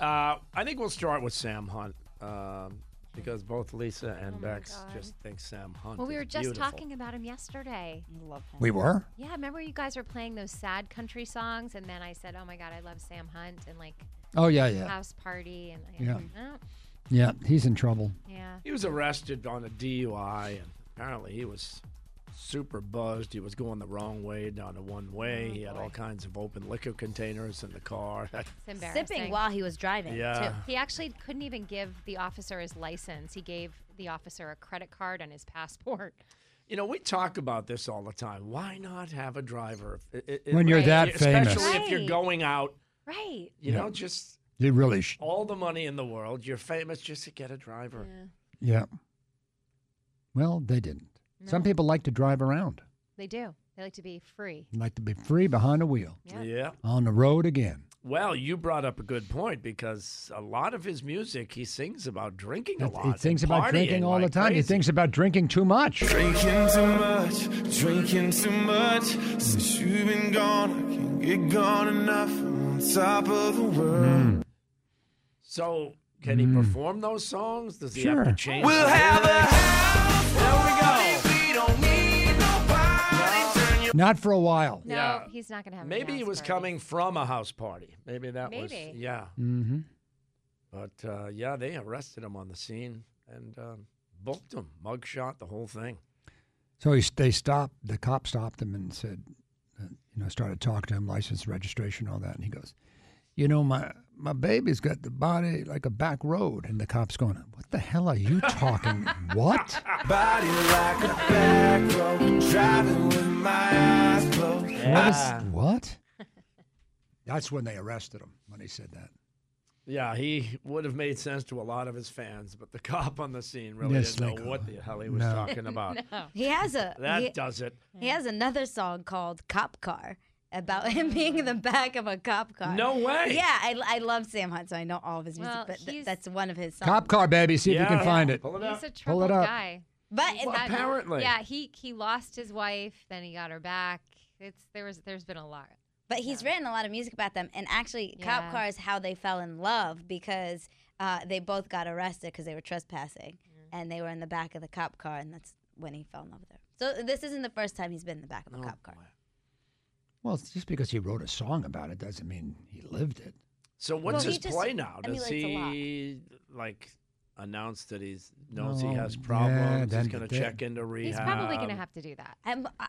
S5: Uh, I think we'll start with Sam Hunt um, because both Lisa and Bex just think Sam Hunt.
S6: Oh Well, we
S5: is
S6: were just
S5: beautiful.
S6: talking about him yesterday. Love him.
S4: We were?
S6: Yeah, remember you guys were playing those sad country songs, and then I said, "Oh my God, I love Sam Hunt," and like,
S4: Oh, yeah, yeah.
S6: house party, and I,
S4: Yeah.
S6: oh,
S4: Yeah. He's in trouble.
S6: yeah.
S5: He was arrested on a DUI, and apparently he was super buzzed. He was going the wrong way down a one
S6: Oh,
S5: way. he had all kinds of open liquor containers in the car.
S6: It's embarrassing.
S2: Sipping while he was driving.
S5: yeah.
S6: He actually couldn't even give the officer his license. He gave the officer a credit card and his passport.
S5: You know, we talk about this all the time. Why not have a driver if- i- i-
S4: When you're
S5: if-
S4: that famous.
S5: especially if you're
S6: Right.
S5: going out?
S6: Right.
S5: You
S4: Yeah.
S5: know, just
S4: They really sh-
S5: all the money in the world. You're famous just to get a driver.
S4: Yeah. Well, they didn't. Some
S6: No.
S4: people like to drive around,
S6: They do. They like to be free.
S4: like to be free behind a wheel,
S5: Yeah.
S4: on the road again.
S5: Well, you brought up a good point because a lot of his music, he sings about drinking a
S4: That-
S5: lot.
S4: He thinks
S5: and
S4: about drinking
S5: partying
S4: all the
S5: like
S4: time. He
S5: crazy.
S4: thinks about drinking too much.
S7: Drinking too much, drinking too much. Since you've been gone, I can't get gone enough. I'm on top of the world.
S5: So, can
S4: Mm.
S5: he perform those songs? Does he have to
S7: Sure.
S5: change?
S7: We'll have
S5: a
S4: Not for a while.
S6: No, he's not going to have.
S5: Maybe he was coming from a house party. Maybe that was
S6: Maybe.
S5: yeah.
S4: Mm-hmm.
S5: But uh, yeah, they arrested him on the scene and um, booked him, mugshot, the whole thing.
S4: So he, they stopped, the cop stopped him and said, uh, you know, started talking to him, license, registration, all that. And he goes, you know, my, my baby's got the body like a back road. And the cop's going, what the hell are you talking? what?
S7: Body like a back road, driving with my eyes closed.
S4: What is, what? That's when they arrested him, when he said that.
S5: Yeah, he would have made sense to a lot of his fans, but the cop on the scene really
S4: Yes,
S5: didn't
S4: like, uh,
S5: know what the hell he was
S4: no.
S5: talking about.
S2: He has a
S5: That
S2: he,
S5: does it.
S2: he has another song called Cop Car about him being in the back of a cop car.
S5: No way.
S2: Yeah, I, I love Sam Hunt, so I know all of his music,
S6: Well,
S2: but th- that's one of his songs.
S4: Cop car, baby. See if you
S5: Yeah.
S4: can find it.
S5: Pull it
S6: He's a
S4: Pull
S6: troubled
S4: it up.
S6: guy.
S2: But
S6: He's
S2: it-
S6: had-
S5: Apparently.
S6: yeah, he he lost his wife, then he got her back. It's there was there's been a lot.
S2: But he's written a lot of music about them, and actually,
S6: Yeah.
S2: Cop Car is how they fell in love because uh, they both got arrested because they were trespassing, and they were in the back of the cop car, and that's when he fell in love with her. So this isn't the first time he's been in the
S5: Oh,
S2: back of a cop car.
S4: Well, it's just because he wrote a song about it doesn't mean he lived it.
S5: So what's
S2: he
S5: his
S2: just
S5: play now? Does
S2: emulates a lot.
S5: he like announce that he's knows he
S4: No,
S5: has
S4: Oh, yeah,
S5: problems?
S4: then
S5: he's going to
S4: they-
S5: check into rehab.
S6: He's probably going to have to do that.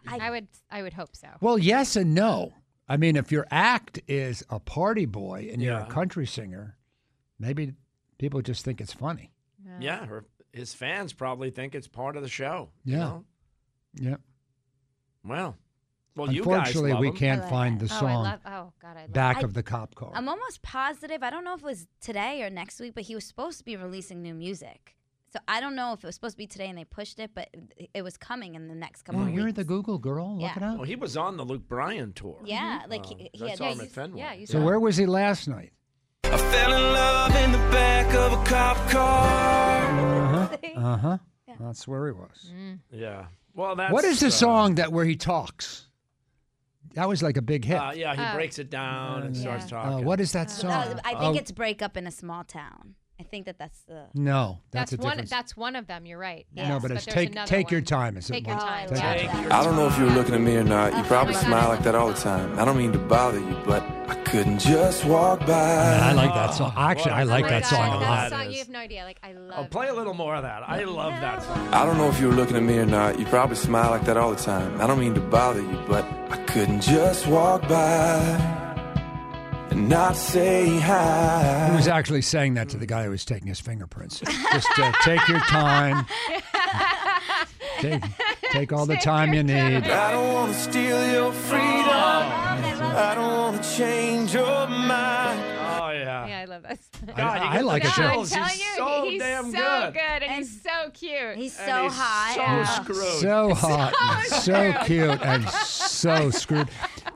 S6: I, would I would hope so.
S4: Well, yes and no. I mean, if your act is a party boy and you're a
S5: Yeah.
S4: country singer, maybe people just think it's funny.
S5: Yeah, her, his fans probably think it's part of the show.
S4: Yeah.
S5: You know?
S4: Yeah.
S5: Well, well, you guys
S4: Unfortunately,
S5: love
S4: we
S5: him.
S4: can't
S2: I like
S4: find
S2: that.
S4: the
S2: Oh, I
S4: song
S2: love- oh, God, I love
S4: back
S2: it.
S4: of the cop car.
S2: I'm almost positive. I don't know if it was today or next week, but he was supposed to be releasing new music. So I don't know if it was supposed to be today and they pushed it, but it- it was coming in the next couple
S4: Well,
S2: of
S4: you're
S2: weeks.
S4: the Google girl. Look
S2: Yeah.
S4: it up.
S5: Well, Oh, he was on the Luke Bryan tour. Um,
S2: Yeah, like he- he
S5: I
S2: had-
S5: saw
S2: yeah,
S5: him
S2: you
S5: at
S2: s-
S5: Fenway.
S2: yeah, you
S4: So where was he last night?
S7: I fell in love in the back of a cop car.
S4: Uh huh. Uh huh. That's where he was.
S5: Yeah. Well, that's
S4: what is the
S5: uh,
S4: song that where he talks? That was like a big hit.
S5: Uh, yeah,
S6: Oh.
S5: he breaks it down and
S4: Yeah.
S5: starts
S4: Uh,
S5: talking.
S4: what is that
S2: No,
S4: song?
S2: I think
S4: Oh,
S2: it's Break Up in a Small Town. I think that that's the.
S4: no. That's,
S6: That's,
S4: a
S6: one.
S4: different.
S6: That's one of them. You're right.
S4: No,
S6: Yes,
S4: but it's
S6: there's
S4: Take-
S6: another
S4: Take Your
S6: one.
S4: Time is it
S6: Take
S4: one?
S6: your time.
S4: Take
S6: yeah.
S4: Your Time.
S7: I don't know if you were looking at me or not. You probably smile like that all the time. I don't mean to bother you, but I couldn't just walk by.
S4: I like that song. Actually, I
S5: what a
S4: like
S6: Oh my
S4: that
S6: God,
S4: song a
S6: that
S4: lot.
S6: song, you have no idea. Like I
S5: Oh,
S6: love.
S5: play a little more of that. I love that song.
S7: I don't know if you were looking at me or not. You probably smile like that all the time. I don't mean to bother you, but I couldn't just walk by and not say hi.
S4: He was actually saying that to the guy who was taking his fingerprints. Just uh, take your time. Take, take all the time you need.
S7: I don't want to steal your freedom. I don't want to change your mind.
S5: Oh yeah.
S6: Yeah, I love this.
S5: God, you
S4: I
S5: get
S4: like
S5: the
S4: it.
S6: I'm
S5: chills.
S6: telling
S5: He's
S6: you,
S5: so
S6: he's
S5: damn
S6: so
S5: good.
S6: good, and, he's so cute.
S2: He's so
S5: And he's
S2: hot.
S5: so
S2: yeah.
S5: screwed.
S4: So hot,
S6: Oh,
S4: and so cute, and so screwed.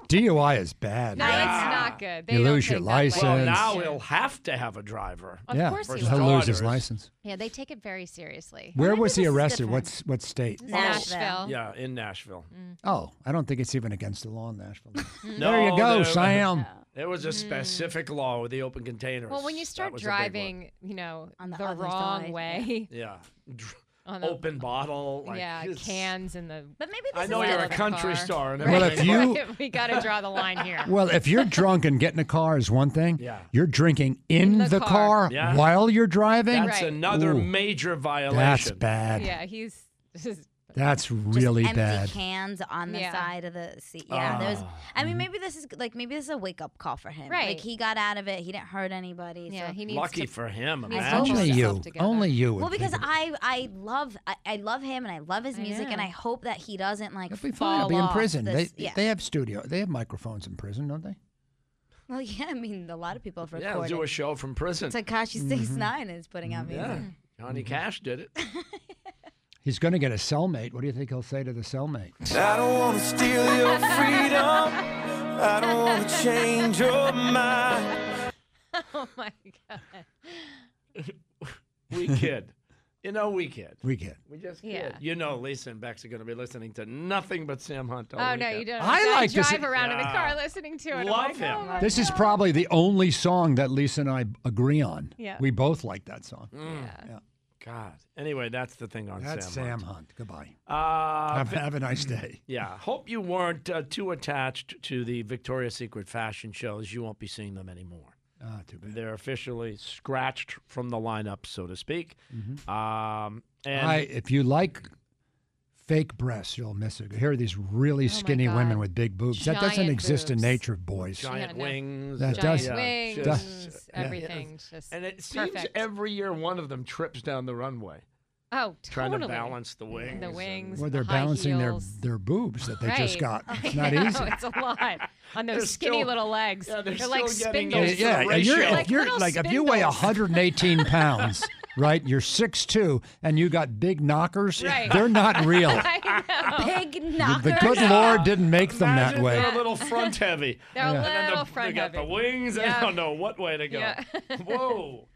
S4: DUI is bad.
S6: no,
S4: man.
S6: it's not good. They
S4: You
S6: don't
S4: lose your
S6: take that lightly.
S5: Well,
S4: Since-
S5: now he'll have to have a driver.
S6: Of
S4: yeah,
S6: course he
S5: Versus
S4: he'll lose his
S5: daughters.
S4: license.
S6: Yeah, they take it very seriously.
S4: Where was he
S2: this is
S4: arrested?
S2: different. Mm.
S4: What's what state?
S6: Nashville. Mm.
S5: Yeah, in Nashville. Mm.
S4: Oh, I don't think it's even against the law in Nashville.
S5: No,
S4: there you go,
S5: there-
S4: Sam.
S5: There was a specific law with the open containers.
S6: Mm. Well, when you
S5: That
S6: start
S5: was a big one.
S6: driving, you know,
S2: On the
S6: the,
S2: other
S6: wrong
S2: side,
S6: way,
S5: yeah, Dr-
S6: on the
S5: open bottle, like
S6: yeah,
S5: it's-
S6: cans and the.
S2: But maybe this
S5: I know
S2: is
S5: you're
S6: out
S5: a
S6: of the
S5: country
S6: car.
S5: star. And
S4: Well, if
S5: everything,
S4: you-
S6: we got to draw the line here.
S4: Well, if you're drunk and getting a car is one thing.
S5: Yeah.
S4: You're drinking in,
S6: the
S4: the,
S6: car.
S4: car,
S5: Yeah.
S4: while you're driving.
S5: That's
S6: Right.
S5: another
S4: Ooh,
S5: major violation.
S4: That's bad.
S6: yeah, he's. this is-
S4: That's really
S2: empty
S4: bad. Ah.
S2: cans on the
S6: Yeah.
S2: side of the seat. Yeah, there's. I
S4: Mm-hmm.
S2: mean, maybe this is like maybe this is a wake up call for him.
S6: Right.
S2: Like he got out of it. He didn't hurt anybody.
S6: yeah,
S2: so.
S6: he needs
S5: Lucky
S6: to.
S5: for him.
S6: He's
S5: Imagine.
S6: almost-
S4: Only
S6: yourself
S4: you.
S6: together.
S4: Only you. would
S2: Well, because
S4: think of it.
S2: I I love I, I love him and I love his
S6: I
S2: music and
S6: know.
S2: I hope that he doesn't like
S4: It'll be fine. It'll be
S2: fall
S4: in
S2: off
S4: prison.
S2: This,
S4: they
S2: yeah.
S4: they have studio. They have microphones in prison, don't they?
S2: well, yeah. I mean, a lot of people have
S5: Yeah, do a
S2: recorded.
S5: show from prison.
S2: Takashi
S4: Mm-hmm.
S2: Six Nine is putting out music.
S5: yeah,
S6: Hmm.
S5: Johnny Cash did it.
S4: He's going to get a cellmate. What do you think he'll say to the cellmate?
S7: I don't want to steal your freedom. I don't want to change your mind.
S6: Oh my god.
S5: We kid. You know, we kid.
S4: We get.
S5: We just kid.
S6: Yeah.
S5: You know, Lisa and Bex are going to be listening to nothing but Sam Hunt. All
S6: Oh no,
S5: weekend.
S6: you don't.
S4: I
S6: I
S4: like this-
S6: drive around in the
S5: Yeah.
S6: car listening to it. I'm
S5: Love
S6: like,
S5: him.
S6: oh my
S4: This is probably the only song that Lisa and I agree on.
S6: Yeah.
S4: We both like that song.
S5: Mm. God. Anyway, that's the thing on
S4: That's
S5: Sam.
S4: Sam,
S5: Hunt.
S4: Hunt. Goodbye.
S5: Uh,
S4: Have, have a nice day.
S5: Yeah. Hope you weren't uh, too attached to the Victoria's Secret fashion shows. You won't be seeing them anymore.
S4: Ah, too bad.
S5: They're officially scratched from the lineup, so to speak. Um, and
S4: Mm-hmm. I, if you like fake breasts, you'll miss it. Here are these really
S6: Oh my
S4: skinny women
S6: God.
S4: with big boobs. that doesn't
S6: Giant
S4: exist in
S6: boobs.
S4: nature, boys.
S5: giant
S6: Yeah, no.
S5: wings.
S4: That
S5: and-
S6: Giant
S4: does-
S6: wings,
S5: Yeah,
S4: does-
S5: just-
S4: yeah.
S6: everything. Just
S5: And it seems
S6: perfect.
S5: every year one of them trips down the runway.
S6: Oh,
S5: Trying to
S6: totally.
S5: balance the wings.
S6: The wings.
S4: Well, they're
S6: the high
S4: balancing their,
S6: heels.
S4: their boobs that they just
S6: Right.
S4: got. It's not
S6: I know,
S4: easy.
S6: It's a lot on those
S5: They're
S6: skinny
S5: still-
S6: little legs.
S5: Yeah, they're
S6: like
S5: still getting
S6: spindles.
S5: used to the
S4: yeah, if
S5: ratio.
S4: you're, if you're
S6: little
S4: like if you weigh 118 pounds, right? You're 6'2", and you got big knockers.
S5: Right.
S4: They're not real.
S2: Big
S4: The-
S2: knockers.
S4: the good Lord didn't make them that
S5: Imagine
S4: way.
S5: They're a little front heavy.
S2: They're a
S5: And then
S2: little
S5: the,
S2: front
S5: They got
S2: heavy.
S5: the wings.
S2: Yeah.
S5: I don't know what way to go.
S2: Yeah.
S5: Whoa.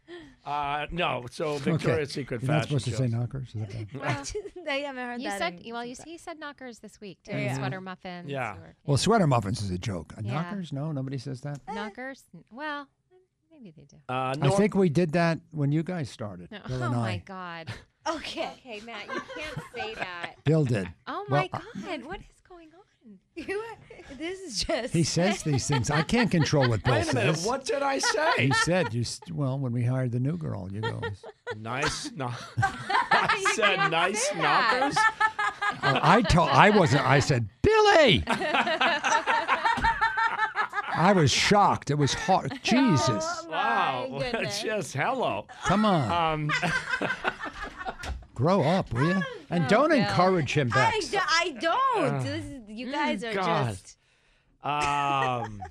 S5: Uh, no, so Victoria's Secret
S4: You're not
S5: fashion
S4: supposed to say
S5: shows.
S4: knockers. Is that right?
S2: I haven't heard
S6: you
S2: that.
S6: said well, you he said knockers this week too.
S4: Yeah.
S6: Sweater muffins. or-
S4: Well, sweater muffins is a joke.
S6: Yeah.
S4: Knockers? No, nobody says that.
S6: knockers. Well, maybe they do.
S5: Uh,
S4: I think we did that when you guys started.
S6: No.
S4: Bill
S6: oh
S4: and
S6: my
S4: I.
S6: God.
S2: Okay.
S6: Okay, Matt, you can't say that.
S4: Bill did.
S6: Oh
S4: Well,
S6: my
S4: uh,
S6: God, what is going on?
S2: You are, this is just.
S4: He says these things. I can't control what Bill
S5: Wait a minute.
S4: says.
S5: What did I say?
S4: You said you s- well when we hired the new girl. You go.
S5: nice. No- I said nice knockers.
S4: Oh, I told I wasn't. I said Billy.
S6: Oh
S4: I was shocked. It was hard. Jesus,
S5: Wow. Just hello.
S4: come on,
S5: Um,
S4: grow up, will you?
S6: Oh,
S4: And don't
S2: Bill.
S4: encourage him back.
S2: Oh, I, do, I don't.
S5: Uh,
S2: this is, you guys are
S5: God.
S2: just.
S5: Um,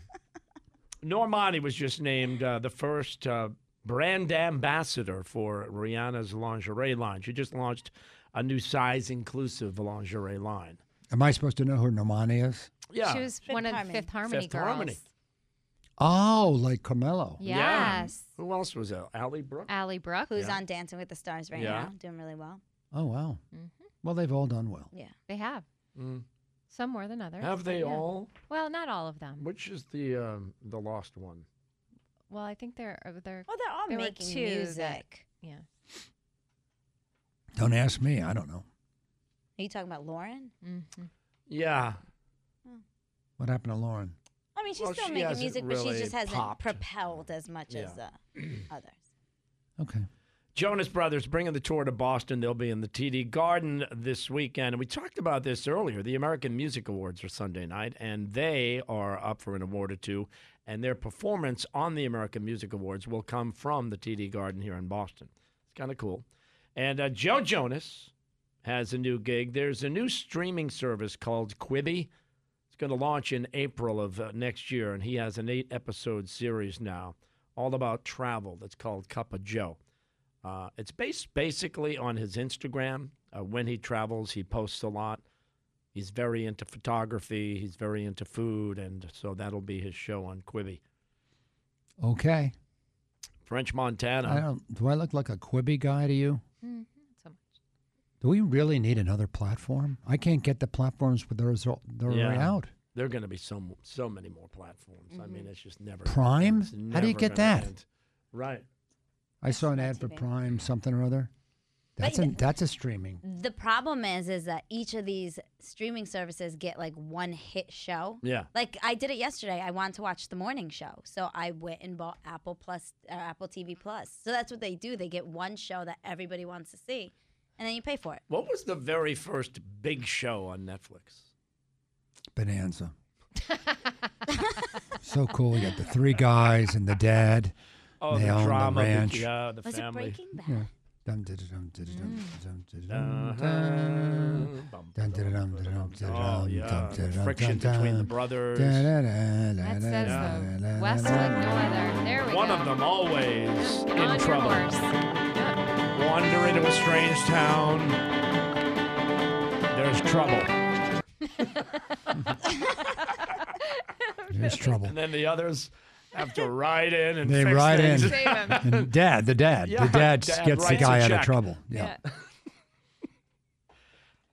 S5: Normani was just named uh, the first uh, brand ambassador for Rihanna's lingerie line. She just launched a new size inclusive lingerie line.
S4: Am I supposed to know who Normani is?
S5: Yeah.
S6: She was one of the Fifth Harmony
S5: Fifth
S6: girls.
S5: Harmony.
S4: Oh, like Carmelo.
S5: Yeah.
S6: Yes.
S5: Who else was that? Allie Brooke?
S6: Allie Brooke.
S2: Who's
S5: Yeah.
S2: on Dancing with the Stars right
S5: Yeah.
S2: now? Doing really well.
S4: Oh wow. Well, they've all done well.
S2: Yeah.
S6: They have.
S5: Mm.
S6: Some more than others.
S5: Have they
S6: Yeah.
S5: all?
S6: Well, not all of them.
S5: Which is the um, the lost one?
S6: Well, I think they're uh, they're.
S2: Well, they're all
S6: there were
S2: making
S6: two
S2: music.
S6: that- yeah.
S4: Don't ask me. I don't know
S2: Are you talking about Lauren?
S6: Mm-hmm.
S5: Yeah.
S4: what happened to Lauren.
S2: I mean, she's
S5: Well,
S2: still
S5: she
S2: making
S5: hasn't
S2: music, but
S5: really
S2: she just hasn't
S5: popped.
S2: propelled as much
S5: Yeah.
S2: as uh, others.
S4: Okay.
S5: Jonas Brothers bringing the tour to Boston. They'll be in the TD Garden this weekend. And we talked about this earlier. The American Music Awards are Sunday night, and they are up for an award or two. And their performance on the American Music Awards will come from the TD Garden here in Boston. It's kind of cool. And uh, Joe Jonas has a new gig. There's a new streaming service called Quibi. It's going to launch in April of uh, next year, and he has an eight episode series now all about travel that's called Cup of Joe. Uh, it's based basically on his Instagram. Uh, when he travels, he posts a lot. He's very into photography, he's very into food, and so that'll be his show on Quibi.
S4: Okay.
S5: French Montana.
S4: I don't. Do I look like a Quibi guy to you?
S6: Mm, so
S4: Do we really need another platform? I can't get the platforms with those they're already out.
S5: There are going to be so so many more platforms. I mean, it's just never
S4: Prime?
S5: it's
S4: How do you
S5: never
S4: get
S5: gonna
S4: that?
S5: end. Right.
S4: I saw an ad for Prime something or other. That's a that's a streaming.
S2: The problem is, is that each of these streaming services get like one hit show.
S4: Yeah.
S2: Like I did it yesterday. I wanted to watch the morning show, so I went and bought Apple Plus, uh, Apple TV Plus. So that's what they do. They get one show that everybody wants to see, and then you pay for it.
S5: What was the very first big show on Netflix?
S4: Bonanza. so cool. You got the three guys and the dad.
S5: Oh,
S4: they
S5: the
S4: own
S5: drama,
S4: the
S5: the- uh,
S4: ranch.
S5: yeah, the Was it family. Breaking Bad?
S4: Yeah. Dum,
S6: Mm.
S4: dum, dum, dum, dum, dum, dum,
S5: Uh-huh.
S4: dum. Dum, dum, dum, dum, dum,
S5: Oh, yeah.
S4: dum,
S5: The
S4: dum,
S5: friction
S4: dum,
S5: between the
S4: dum.
S5: brothers.
S4: Da-da-da-da-da-da.
S5: That says the
S4: Da-da-da-da-da.
S6: West like no other. There we
S5: One
S6: go.
S5: of them always in
S6: your
S5: trouble.
S6: horse.
S5: Wander into a strange town. There's trouble.
S4: There's trouble.
S5: And then the others have to ride in and
S4: They
S5: fix
S4: ride in.
S5: things.
S4: And dad, the dad.
S5: Yeah,
S4: the dad,
S5: dad
S4: gets the
S5: writes
S4: guy
S5: a
S4: out of
S5: check.
S4: trouble. Yeah.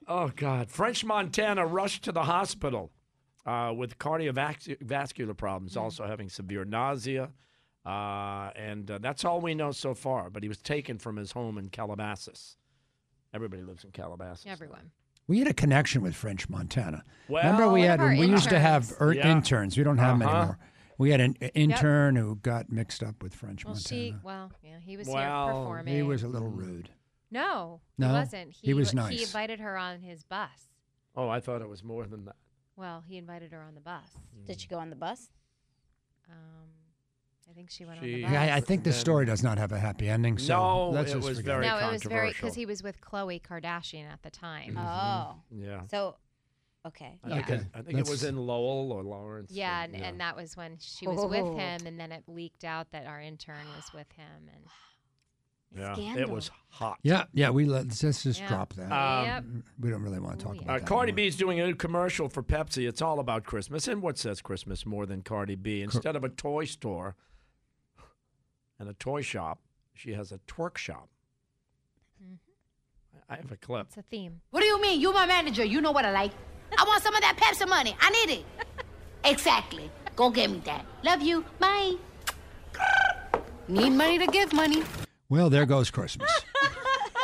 S5: Oh God! French Montana rushed to the hospital uh, with cardiovascular problems, also having severe nausea, uh, and uh, that's all we know so far. But he was taken from his home in Calabasas. Everybody lives in Calabasas.
S6: Everyone.
S4: We had a connection with French Montana.
S5: Well-
S4: Remember, we
S5: One
S4: had
S5: of our
S4: we used to have
S5: interns.
S4: er,
S5: Yeah.
S4: interns. We don't have them
S5: Uh-huh.
S4: anymore. We had an intern who got mixed up with French
S6: Well,
S4: Montana.
S6: she. Well, yeah, he was
S5: Well,
S6: here
S5: he
S6: performing.
S4: he was a little rude.
S6: No,
S4: No?
S6: he wasn't.
S4: He was
S6: li- He
S4: nice.
S6: invited her on his bus.
S5: Oh, I thought it was more than that.
S6: Well, he invited her on the bus.
S2: Did she go on the bus?
S6: Um, I think she went
S5: She-
S6: on the bus.
S4: Yeah, I, I think the
S5: Then-
S4: story does not have a happy ending. So
S5: No,
S4: let's
S5: it
S4: just
S5: was
S4: forget
S5: very
S6: no, it was very because
S5: controversial.
S6: he was with Chloe Kardashian at the time.
S2: Oh.
S5: Mm-hmm. Yeah.
S2: So, okay.
S5: I think,
S4: Yeah.
S5: it, I think it
S4: Let's-
S5: was in Lowell or Lawrence.
S6: Yeah, and, and that was when she was with
S2: Oh.
S6: him, and then it leaked out that our intern was with him, and
S5: yeah, it
S6: Scandal.
S5: was hot.
S4: Yeah, yeah. We let, let's, let's just
S6: Yeah.
S4: drop that.
S5: Um,
S4: we don't really want to talk
S5: Uh,
S4: about that.
S5: Cardi B is doing a new commercial for Pepsi. It's all about Christmas. And what says Christmas more than Cardi B? Instead of a toy store and a toy shop, she has a twerk shop. I I have a clip.
S6: Mm-hmm. it's a theme.
S11: What do you mean? You my manager. You know what I like. I want some of that Pepsi money. I need it. Exactly. Go get me that. Love you. Bye. Need money to give money.
S4: Well, there goes Christmas.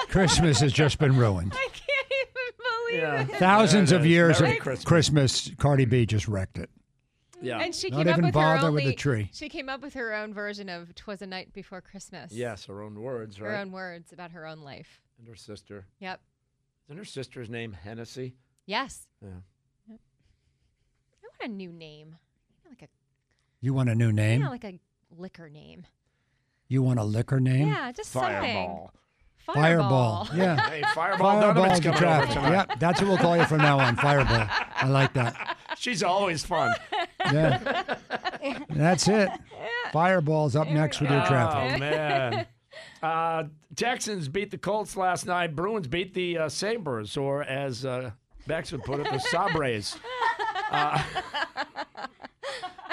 S4: Christmas has just been ruined.
S6: I can't even believe
S5: Yeah.
S6: it.
S4: Thousands
S5: There it
S4: of
S5: is.
S4: years
S5: Merry
S4: of
S5: Christmas.
S4: Christmas. Cardi B just wrecked it.
S5: Yeah.
S6: And she
S4: Not
S6: came up
S4: even
S6: with her
S4: bother
S6: only,
S4: with the tree.
S6: She came up with her own version of "Twas a Night Before Christmas."
S5: Yes, her own words,
S6: her
S5: right?
S6: own words about her own life.
S5: And her sister.
S6: Yep.
S5: Isn't her sister's name Hennessy?
S6: Yes.
S5: Yeah.
S6: I want a new name, You know, like a
S4: You want a new name?
S6: yeah, like a liquor name.
S4: You want a liquor name?
S6: Yeah, just
S5: Fireball.
S6: something.
S4: Fireball. Yeah.
S5: Hey, Fireball Donovan's
S4: to
S5: coming over
S4: traffic.
S5: tonight.
S4: Yep, that's what we'll call you from now on. Fireball. I like that.
S5: She's always fun.
S4: Yeah. That's it. Fireball's up next with your traffic.
S5: Oh man. Uh, Texans beat the Colts last night. Bruins beat the uh, Sabers, or as uh, Bex would put it, the Sabres. Uh,
S6: I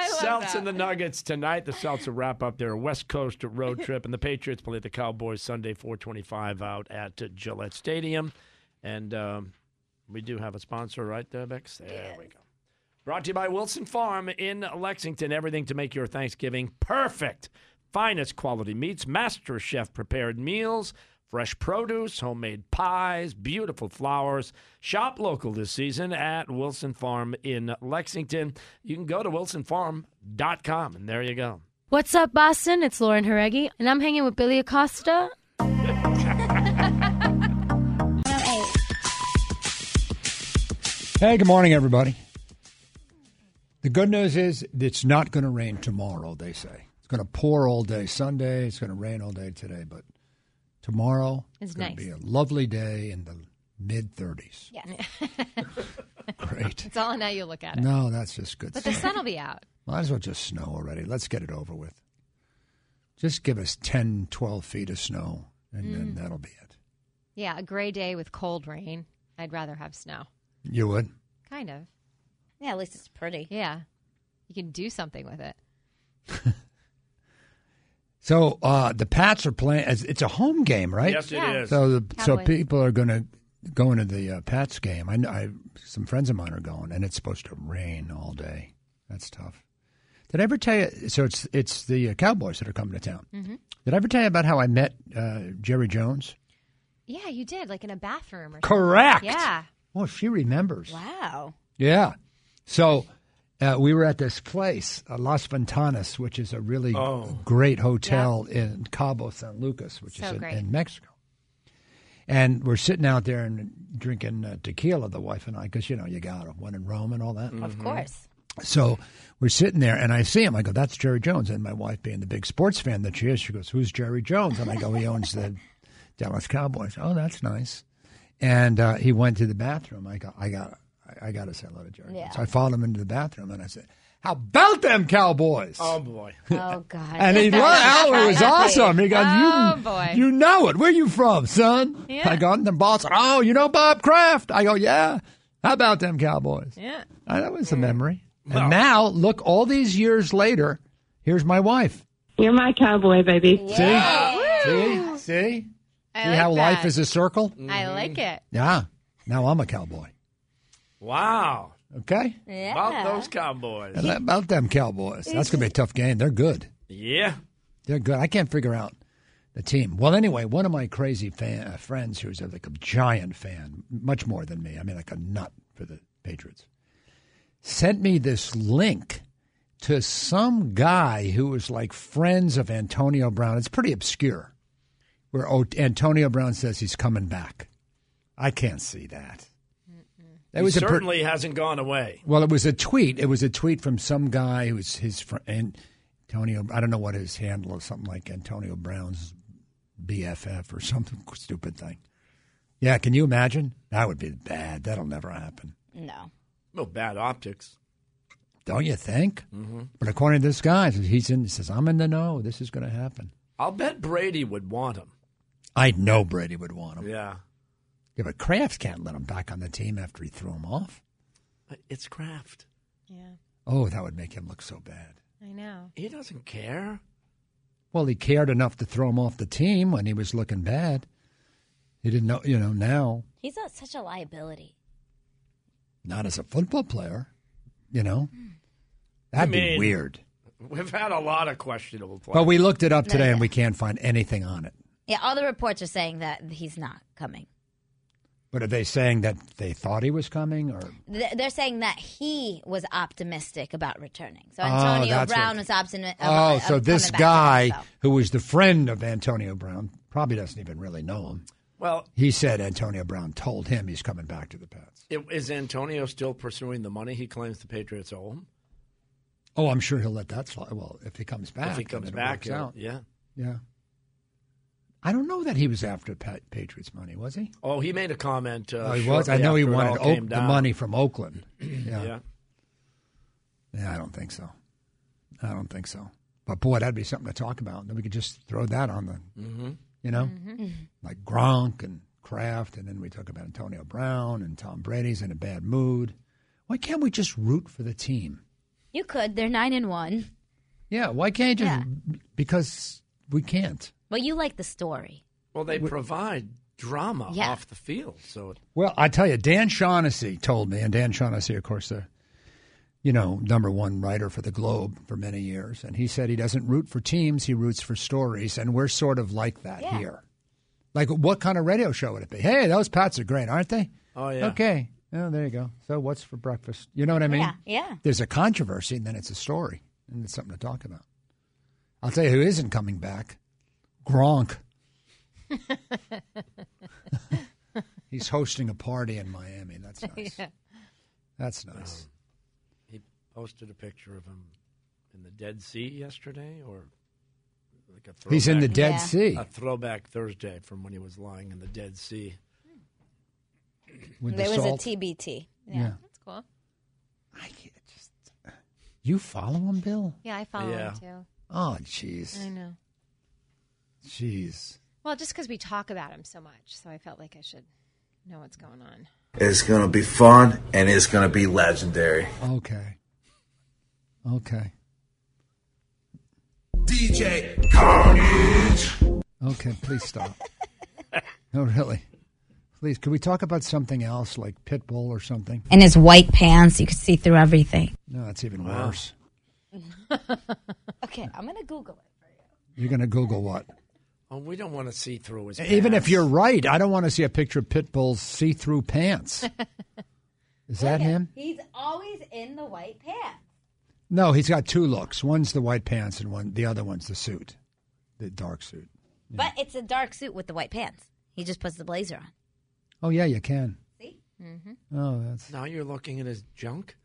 S6: love
S5: Celts
S6: that.
S5: and the Nuggets tonight. The Celts will wrap up their West Coast road trip, and the Patriots play the Cowboys Sunday, 4:25 out at uh, Gillette Stadium. And um, we do have a sponsor, right there, Bex? There we go. Brought to you by Wilson Farm in Lexington. Everything to make your Thanksgiving perfect. Finest quality meats, master chef prepared meals, fresh produce, homemade pies, beautiful flowers. Shop local this season at Wilson Farm in Lexington. You can go to wilsonfarm.com and there you go.
S12: What's up, Boston? It's Lauren Heregi, and I'm hanging with Billy Acosta.
S4: Hey, good morning, everybody. The good news is it's not going to rain tomorrow, they say. It's going to pour all day Sunday. It's going to rain all day today, but tomorrow
S6: It's
S4: going
S6: nice.
S4: to be a lovely day in the mid 30s.
S6: Yeah.
S4: Great.
S6: It's all in how you look at it.
S4: No, that's just good
S6: But the
S4: stuff.
S6: sun will be out.
S4: Might as well just snow already. Let's get it over with. Just give us 10, 12 feet of snow, and
S6: Mm.
S4: then that'll be it.
S6: Yeah, a gray day with cold rain. I'd rather have snow.
S4: You would?
S6: Kind of.
S2: Yeah, at least it's pretty.
S6: Yeah. You can do something with it.
S4: So uh, the Pats are playing. it's- It's a home game, right?
S5: Yes, it Yeah. is.
S4: So the, so
S5: Cowboys.
S4: people are going to go into the uh, Pats game. I, know, I some friends of mine are going, and it's supposed to rain all day. That's tough. Did I ever tell you? So it's it's the uh, Cowboys that are coming to town.
S2: Mm-hmm.
S6: Mhm.
S4: Did I ever tell you about how I met uh, Jerry Jones?
S6: Yeah, you did, like in a bathroom or
S4: Correct.
S6: something. Yeah.
S4: Well, she remembers.
S2: Wow.
S4: Yeah. So uh, we were at this place, uh, Las Ventanas, which is a really
S5: Oh.
S4: great hotel in Cabo San Lucas, which
S5: So
S4: is in,
S5: great.
S4: in Mexico. And we're sitting out there and drinking uh, tequila, the wife and I, because you know you got 'em, one in Rome and all that.
S2: Of course.
S4: So we're sitting there, and I see him. I go, "That's Jerry Jones." And my wife, being the big sports fan that she is, she goes, "Who's Jerry Jones?" And I go, "He owns the Dallas Cowboys." Oh, that's nice. And uh, he went to the bathroom. I go, "I got, I, I got to say hello to Jerry."
S2: Yeah.
S4: Jones. So I followed him into the bathroom, and I said, "How about them Cowboys?"
S5: Oh boy.
S2: Oh God.
S4: And he laughed. It was awesome. He goes,
S2: Oh,
S4: "You,
S2: boy.
S4: you know it. Where you from, son?"
S2: Yeah.
S4: I go, "I'm from Boston." Oh, you know Bob Kraft? I go, "Yeah." How about them Cowboys?
S6: Yeah.
S4: Uh, that was a memory. And now, look, all these years later, here's my wife.
S13: You're my cowboy, baby.
S4: See? See? See? See
S6: I like
S4: how life
S6: that.
S4: is a circle?
S6: I like it.
S4: Yeah. Now I'm a cowboy.
S5: Wow.
S4: Okay?
S5: About those Cowboys.
S4: And About them Cowboys. That's going to be a tough game. They're good.
S5: Yeah.
S4: They're good. I can't figure out the team. Well, anyway, one of my crazy fan, uh, friends who's uh, like a giant fan, much more than me, I mean, like a nut for the Patriots, sent me this link to some guy who was like friends of Antonio Brown. It's pretty obscure, where o- Antonio Brown says he's coming back. I can't see that. That
S5: He
S4: was a per-
S5: certainly hasn't gone away.
S4: well, it was a tweet. It was a tweet from some guy who was his friend, and Antonio, I don't know what his handle is, something like Antonio Brown's BFF or something stupid thing. Yeah, can you imagine? That would be bad. That'll never happen,
S2: No.
S5: No bad optics.
S4: don't you think?
S5: hmm
S4: But according to this guy, he's in. He says, "I'm in the know. This is going to happen."
S5: I'll bet Brady would want him.
S4: I know Brady would want him.
S5: Yeah.
S4: Yeah, but Kraft can't let him back on the team after he threw him off.
S5: But It's Kraft.
S6: Yeah,
S4: Oh, that would make him look so bad.
S6: I know.
S5: He doesn't care.
S4: Well, he cared enough to throw him off the team when he was looking bad. He didn't know, you know. Now,
S2: He's a, such a liability.
S4: not as a football player, you know,
S5: I
S4: that'd
S5: mean,
S4: be weird.
S5: We've had a lot of questionable players.
S4: But we looked it up today, and we can't find anything on it.
S2: Yeah, all the reports are saying that he's not coming.
S4: But are they saying that they thought he was coming, or
S2: Th- They're saying that he was optimistic about returning. So
S4: Oh,
S2: Antonio
S4: that's
S2: Brown
S4: what-
S2: was uh, optimistic.
S4: Oh, so this guy who was the friend of Antonio Brown probably doesn't even really know him.
S5: Well-
S4: he said Antonio Brown told him he's coming back to the Pats.
S5: It- Is Antonio still pursuing the money he claims the Patriots owe him?
S4: Oh, I'm sure he'll let that slide. Well, if he comes back,
S5: if he
S4: then
S5: comes
S4: it
S5: back,
S4: works
S5: he'll-
S4: out.
S5: yeah.
S4: yeah. I don't know that he was after Pat, Patriots money, was he?
S5: Oh, he made a comment. Uh,
S4: oh, he was. I
S5: shortly
S4: know he
S5: after it
S4: wanted
S5: all came
S4: Oak, the
S5: down.
S4: money from Oakland.
S5: Yeah.
S4: Yeah. Yeah, I don't think so. I don't think so. But boy, that'd be something to talk about. Then we could just throw that on the,
S5: Mhm.
S4: you know,
S9: Mhm.
S4: like Gronk and Kraft, and then we talk about Antonio Brown and Tom Brady's in a bad mood. Why can't we just root for the team?
S2: You could. They're nine and one.
S4: Yeah, why can't you just because we can't.
S2: Well, you like the story.
S5: Well, they provide drama
S2: Yeah.
S5: off the field, so it,
S4: Well, I tell you, Dan Shaughnessy told me, and Dan Shaughnessy, of course, the you know number one writer for the Globe for many years, and he said he doesn't root for teams; he roots for stories, and we're sort of like that
S5: Yeah.
S4: here. Like, what kind of radio show would it be? Hey, those Pats are great, aren't they?
S5: Oh, yeah.
S4: Okay. Oh, there you go. So, what's for breakfast? You know what I mean?
S5: Yeah, yeah.
S4: There's a controversy, and then it's a story, and it's something to talk about. I'll tell you who isn't coming back. Gronk. He's hosting a party in Miami. That's nice. That's nice.
S5: he posted a picture of him in the Dead Sea yesterday, or like a throwback.
S4: He's in the Dead Yeah. Sea.
S5: A throwback Thursday from when he was lying in the Dead Sea.
S4: With
S2: there
S4: the
S2: was
S4: salt.
S2: a TBT.
S4: Yeah. Yeah.
S6: That's cool.
S4: I can't just. You follow him, Bill?
S6: Yeah, I follow
S4: Yeah.
S6: him too.
S4: Oh, jeez.
S6: I know.
S4: Jeez.
S6: Well, just because we talk about him so much, so I felt like I should know what's going on.
S8: It's gonna be fun and it's gonna be legendary.
S4: Okay. Okay.
S8: DJ Carnage.
S4: Okay, please stop. no, really. Please, could we talk about something else like Pitbull or something?
S2: In his white pants, you could see through everything.
S4: No, that's even
S2: Wow.
S4: worse.
S2: Okay, I'm gonna Google it.
S4: You're going to Google what?
S5: Oh, we don't want to see through his.
S4: Even if
S5: pants.
S4: you're right, I don't want to see a picture of Pitbull's see through pants. Is that him?
S2: He's always in the white pants.
S4: No, he's got two looks. One's the white pants, and one the other one's the suit, the dark suit.
S2: But it's a dark suit with the white pants. He just puts the blazer on.
S4: Oh yeah, you can.
S2: See? Mm-hmm.
S4: Oh, that's
S5: now you're looking at his junk.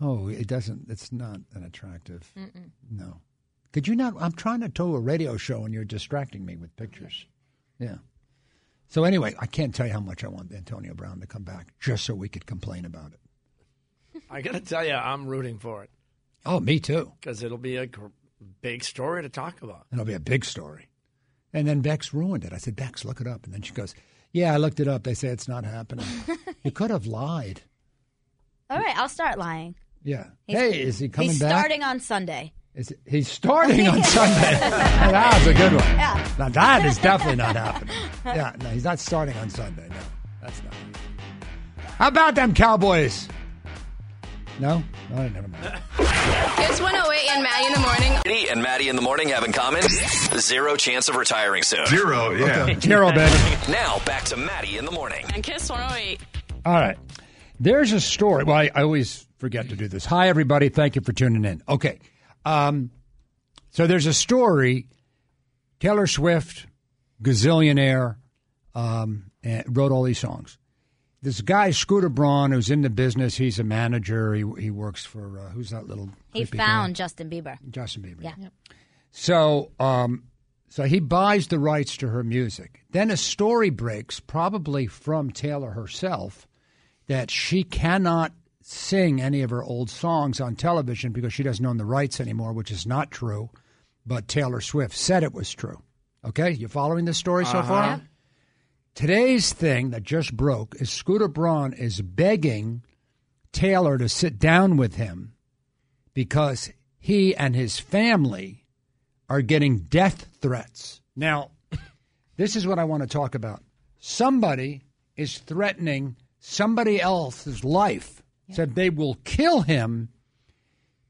S4: oh, it doesn't. It's not an attractive.
S5: Mm-mm.
S4: No. Could you not? I'm trying to do a radio show, and you're distracting me with pictures. Yeah. So anyway, I can't tell you how much I want Antonio Brown to come back, just so we could complain about it.
S5: I got to tell you, I'm rooting for it
S4: Oh, me too.
S5: because it'll be a gr- big story to talk about.
S4: It'll be a big story. And then Bex ruined it. I said, Bex, look it up. And then she goes, Yeah, I looked it up. They say it's not happening. you could have lied.
S2: All right, I'll start lying.
S4: Yeah.
S2: He's-
S4: hey, is he coming
S2: he's
S4: back?
S2: starting on Sunday.
S4: Is it- he's starting on Sunday. Now, that was a good one. Now that is definitely not happening. Yeah, no, he's not starting on Sunday. No, that's not. How about them Cowboys? No, all right, never mind.
S10: Kiss 108 and Maddie in the morning.
S1: Eddie and Maddie in the morning have in common zero chance of retiring soon.
S8: Zero, yeah.
S4: Okay, zero, baby.
S1: Now back to Maddie in the morning.
S10: And Kiss 108.
S4: All right. There's a story. Well, I, I always forget to do this. Hi, everybody. Thank you for tuning in. Okay. Um, so there's a story. Taylor Swift, gazillionaire, um, and wrote all these songs. this guy Scooter Braun, who's in the business, he's a manager. He he works for uh, who's that little
S2: He
S4: creepy guy?
S2: found Justin Bieber.
S4: Justin Bieber.
S2: Yeah.
S4: So, um, so he buys the rights to her music. Then a story breaks, probably from Taylor herself, that she cannot sing any of her old songs on television because she doesn't own the rights anymore, which is not true. But Taylor Swift said it was true. Okay, you following this story so far?
S5: Uh-huh.
S4: Today's thing that just broke is Scooter Braun is begging Taylor to sit down with him because he and his family are getting death threats. Now, this is what I want to talk about. Somebody is threatening somebody else's life, said they will kill him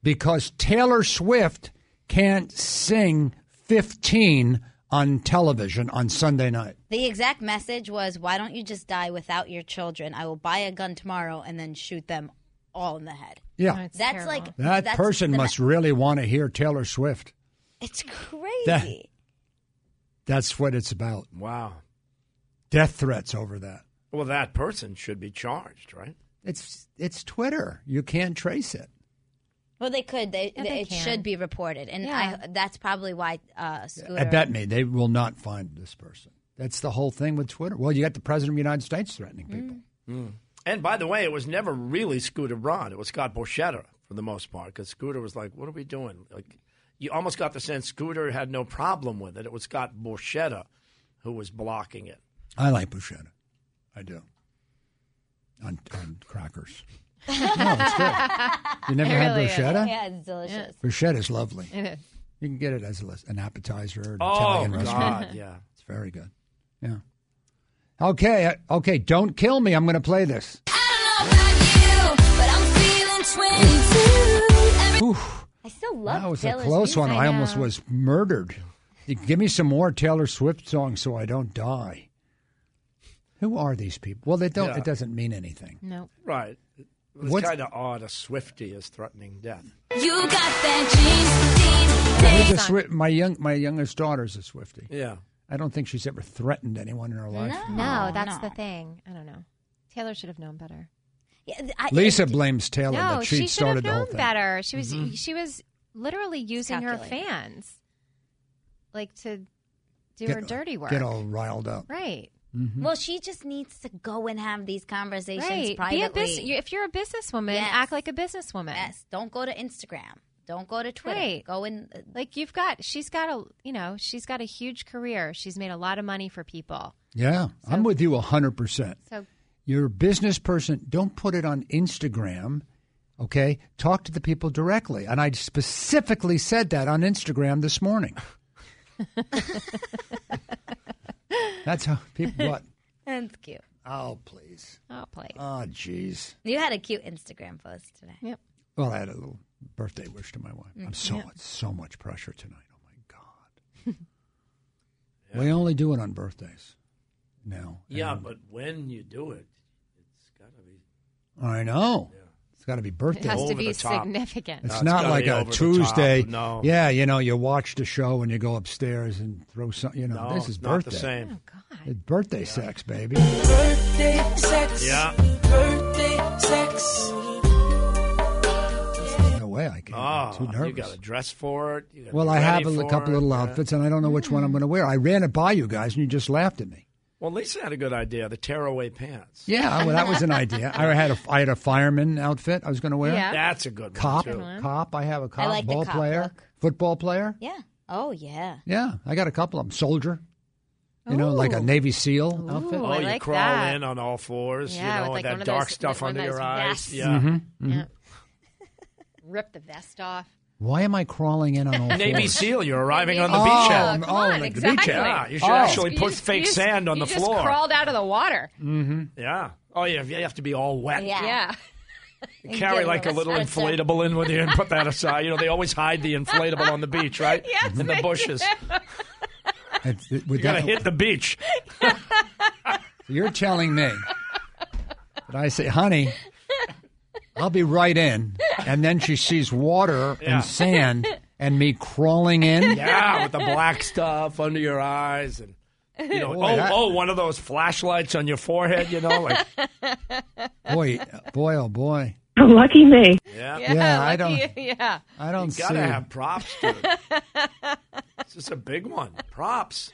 S4: because Taylor Swift can't sing 15 on television on Sunday night.
S2: The exact message was, "Why don't you just die without your children? I will buy a gun tomorrow and then shoot them all in the head."
S4: Yeah. That's
S2: that's like
S4: That
S2: that's
S4: person
S2: the-
S4: must really want to hear Taylor Swift.
S2: It's crazy.
S4: That- that's what it's about.
S5: Wow.
S4: Death threats over that.
S5: Well, that person should be charged, right?
S4: It's it's Twitter. You can't trace it.
S2: Well, they could. They,
S6: Yeah, they
S2: it
S6: can.
S2: should be reported, and
S6: Yeah.
S2: I, that's probably why uh, Scooter.
S4: I bet me they will not find this person. That's the whole thing with Twitter. Well, you got the president of the United States threatening people.
S5: And by the way, it was never really Scooter Braun. It was Scott Borchetta for the most part, because Scooter was like, "What are we doing?" Like, you almost got the sense Scooter had no problem with it. It was Scott Borchetta who was blocking it.
S2: Mm-hmm.
S4: I like bruschetta. I do. On, on crackers. no, it's good. You never
S2: It
S4: had
S2: really is.
S4: bruschetta?
S2: Yeah, it's delicious.
S4: Bruschetta is lovely.
S2: It is.
S4: You can get it as a- an appetizer at an
S5: Oh,
S4: Italian restaurant.
S5: God, yeah.
S4: It's very good. Yeah. Okay, I- okay, don't kill me. I'm going to play this. Oof,
S2: I still love
S4: that was
S2: Taylor's
S4: a close one.
S2: music.
S4: I almost was murdered. You Give me some more Taylor Swift songs so I don't die. Who are these people? Well, they don't.
S5: Yeah.
S4: It doesn't mean anything.
S6: No.
S5: Right. It's
S4: What's-
S5: kind of odd. A Swifty is threatening death.
S9: You got that
S4: Who's a Swi- my young, my youngest daughter's a Swifty.
S5: Yeah.
S4: I don't think she's ever threatened anyone in her life.
S6: No, that's the thing. I don't know. Taylor should have known better.
S4: Lisa blames Taylor
S6: no,
S4: that
S6: she,
S4: she,
S6: should
S4: started
S6: have
S4: the whole
S6: known
S4: thing.
S6: better. She was
S4: Mhm.
S6: she was literally using her
S2: calculating.
S6: fans, like to do her
S4: Get-
S6: dirty work.
S4: Get all riled up.
S6: right.
S4: Mhm.
S2: Well, she just needs to go and have these conversations
S6: Right. Be a
S2: privately.
S6: bus- you- if you're a businesswoman,
S2: Yes.
S6: act like a businesswoman.
S2: Yes. Don't go to Instagram. Don't go to Twitter.
S6: Right.
S2: Go in.
S6: Like you've got, she's got a, you know, she's got a huge career. She's made a lot of money for people.
S4: Yeah, I'm with you 100%.
S6: So
S4: You're a business person. Don't put it on Instagram, okay? Talk to the people directly. And I specifically said that on Instagram this morning. That's how people what?
S2: That's cute.
S4: Oh, please.
S6: Oh, please.
S4: Oh, jeez.
S2: You had a cute Instagram post today.
S6: Yep.
S4: Well, I had a little birthday wish to my wife. I'm so
S2: Yeah.
S4: so much pressure tonight. Oh my god. We only do it on birthdays. No.
S5: Yeah, but when you do it, it's got to be.
S4: I know. It's got to be birthday.
S6: it has to
S5: Over
S6: be
S5: the top.
S6: significant.
S4: It's
S5: No, it's
S4: not
S5: gotta
S4: like
S5: be
S4: a
S5: over the
S4: Tuesday.
S5: top. No.
S4: Yeah, you know, you watch the show and you go upstairs and throw some. You know,
S5: No,
S4: this is
S5: not
S4: birthday.
S5: the same.
S4: It's birthday sex, baby.
S9: Birthday sex.
S5: Yeah.
S9: Birthday sex.
S4: No way I can.
S5: Oh,
S4: too
S5: you
S4: nervous.
S5: got to dress for it. You gotta
S4: Well,
S5: be
S4: I have
S5: ready
S4: a
S5: for
S4: couple
S5: it,
S4: little
S5: yeah.
S4: outfits, and I don't know which one I'm going to wear. I ran it by you guys, and you just laughed at me.
S5: Well, Lisa had a good idea. The tearaway pants.
S4: Yeah, well, that was an idea. I had a I had a fireman outfit I was going to wear.
S2: Yeah.
S5: That's a good one,
S4: Cop,
S5: too.
S4: cop. I have a cop.
S2: like the
S4: ball
S2: cop
S4: player, football player.
S2: Yeah. Oh yeah.
S4: Yeah, I got a couple of them. Soldier, you know, like a Navy SEAL outfit.
S5: oh,
S6: I
S5: you
S6: like
S5: crawl
S6: that.
S5: in on all fours,
S6: Yeah,
S5: you know,
S6: with, like,
S5: that
S6: one of
S5: dark
S6: those-
S5: stuff
S6: one of
S5: under
S6: those
S5: your eyes.
S6: vests.
S5: Yeah.
S4: Mhm, mhm.
S6: Rip the vest off.
S4: Why am I crawling in on all
S5: Navy
S4: fours?
S5: SEAL, you're arriving on the
S4: Oh,
S5: beach
S4: I'm-
S5: hat.
S4: oh, like the beach hat.
S5: Yeah, you should
S4: Oh.
S5: actually
S4: You
S5: put
S4: just-
S5: fake
S6: You just-
S5: sand on
S6: you
S5: the
S6: just
S5: floor.
S6: crawled out of the water.
S4: Mm-hmm.
S5: Yeah. Oh, yeah. You have to be all wet.
S6: Yeah.
S5: You carry like a little inflatable in with you and put that aside. You know, they always hide the inflatable on the beach, right?
S6: Yes,
S5: in the
S6: they
S5: bushes.
S4: It's- it- with
S5: You gotta
S4: that-
S5: hit the beach.
S4: You're telling me that I say, honey, I'll be right in, and then she sees water
S5: Yeah.
S4: and sand and me crawling in.
S5: Ah, Yeah, with the black stuff under your eyes and You know,
S4: Boy,
S5: oh,
S4: that-
S5: oh, one of those flashlights on your forehead, you know, like
S4: Boy, boy, oh boy.
S13: Lucky me.
S5: yeah,
S4: Yeah, I don't.
S6: yeah.
S4: I don't
S5: you gotta
S4: see.
S5: have props to it. this is a big one. Props.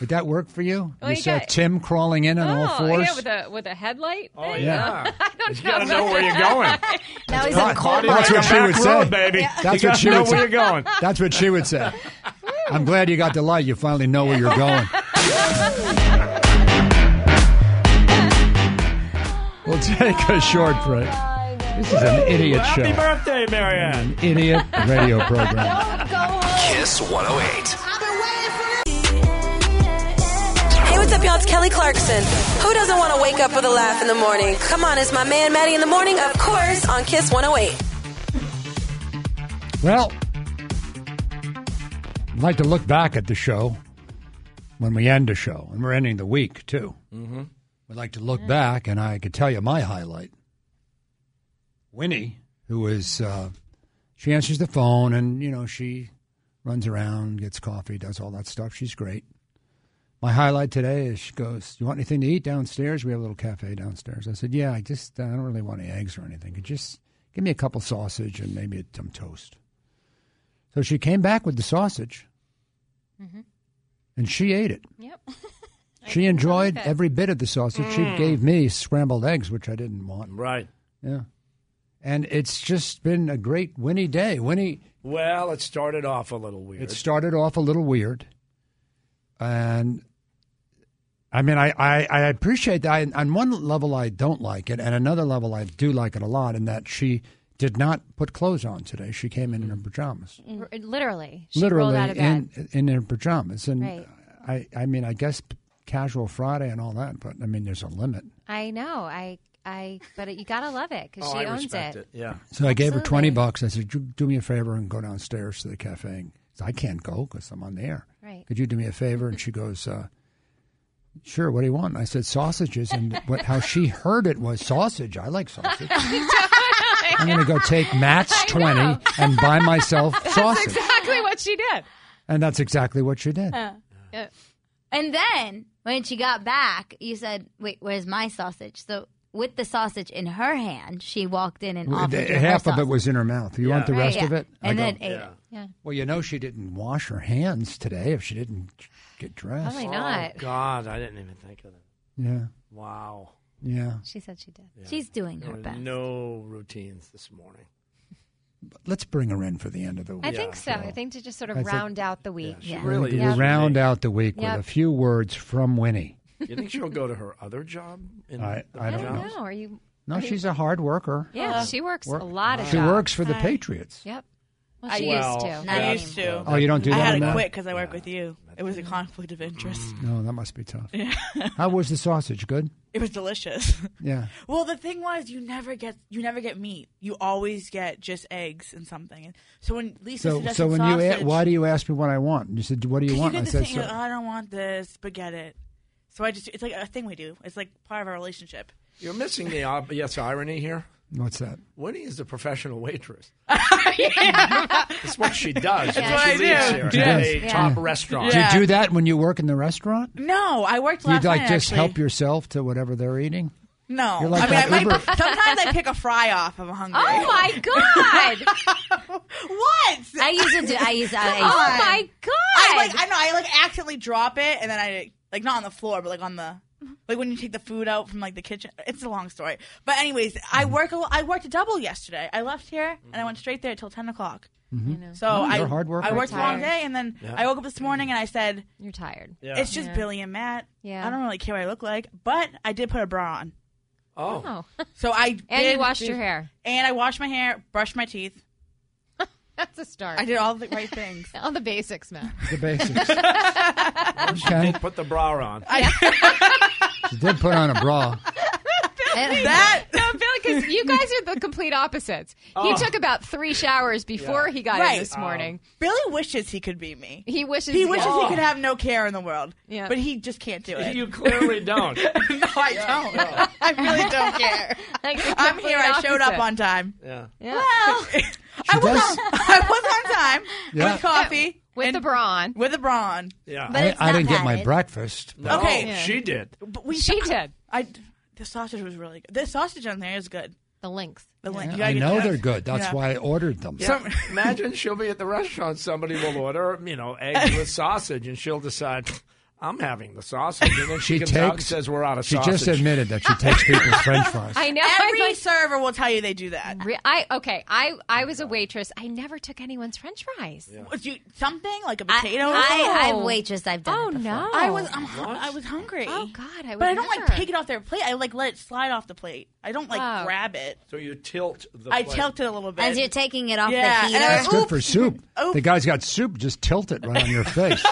S4: Would that work for you?
S6: Oh,
S4: you
S6: you
S4: saw
S6: got-
S4: Tim crawling in on all
S6: oh,
S4: fours.
S6: yeah, with a with a headlight. Oh
S4: yeah.
S6: I don't
S5: You gotta know where you're going.
S6: Now
S5: he's in
S4: Right.
S5: cold
S4: That's
S5: blood.
S4: what she
S5: Back
S4: would
S5: road,
S4: say,
S5: baby. Yeah.
S4: That's
S5: You
S4: what she would
S5: gotta know
S4: say.
S5: where you're going.
S4: That's what she would say. I'm glad you got the light. You finally know where you're going. We'll take a short break. This is an idiot
S5: Happy
S4: show.
S5: birthday, Marianne.
S4: An idiot radio program.
S1: Kiss 108.
S14: Hey, what's up, y'all? It's Kelly Clarkson. Who doesn't want to wake up with a laugh in the morning? Come on, it's my man Maddie in the morning, of course, on Kiss 108.
S4: Well, I'd like to look back at the show when we end the show, and we're ending the week too.
S5: Mm-hmm.
S4: I'd like to
S6: Mm.
S4: look back, and I could tell you my highlight. Winnie, who is, uh, she answers the phone, and you know she runs around, gets coffee, does all that stuff. She's great. My highlight today is she goes, "You want anything to eat downstairs? We have a little cafe downstairs." I said, "Yeah, I just uh, I don't really want any eggs or anything. Could just give me a couple sausage and maybe some toast." So she came back with the sausage,
S1: Mm-hmm.
S6: Mhm.
S4: and she ate it.
S6: Yep.
S4: She enjoyed every bit of the sausage. She
S6: Mm.
S4: gave me scrambled eggs, which I didn't want.
S5: Right.
S4: Yeah. And it's just been a great Winnie day. Winnie,
S5: Well, it started off a little weird.
S4: it started off a little weird. And I mean, I, I, I appreciate that. I, on one level, I don't like it. And another level, I do like it a lot in that she did not put clothes on today. She came in in her pajamas.
S6: R- Literally. Mm. She rolled
S4: literally
S6: out of bed.
S4: in in her pajamas. And
S6: Right.
S4: I, I mean, I guess casual Friday and all that, but I mean, there's a limit.
S6: I know. I I but you got to love it cuz
S5: Oh,
S6: she
S5: I
S6: owns
S5: respect
S6: it.
S5: it. Yeah.
S4: So I gave her 20
S6: Absolutely.
S4: bucks. I said, "You do me a favor and go downstairs to the cafe. And so I can't go because I'm on the air.
S6: Right.
S4: Could you do me a favor? And she goes, uh, sure, what do you want? And I said, sausages. And what, how she heard it was sausage. I like sausage. I'm going to go take Matt's 20 and buy myself
S6: That's
S4: sausage.
S6: exactly what she did.
S4: And that's exactly what she did.
S2: Uh, and then when she got back, you said, "Wait, where's my sausage?" So with the sausage in her hand, she walked in and offered you her
S4: Half of it
S2: sausage.
S4: was in her mouth. You want the
S2: Right,
S4: rest
S2: yeah.
S4: of it? I
S2: and
S4: go,
S2: then ate it.
S6: Yeah.
S4: Well, you know, she didn't wash her hands today if she didn't get dressed.
S6: Probably not.
S5: Oh, God, I didn't even think of that.
S4: Yeah.
S5: Wow.
S4: Yeah.
S6: She said she did.
S5: Yeah.
S2: She's doing
S5: There
S2: her
S5: were
S2: best.
S5: No routines this morning.
S4: Let's bring her in for the end of the week.
S6: I think so. I think to just sort of
S4: I think-
S6: round out the week.
S5: she
S4: We're
S5: really
S4: gonna
S5: is.
S4: round out the week
S6: Yep.
S4: with a few words from Winnie.
S5: You think she'll go to her other job? In
S4: I-
S5: the
S4: I
S6: I
S4: don't
S6: don't
S4: know.
S6: know. Are you
S4: No,
S6: are you-
S4: she's a hard worker.
S23: Uh,
S6: Yeah, she works
S4: Work-
S6: a lot of
S4: She
S6: jobs.
S4: works for the Patriots.
S6: Yep. Well,
S23: I
S6: she
S23: used
S6: used to.
S23: I used to.
S4: Oh, you don't do
S23: I
S4: that
S23: had
S4: anymore?
S23: to quit because I work with you. It was a conflict of interest.
S4: No, that must be tough.
S23: Yeah.
S4: How was the sausage? Good?
S23: It was delicious.
S4: Yeah.
S23: Well, the thing was, you never get you never get meat. You always get just eggs and something. So when Lisa
S4: So,
S23: suggested
S4: so when you
S23: sausage,
S4: a- why do you ask me what I want? And you said, what do you
S23: you
S4: want?
S23: get
S4: I
S23: this
S4: said,
S23: thing, you're
S4: so-
S23: like, "Oh, I don't want this, but get it. So I just it's like a thing we do. It's like part of our relationship.
S5: You're missing the obvious irony here.
S4: what's that?
S5: Winnie is a professional waitress. That's what she does.
S23: That's
S5: when
S23: what
S5: she
S23: I do.
S5: leaves here
S4: She
S5: at
S4: does.
S5: a
S23: Yeah.
S5: top restaurant.
S4: Do you do that when you work in the restaurant?
S23: No, I worked
S4: you
S23: last
S4: like
S23: night.
S4: just
S23: actually.
S4: help yourself to whatever they're eating?
S23: No,
S4: You're like
S23: I mean,
S4: that
S23: I
S4: Uber-
S23: might, sometimes I pick a fry off if I'm hungry.
S6: Oh my god!
S23: What?
S2: I used to do. I used. I,
S23: Come
S2: used-
S23: on.
S6: oh my god!
S23: I like I know I like accidentally drop it and then I like not on the floor but like on the like when you take the food out from like the kitchen. It's a long story, but anyways, I
S4: Mm-hmm.
S23: work a lo- I worked a double yesterday. I left here and I went straight there till ten o'clock. So
S4: Oh,
S23: I
S4: you're a hard worker.
S23: I worked a long
S6: Tired.
S23: day and then
S4: Yeah.
S23: I woke up this morning and I said
S6: You're tired.
S23: it's just
S6: Yeah.
S23: Billy and Matt.
S6: Yeah.
S23: I don't really care what I look like, but I did put a bra on.
S5: Oh.
S6: Oh.
S23: So I
S6: And
S23: did
S6: you washed
S23: do-
S6: your hair.
S23: and I washed my hair, brushed my teeth.
S6: That's a start.
S23: I did all the right things.
S6: all the basics, Matt.
S4: The basics.
S5: She
S4: Okay.
S5: did put the bra on.
S4: she did put on a bra.
S23: That
S6: No, Bill, because you guys are the complete opposites. He
S5: Oh.
S6: took about three showers before
S5: Yeah.
S6: he got
S23: Right.
S6: in this morning.
S23: Billy wishes he could be me.
S6: he wishes
S23: He wishes
S6: Oh.
S23: he could have no care in the world.
S6: Yeah.
S23: But he just can't do it.
S5: You clearly don't.
S23: no, I don't. I really don't care.
S6: Like the
S23: I'm here. I
S6: complete
S23: showed up
S6: opposite.
S23: on time.
S5: Yeah.
S6: Yeah.
S23: Well, I was on, I was on time
S4: Yeah.
S23: with coffee.
S6: With the brawn.
S23: With the brawn.
S5: Yeah.
S4: I, I didn't get my breakfast. but-
S23: Okay.
S5: She did.
S23: But we she did. I the sausage was really good. The sausage on there is good.
S6: The links.
S23: The link.
S4: I know they're good. That's
S5: Yeah.
S4: why I ordered them.
S5: Yeah. Imagine she'll be at the restaurant. Somebody will order, you know, eggs with sausage, and she'll decide, I'm having the sausage. And then she, comes out and says, We're out of
S4: She
S5: sausage.
S4: just admitted that she takes people's French fries.
S6: I know.
S23: Every server will tell you they do that.
S6: I okay. I I was a waitress. I never took anyone's French fries.
S23: Was you something like a potato? or something?
S6: I- I've
S2: waitressed. I've
S6: done Oh, it before. no.
S23: I was. I'm, hun- I was hungry. Oh
S6: God, I.
S23: but I
S6: would
S23: don't
S6: never.
S23: like take it off their plate. I like let it slide off the plate. I don't like
S2: Oh.
S23: grab it.
S5: So you tilt the
S23: I
S5: plate.
S23: tilt it a little bit
S2: As you're taking it off
S23: Yeah,
S2: the
S23: and
S2: heater.
S23: I-
S4: That's good for soup.
S23: Oop.
S4: The guy's got soup. Just tilt it right on your face.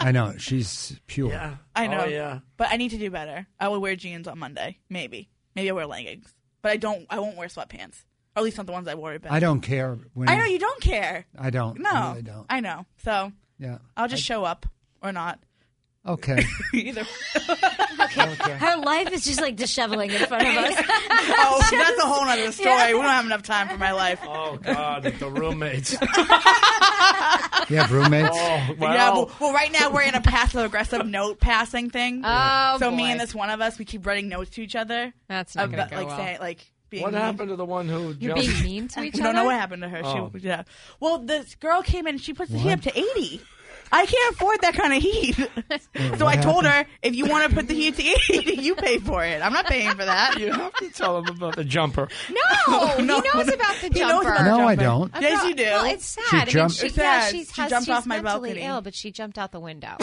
S4: I know. She's pure.
S23: Yeah. I know.
S5: Oh, yeah.
S23: But I need to do better. I will wear jeans on Monday. Maybe. Maybe I wear leggings. But I don't. I won't wear sweatpants. Or at least not the ones I wore.
S4: I don't care. When,
S23: I know you don't care.
S4: I don't.
S23: No,
S4: I really don't.
S23: I know. So
S4: Yeah.
S23: I'll just show up or not.
S4: Okay.
S23: Either.
S2: Her life is just like disheveling in front of us.
S23: oh, that's a whole nother story.
S2: Yeah.
S23: We don't have enough time for my life.
S5: Oh God, the roommates.
S4: You have roommates?
S5: Oh,
S23: yeah, well, well, right now we're in a passive aggressive note passing thing.
S6: Oh,
S23: so me
S6: boy.
S23: and this one of us, we keep writing notes to each other.
S6: That's not gonna
S23: about,
S6: go
S23: like
S6: well.
S23: saying like being.
S5: What
S23: mean.
S5: happened to the one who
S23: You're
S5: jumped?
S23: being
S6: mean to each
S23: We don't know
S6: other?
S23: what happened to her.
S5: Oh.
S23: She yeah. Well, this girl came in. and She puts the heat up to eighty. I can't afford that kind of heat. so I told her, if you want to put the heat to eighty, you pay for it. I'm not paying for that.
S5: You have to tell them about the jumper.
S6: No, he
S23: No.
S6: knows about the
S23: He knows
S6: jumper.
S23: about the
S4: No, I
S23: jumper.
S4: don't.
S6: I
S23: Yes,
S6: thought-
S23: you do.
S6: Well, it's sad.
S4: She
S6: I mean,
S4: jumped-
S6: she,
S23: It's
S6: yeah,
S23: sad.
S6: she's,
S23: She
S6: has,
S23: jumped
S6: she's
S23: off my
S6: mentally
S23: balcony.
S6: ill, but she jumped out the window.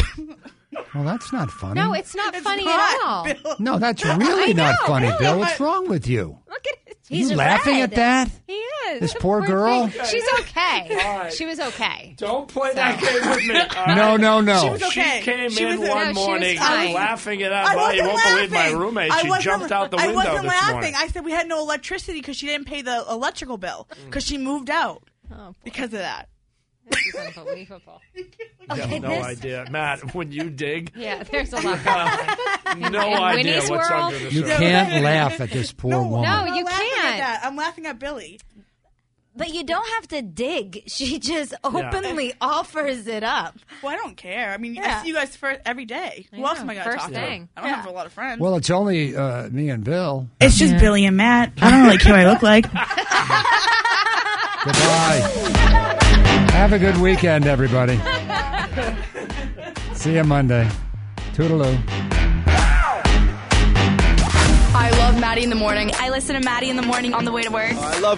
S4: Well, that's not funny.
S6: no, it's not funny
S23: not,
S6: at all.
S4: No, that's really
S6: I
S4: not
S6: know,
S4: funny,
S6: really.
S4: Bill. What's wrong with you?
S6: Look at it.
S4: You laughing at that?
S6: He is.
S4: This
S6: The
S4: poor girl?
S6: thing. She's okay. She was okay.
S5: Don't play that game with me. all right?
S4: No, no, no. She was
S5: She came
S23: She
S5: in
S23: was-
S5: one
S23: no, she was
S5: morning
S23: fine.
S5: laughing it
S23: I
S5: out. Well, you
S23: wasn't
S5: won't believe my
S23: laughing.
S5: roommate.
S23: I
S5: She
S23: wasn't-
S5: jumped out the
S23: I
S5: window
S23: wasn't
S5: this
S23: laughing.
S5: morning.
S23: I said we had no electricity because she didn't pay the electrical bill
S5: Mm.
S23: because she moved out
S6: Oh,
S23: because of that.
S6: This is unbelievable.
S5: You have no
S6: this-
S5: idea, Matt. When you dig,
S6: Yeah, there's a lot.
S5: no
S6: In
S5: idea
S6: Winnie's
S5: what's
S6: world-
S5: under the
S4: You
S5: surface.
S4: can't laugh at this poor woman.
S6: No, you
S23: I'm laughing at
S6: can't.
S23: that. I'm laughing at Billy.
S2: But you don't have to dig. She just openly offers it up.
S23: Well, I don't care. I mean,
S2: Yeah.
S23: I see you guys first every day. Who
S6: I
S23: else
S6: know,
S23: am I going to
S6: first
S23: talk
S6: thing.
S23: to? I don't have a lot of friends.
S4: Well, it's only uh, me and Bill.
S23: it's just Billy and Matt. I don't really care what I look like.
S4: Goodbye. Have a good weekend, everybody. See you Monday. Toodaloo.
S10: I love Maddie in the morning. I listen to Maddie in the morning on the way to work.
S1: I love